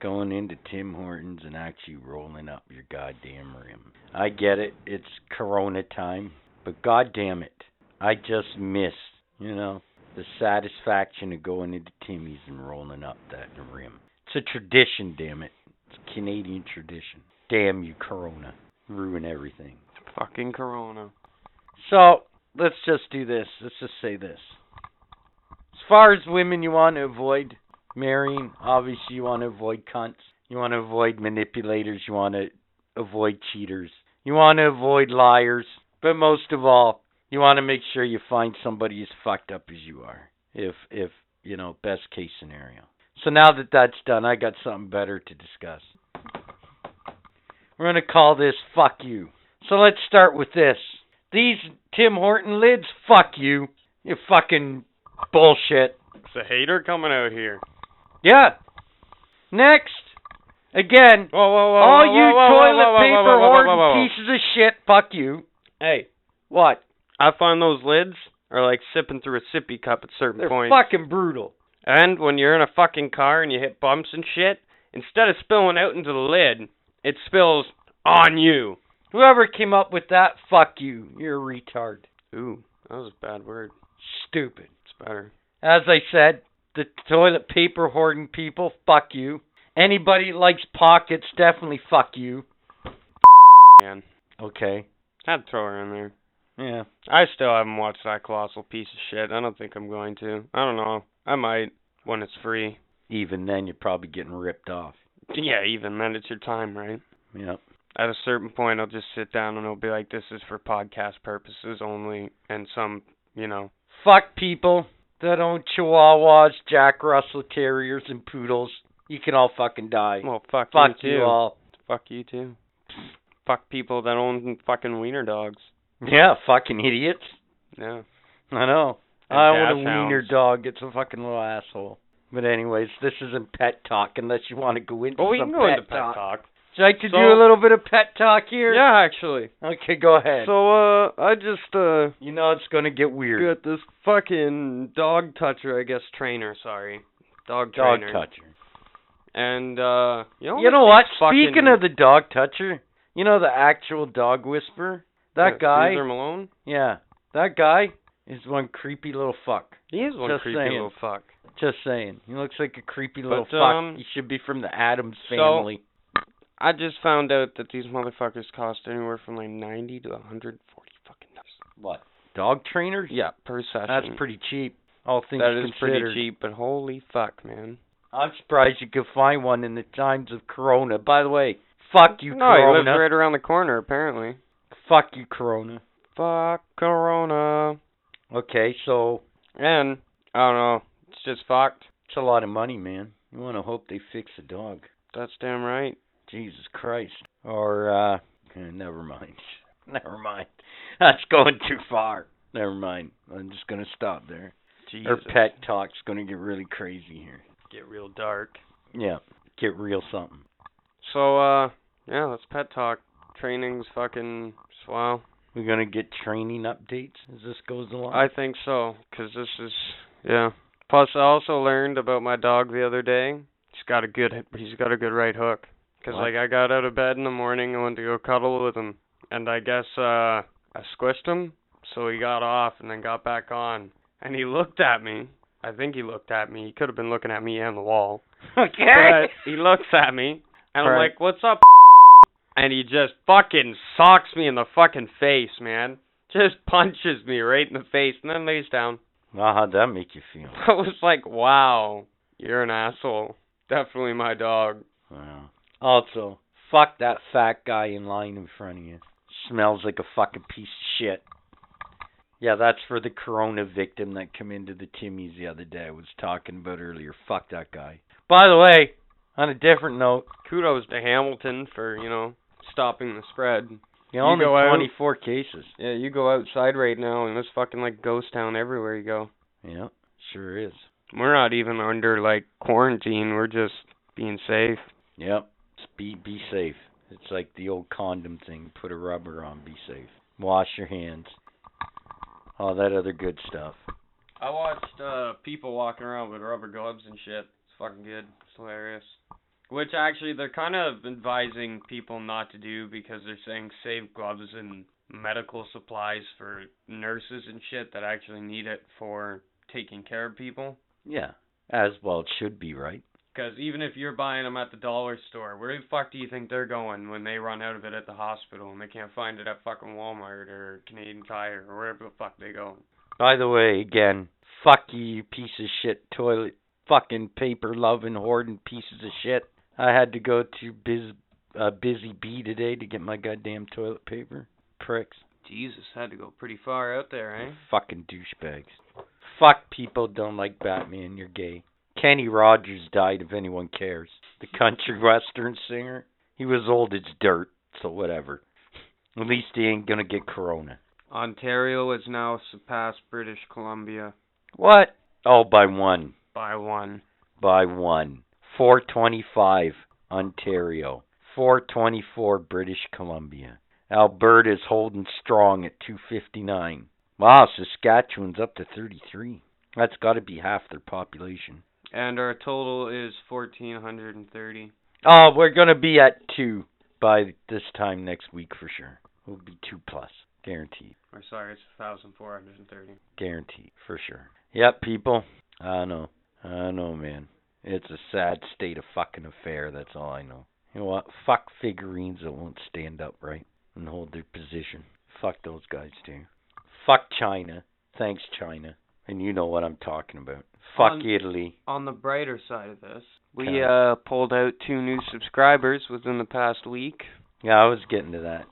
going into Tim Hortons and actually rolling up your goddamn rim. I get it. It's Corona time. But goddamn it. I just miss, you know, the satisfaction of going into Timmy's and rolling up that rim. It's a tradition, damn it. It's a Canadian tradition. Damn you, Corona. Ruin everything. Fucking Corona. So let's just do this. Let's just say this. As far as women you want to avoid marrying, obviously you want to avoid cunts. You want to avoid manipulators. You want to avoid cheaters. You want to avoid liars. But most of all, you want to make sure you find somebody as fucked up as you are. If if you know best case scenario. So now that that's done, I got something better to discuss. We're gonna call this "fuck you." So let's start with this these Tim Horton lids, fuck you. You fucking bullshit. It's a hater coming out here. Yeah. Next. Again. Whoa, whoa, whoa. all whoa, you whoa, whoa, toilet whoa, whoa, paper whoa, whoa, hoarding whoa, whoa, whoa. pieces of shit, fuck you. Hey, What? I find those lids are like sipping through a sippy cup at certain They're points. fucking brutal. And when you're in a fucking car and you hit bumps and shit, instead of spilling out into the lid, it spills on you. Whoever came up with that, fuck you. You're a retard. Ooh, that was a bad word. Stupid. It's better. As I said, the toilet paper hoarding people, fuck you. Anybody that likes pockets, definitely fuck you. Man, Okay. had to throw her in there. Yeah. I still haven't watched that colossal piece of shit. I don't think I'm going to. I don't know. I might when it's free. Even then, you're probably getting ripped off. Yeah, even then it's your time, right? Yep. At a certain point, I'll just sit down and I'll be like, "This is for podcast purposes only," and some, you know, Fuck people that own chihuahuas, Jack Russell Terriers, and poodles. You can all fucking die. well, fuck, Fuck you you too. all. Fuck you too. Fuck people that own fucking wiener dogs. Yeah, fucking idiots. Yeah. I know. And I want a gas hounds. wiener dog. It's a fucking little asshole. But anyways, this isn't pet talk unless you want to go into Well, we some can go pet into pet talk. talk. Would you like to So- do a little bit of pet talk here? Yeah, actually. Okay, go ahead. So uh, I just uh you know it's gonna get weird. got this fucking dog toucher, I guess trainer. Sorry, dog Dog trainer. toucher. And uh, you know, You know what? fucking- Speaking of the dog toucher, you know the actual dog whisperer? That Yeah, guy? Caesar Malone. Yeah. That guy is one creepy little fuck. He is one Just creepy saying. little fuck. Just saying. He looks like a creepy little But, fuck. um, he should be from the Adams so- family. I just found out that these motherfuckers cost anywhere from like ninety to one hundred forty fucking dollars. what? Dog trainers? Yeah, per session. That's pretty cheap. All things That is considered. pretty cheap, but holy fuck, man. I'm surprised you could find one in the times of Corona. By the way, fuck you, no, he lives Corona. right around the corner apparently. Fuck you, Corona. Fuck Corona. Okay, so And I don't know. It's just fucked. it's a lot of money, man. You want to hope they fix the dog. That's damn right. Jesus Christ. Or, uh, eh, never mind. Never mind. That's going too far. Never mind. I'm just going to stop there. Jesus. Our pet talk's going to get really crazy here. Get real dark. Yeah. Get real something. So uh yeah, that's pet talk. Training's fucking wow. We're going to get training updates as this goes along. I think so, 'cause this is yeah. Plus, I also learned about my dog the other day. He's got a good he's got a good right hook. 'Cause What? like I got out of bed in the morning and went to go cuddle with him, and I guess uh I squished him, so he got off and then got back on, and he looked at me. I think he looked at me. He could have been looking at me and the wall. okay. But he looks at me, and I'm Right. like, "What's up?" And he just fucking socks me in the fucking face, man. Just punches me right in the face, and then lays down. Now, how'd that make you feel? I was like, "Wow, you're an asshole." Definitely my dog. Wow. Also, fuck that fat guy in line in front of you. Smells like a fucking piece of shit. Yeah, that's for the corona victim that come into the Timmy's the other day I was talking about earlier. Fuck that guy. By the way, on a different note, Kudos to Hamilton for you know stopping the spread. you only go out- 24 cases. Yeah, you go outside right now, and there's fucking like ghost town everywhere you go. Yeah, sure is. We're not even under like quarantine. We're just being safe. Yep. Just be be safe. It's like the old condom thing. Put a rubber on. Be safe. Wash your hands. All that other good stuff. I watched uh people walking around with rubber gloves and shit. It's fucking good. It's hilarious. Which actually they're kind of advising people not to do because they're saying save gloves and medical supplies for nurses and shit that actually need it for taking care of people. Yeah. As well it should be, right? Because even if you're buying them at the dollar store, where the fuck do you think they're going when they run out of it at the hospital and they can't find it at fucking Walmart or Canadian Tire or wherever the fuck they go? By the way, again, fuck you, you piece of shit toilet fucking paper loving hoarding pieces of shit. I had to go to biz uh, busy bee today to get my goddamn toilet paper. Pricks. Jesus, had to go pretty far out there, eh? Fucking douchebags. Fuck people don't like Batman, you're gay. Kenny Rogers died if anyone cares. The country western singer. He was old as dirt, so whatever. At least he ain't gonna get corona. Ontario has now surpassed British Columbia What? Oh by one. by one. by one. 425 Ontario, 424 British Columbia. Alberta's holding strong at 259. Wow, Saskatchewan's up to 33. That's got to be half their population. And our total is 1,430. Oh, we're going to be at 2 by this time next week for sure. We'll be 2 plus, guaranteed. Or sorry, it's 1,430. Guaranteed, for sure. Yep, people. I know. I know, man. It's a sad state of fucking affair, that's all I know. You know what? Fuck figurines that won't stand upright and hold their position. Fuck those guys too. Fuck China. Thanks, China. And you know what I'm talking about. Fuck On- Italy. On the brighter side of this, we Okay. uh, pulled out two new subscribers within the past week. Yeah, I was getting to that.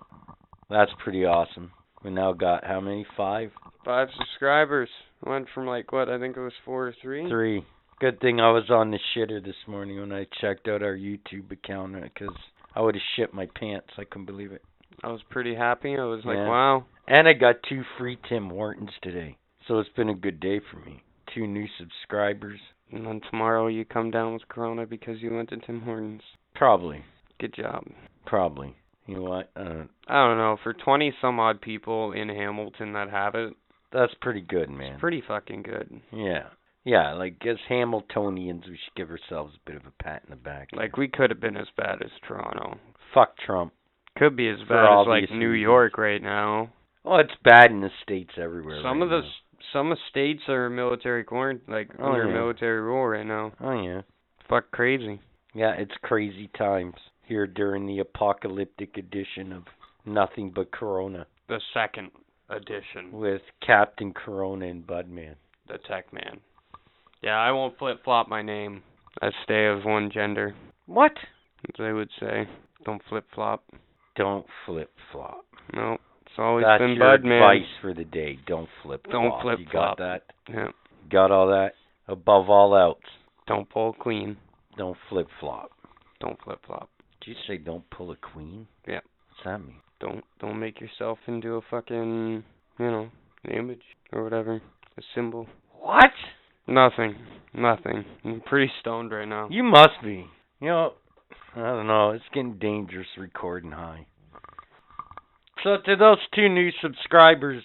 That's pretty awesome. We now got how many? Five? Five subscribers. Went from like what? I think it was four or three. Three. Good thing I was on the shitter this morning when I checked out our YouTube account because I would have shit my pants. I couldn't believe it. I was pretty happy. I was like, Yeah. wow. And I got two free Tim Hortons today. So it's been a good day for me. Two new subscribers. And then tomorrow you come down with Corona because you went to Tim Hortons. Probably. Good job. Probably. You know what? Uh, I don't know. For 20 some odd people in Hamilton that have it, that's pretty good, man. It's pretty fucking good. yeah. Yeah, like as Hamiltonians, we should give ourselves a bit of a pat in the back. Like we could have been as bad as Toronto. fuck Trump. Could be as For bad as like obvious New reasons. York right now. Well, it's bad in the states everywhere. Some right of the now. s- some of states are military quarantine, like Oh, under yeah. military rule right now. Oh yeah, Fuck crazy. yeah. It's crazy times here during the apocalyptic edition of Nothing But Corona The second edition, with Captain Corona and Budman. the Tech Man. Yeah, I won't flip flop my name. I stay of one gender, What? as they would say. Don't flip flop. Don't flip flop. Nope. It's always That's been your Bud Man. advice for the day. Don't flip flop. Don't You got flip-flop. that? Yeah. Got all that? Above all else, Don't pull clean. don't flip flop. Don't flip flop. Did you say don't pull a queen? Yeah. What's that mean? Don't don't make yourself into a fucking you know an image or whatever a symbol. What? Nothing. Nothing. I'm pretty stoned right now. You must be. You know, I don't know. It's getting dangerous recording high. So to those two new subscribers,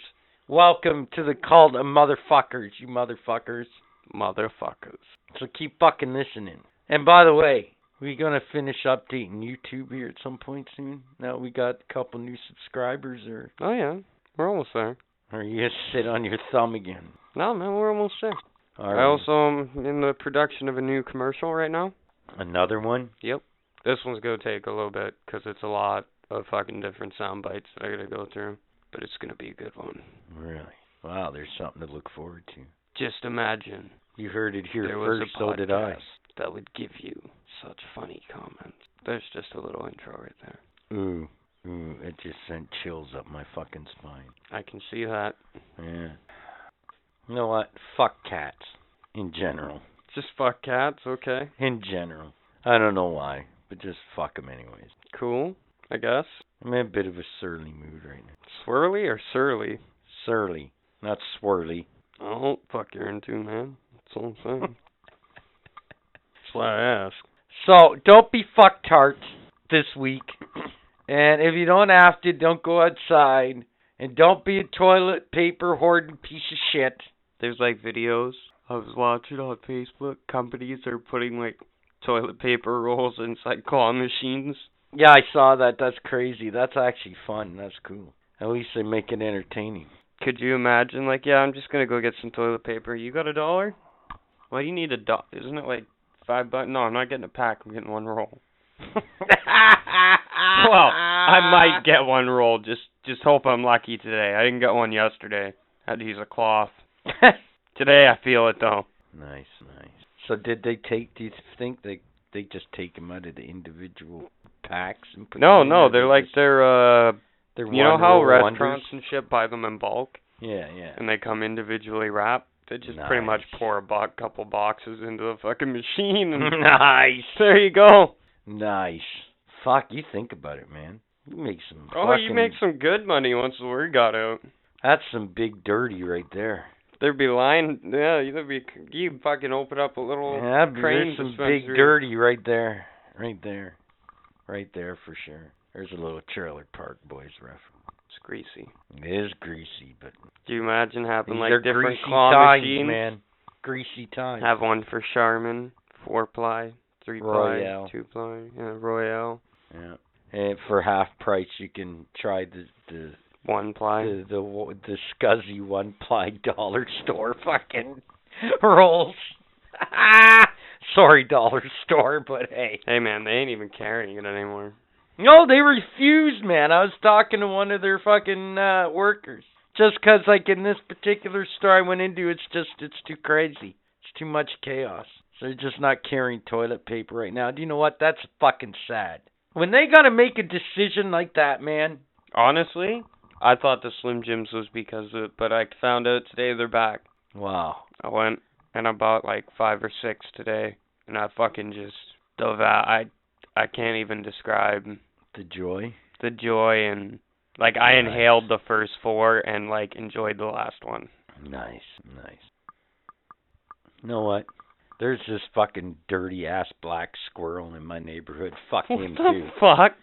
welcome to the cult of motherfuckers, you motherfuckers. Motherfuckers. So keep fucking listening. And by the way, we gonna finish updating YouTube here at some point soon. Now we got a couple new subscribers, or Oh yeah, we're almost there. or you just sit on your thumb again. No man, we're almost there. All right. I also am in the production of a new commercial right now. Another one. This one's gonna take a little bit 'cause it's a lot of fucking different sound bites that I gotta go through, but it's gonna be a good one. Really? Wow, there's something to look forward to. Just imagine You heard it here there was first, a so did I. podcast that would give you such funny comments. There's just a little intro right there. Ooh, ooh, it just sent chills up my fucking spine. I can see that. Yeah. You know what? Fuck cats. In general. Just fuck cats, okay? In general. I don't know why, but just fuck them anyways. Cool, I guess. I'm in a bit of a surly mood right now. Swirly or surly? Surly, not swirly. Oh, fuck you're into, man. That's all I'm saying. That's why I ask. So don't be fucktarts this week. And if you don't have to, don't go outside. And don't be a toilet paper hoarding piece of shit. There's like videos I was watching on Facebook. Companies are putting like toilet paper rolls inside claw machines. Yeah, I saw that. That's crazy. That's actually fun. That's cool. At least they make it entertaining. Could you imagine? Like, yeah, I'm just gonna go get some toilet paper. You got a dollar? Why do you need a dollar? Isn't it like five bucks? No, I'm not getting a pack. I'm getting one roll. well, I might get one roll. Just, just hope I'm lucky today. I didn't get one yesterday. Had to use a cloth. Today I feel it though. nice, nice. So did they take? Do you think they they just take them out of the individual packs and put? No, them in, no, or they're like just- they're uh they're you know one how roll restaurants wonders? and shit buy them in bulk Yeah, yeah. and they come individually wrapped. They just pretty much Nice. pour a bo- couple boxes into the fucking machine and nice, there you go. nice. Fuck, you think about it, man. You make some. Oh, you fucking- make some good money once the word got out. That's some big dirty right there. There'd be line, yeah, you'd be you fucking open up a little Yeah, that'd be- crane there's some big dispensary. dirty right there, right there, right there for sure. There's a little trailer park boys reference. It's greasy. It is greasy, but Do you imagine having like they're different greasy claw times, machines? man. Greasy times. Have one for Charmin, four ply, three ply, Royale. two ply, yeah, Royale, yeah. And for half price, you can try the the one ply. the the, wo- the scuzzy one ply dollar store fucking rolls. Sorry, dollar store, but hey. Hey man, they ain't even carrying it anymore. No, they refused, man. I was talking to one of their fucking uh, workers. Just 'cause like in this particular store I went into, it's just it's too crazy. It's too much chaos. So they're just not carrying toilet paper right now. Do you know what? That's fucking sad. When they gotta make a decision like that, man. Honestly, I thought the Slim Jims was because of it, but I found out today they're back. Wow. I went and I bought like five or six today, and I fucking just the va- I I can't even describe The joy. the joy and like I Nice. inhaled the first four and like enjoyed the last one. Nice, nice. You know what? There's this fucking dirty ass black squirrel in my neighborhood. Fuck him what too. the fuck?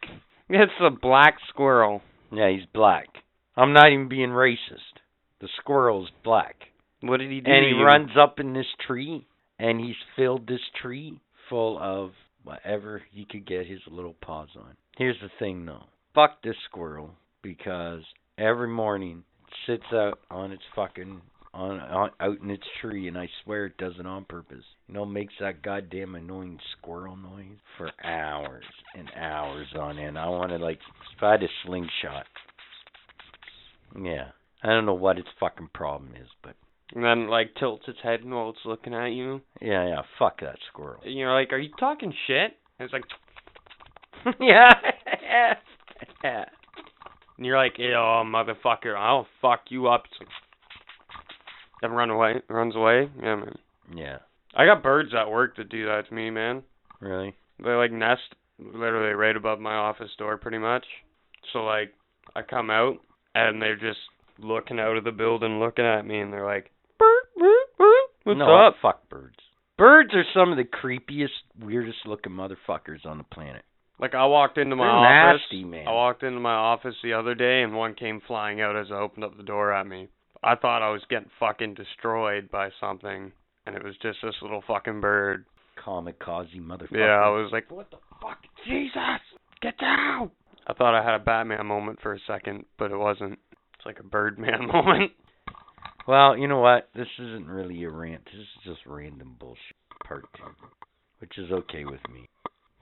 It's a black squirrel. Yeah, he's black. I'm not even being racist. The squirrel's black. What did he do? and to he you? runs up in this tree and he's filled this tree full of whatever he could get his little paws on. Here's the thing though. Fuck this squirrel because every morning it sits out on its fucking on, on out in its tree and I swear it does it on purpose. You know, makes that goddamn annoying squirrel noise for hours and hours on end. I wanna like if I had a slingshot. Yeah. I don't know what its fucking problem is, but And then like tilts its head while it's looking at you. yeah, yeah, fuck that squirrel. And you're like, "Are you talking shit?" And it's like, yeah. and you're like, "Oh motherfucker, I'll fuck you up." It's like, then run away, runs away. Yeah, man. yeah, I got birds at work that do that to me, man. really? They like nest literally right above my office door, pretty much. So like, I come out and they're just looking out of the building, looking at me, and they're like, "Burp, burp, burp, "What's no, up?" fuck birds. Birds are some of the creepiest, weirdest looking motherfuckers on the planet. Like I walked into my They're office. nasty, man. I walked into my office the other day and one came flying out as I opened up the door at me. I thought I was getting fucking destroyed by something and it was just this little fucking bird. Kamikaze motherfucker. Yeah, I was like, What the fuck? Jesus get down I thought I had a Batman moment for a second, but it wasn't. It's like a Birdman moment. Well, you know what? This isn't really a rant. This is just random bullshit part two, which is okay with me.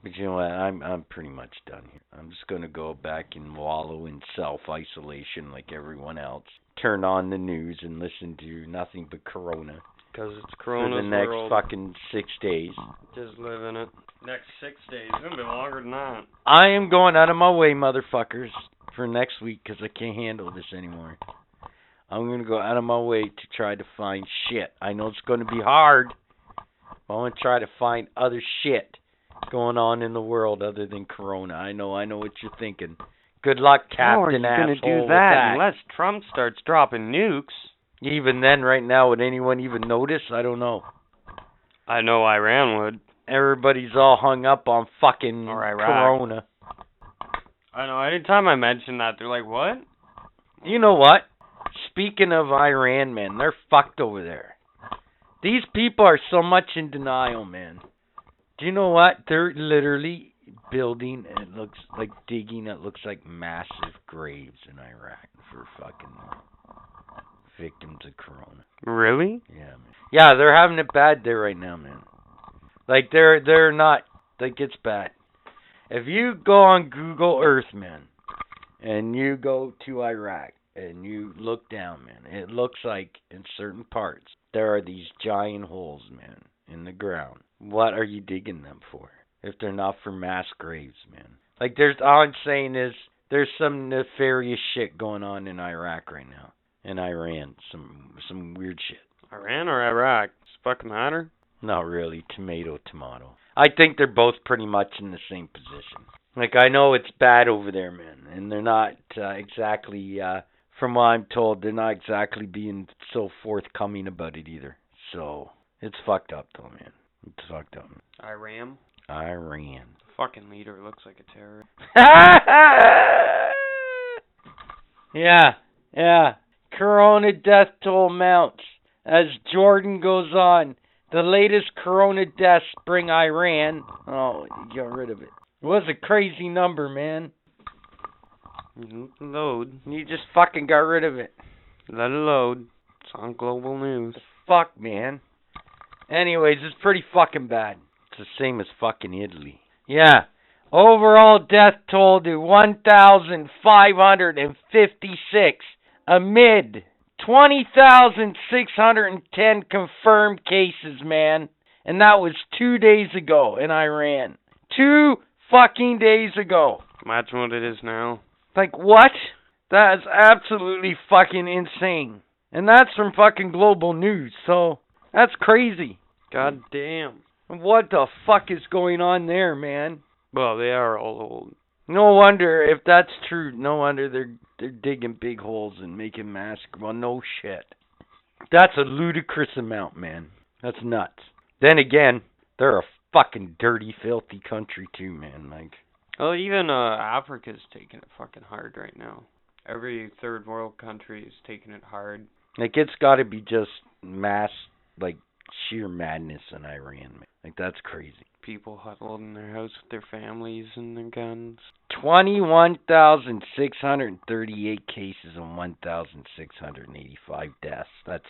But you know what? I'm I'm pretty much done here. I'm just gonna go back and wallow in self isolation like everyone else. Turn on the news and listen to nothing but Corona Because it's for Corona's the next world. fucking six days. Just living it. Next six days. It's gonna be longer than that. I am going out of my way, motherfuckers, for next week 'cause I can't handle this anymore. I'm going to go out of my way to try to find shit. I know it's going to be hard, but I'm going to try to find other shit going on in the world other than Corona. I know, I know what you're thinking. Good luck, How are you Captain gonna Asshole, do with that, that. unless Trump starts dropping nukes? Even then, right now, would anyone even notice? I don't know. I know Iran would. Everybody's all hung up on fucking Or Iraq. Corona. I know. Anytime I mention that, they're like, "What?" You know what? Speaking of Iran, man, they're fucked over there. These people are so much in denial, man. Do you know what? They're literally building it looks like digging it looks like massive graves in Iraq for fucking victims of corona. Really? Yeah, man. Yeah, they're having it bad there right now, man. Like they're they're not like it's bad. If you go on Google Earth, man, and you go to Iraq and you look down, man, it looks like in certain parts there are these giant holes, man, in the ground. What are you digging them for? If they're not for mass graves, man. Like there's all I'm saying is there's some nefarious shit going on in Iraq right now. In Iran, some some weird shit. Iran or Iraq? Does it fucking matter? Not really. Tomato, tomato. I think they're both pretty much in the same position. Like I know it's bad over there, man, and they're not uh, exactly, uh, from what I'm told, they're not exactly being so forthcoming about it either. So it's fucked up, though, man. It's fucked up. Iran. Iran. The fucking leader looks like a terrorist. yeah, yeah. Corona death toll mounts as Jordan goes on. The latest corona deaths bring Iran. Oh, you got rid of it. It was a crazy number, man. Load. You just fucking got rid of it. Let it load. It's on global news. Fuck, man. Anyways, it's pretty fucking bad. It's the same as fucking Italy. Yeah. Overall death toll to 1,556 amid 20,610 confirmed cases, man. And that was two days ago in Iran. Two fucking days ago. Imagine what it is now. Like, what? That is absolutely fucking insane. And that's from fucking global news, so that's crazy. God damn. What the fuck is going on there, man? Well, they are all old. No wonder if that's true. No wonder they're they're digging big holes and making masks. Well, no shit. That's a ludicrous amount, man. That's nuts. Then again, they're a fucking dirty, filthy country too, man. Like, Well, even uh, Africa's taking it fucking hard right now. Every third world country is taking it hard. Like it's got to be just mass, like sheer madness in Iran. Man. Like that's crazy. People huddled in their house with their families and their guns. Twenty-one thousand six hundred thirty-eight cases and one thousand six hundred eighty-five deaths. That's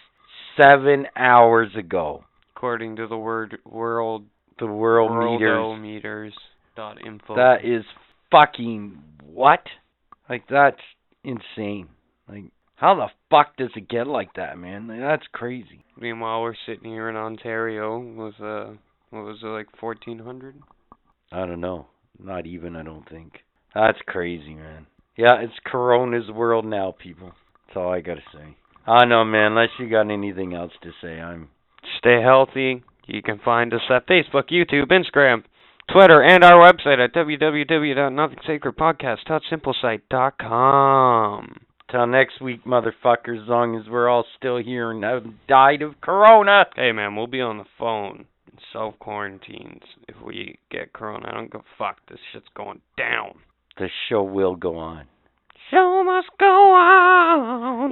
seven hours ago. According to the word world The world, worldometers meters. dot info. That is fucking what? Like that's insane. Like how the fuck does it get like that, man? Like, that's crazy. Meanwhile, we're sitting here in Ontario with uh, what was it like, fourteen hundred? I don't know. Not even, I don't think. That's crazy, man. Yeah, it's Corona's world now, people. That's all I gotta say. I know, man. Unless you got anything else to say, I'm. Stay healthy. You can find us at Facebook, YouTube, Instagram, Twitter, and our website at www.nothingsacredpodcast.simplesite.com. Till next week, motherfuckers. As long as we're all still here and haven't died of Corona. Hey man, we'll be on the phone. Self quarantines if we get corona. I don't give a fuck. This shit's going down. The show will go on. Show must go on.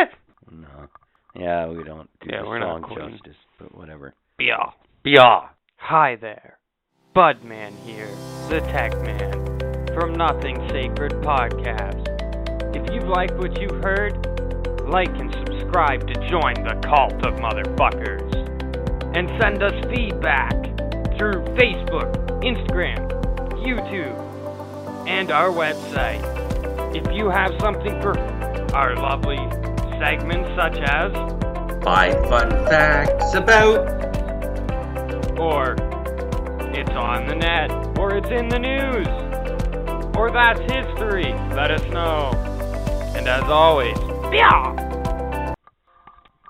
Yeah, yeah. No. Yeah, we don't do Yeah, the we're not song queen. justice, but whatever. Yeah. Yeah. Hi there. Budman here, the Tech Man, from Nothing Sacred Podcast. If you like what you heard, like and subscribe to join the cult of motherfuckers. And send us feedback through Facebook, Instagram, YouTube, and our website. If you have something for our lovely segments such as Five fun facts about or it's on the net, or it's in the news, or that's history. Let us know. And as always, yeah.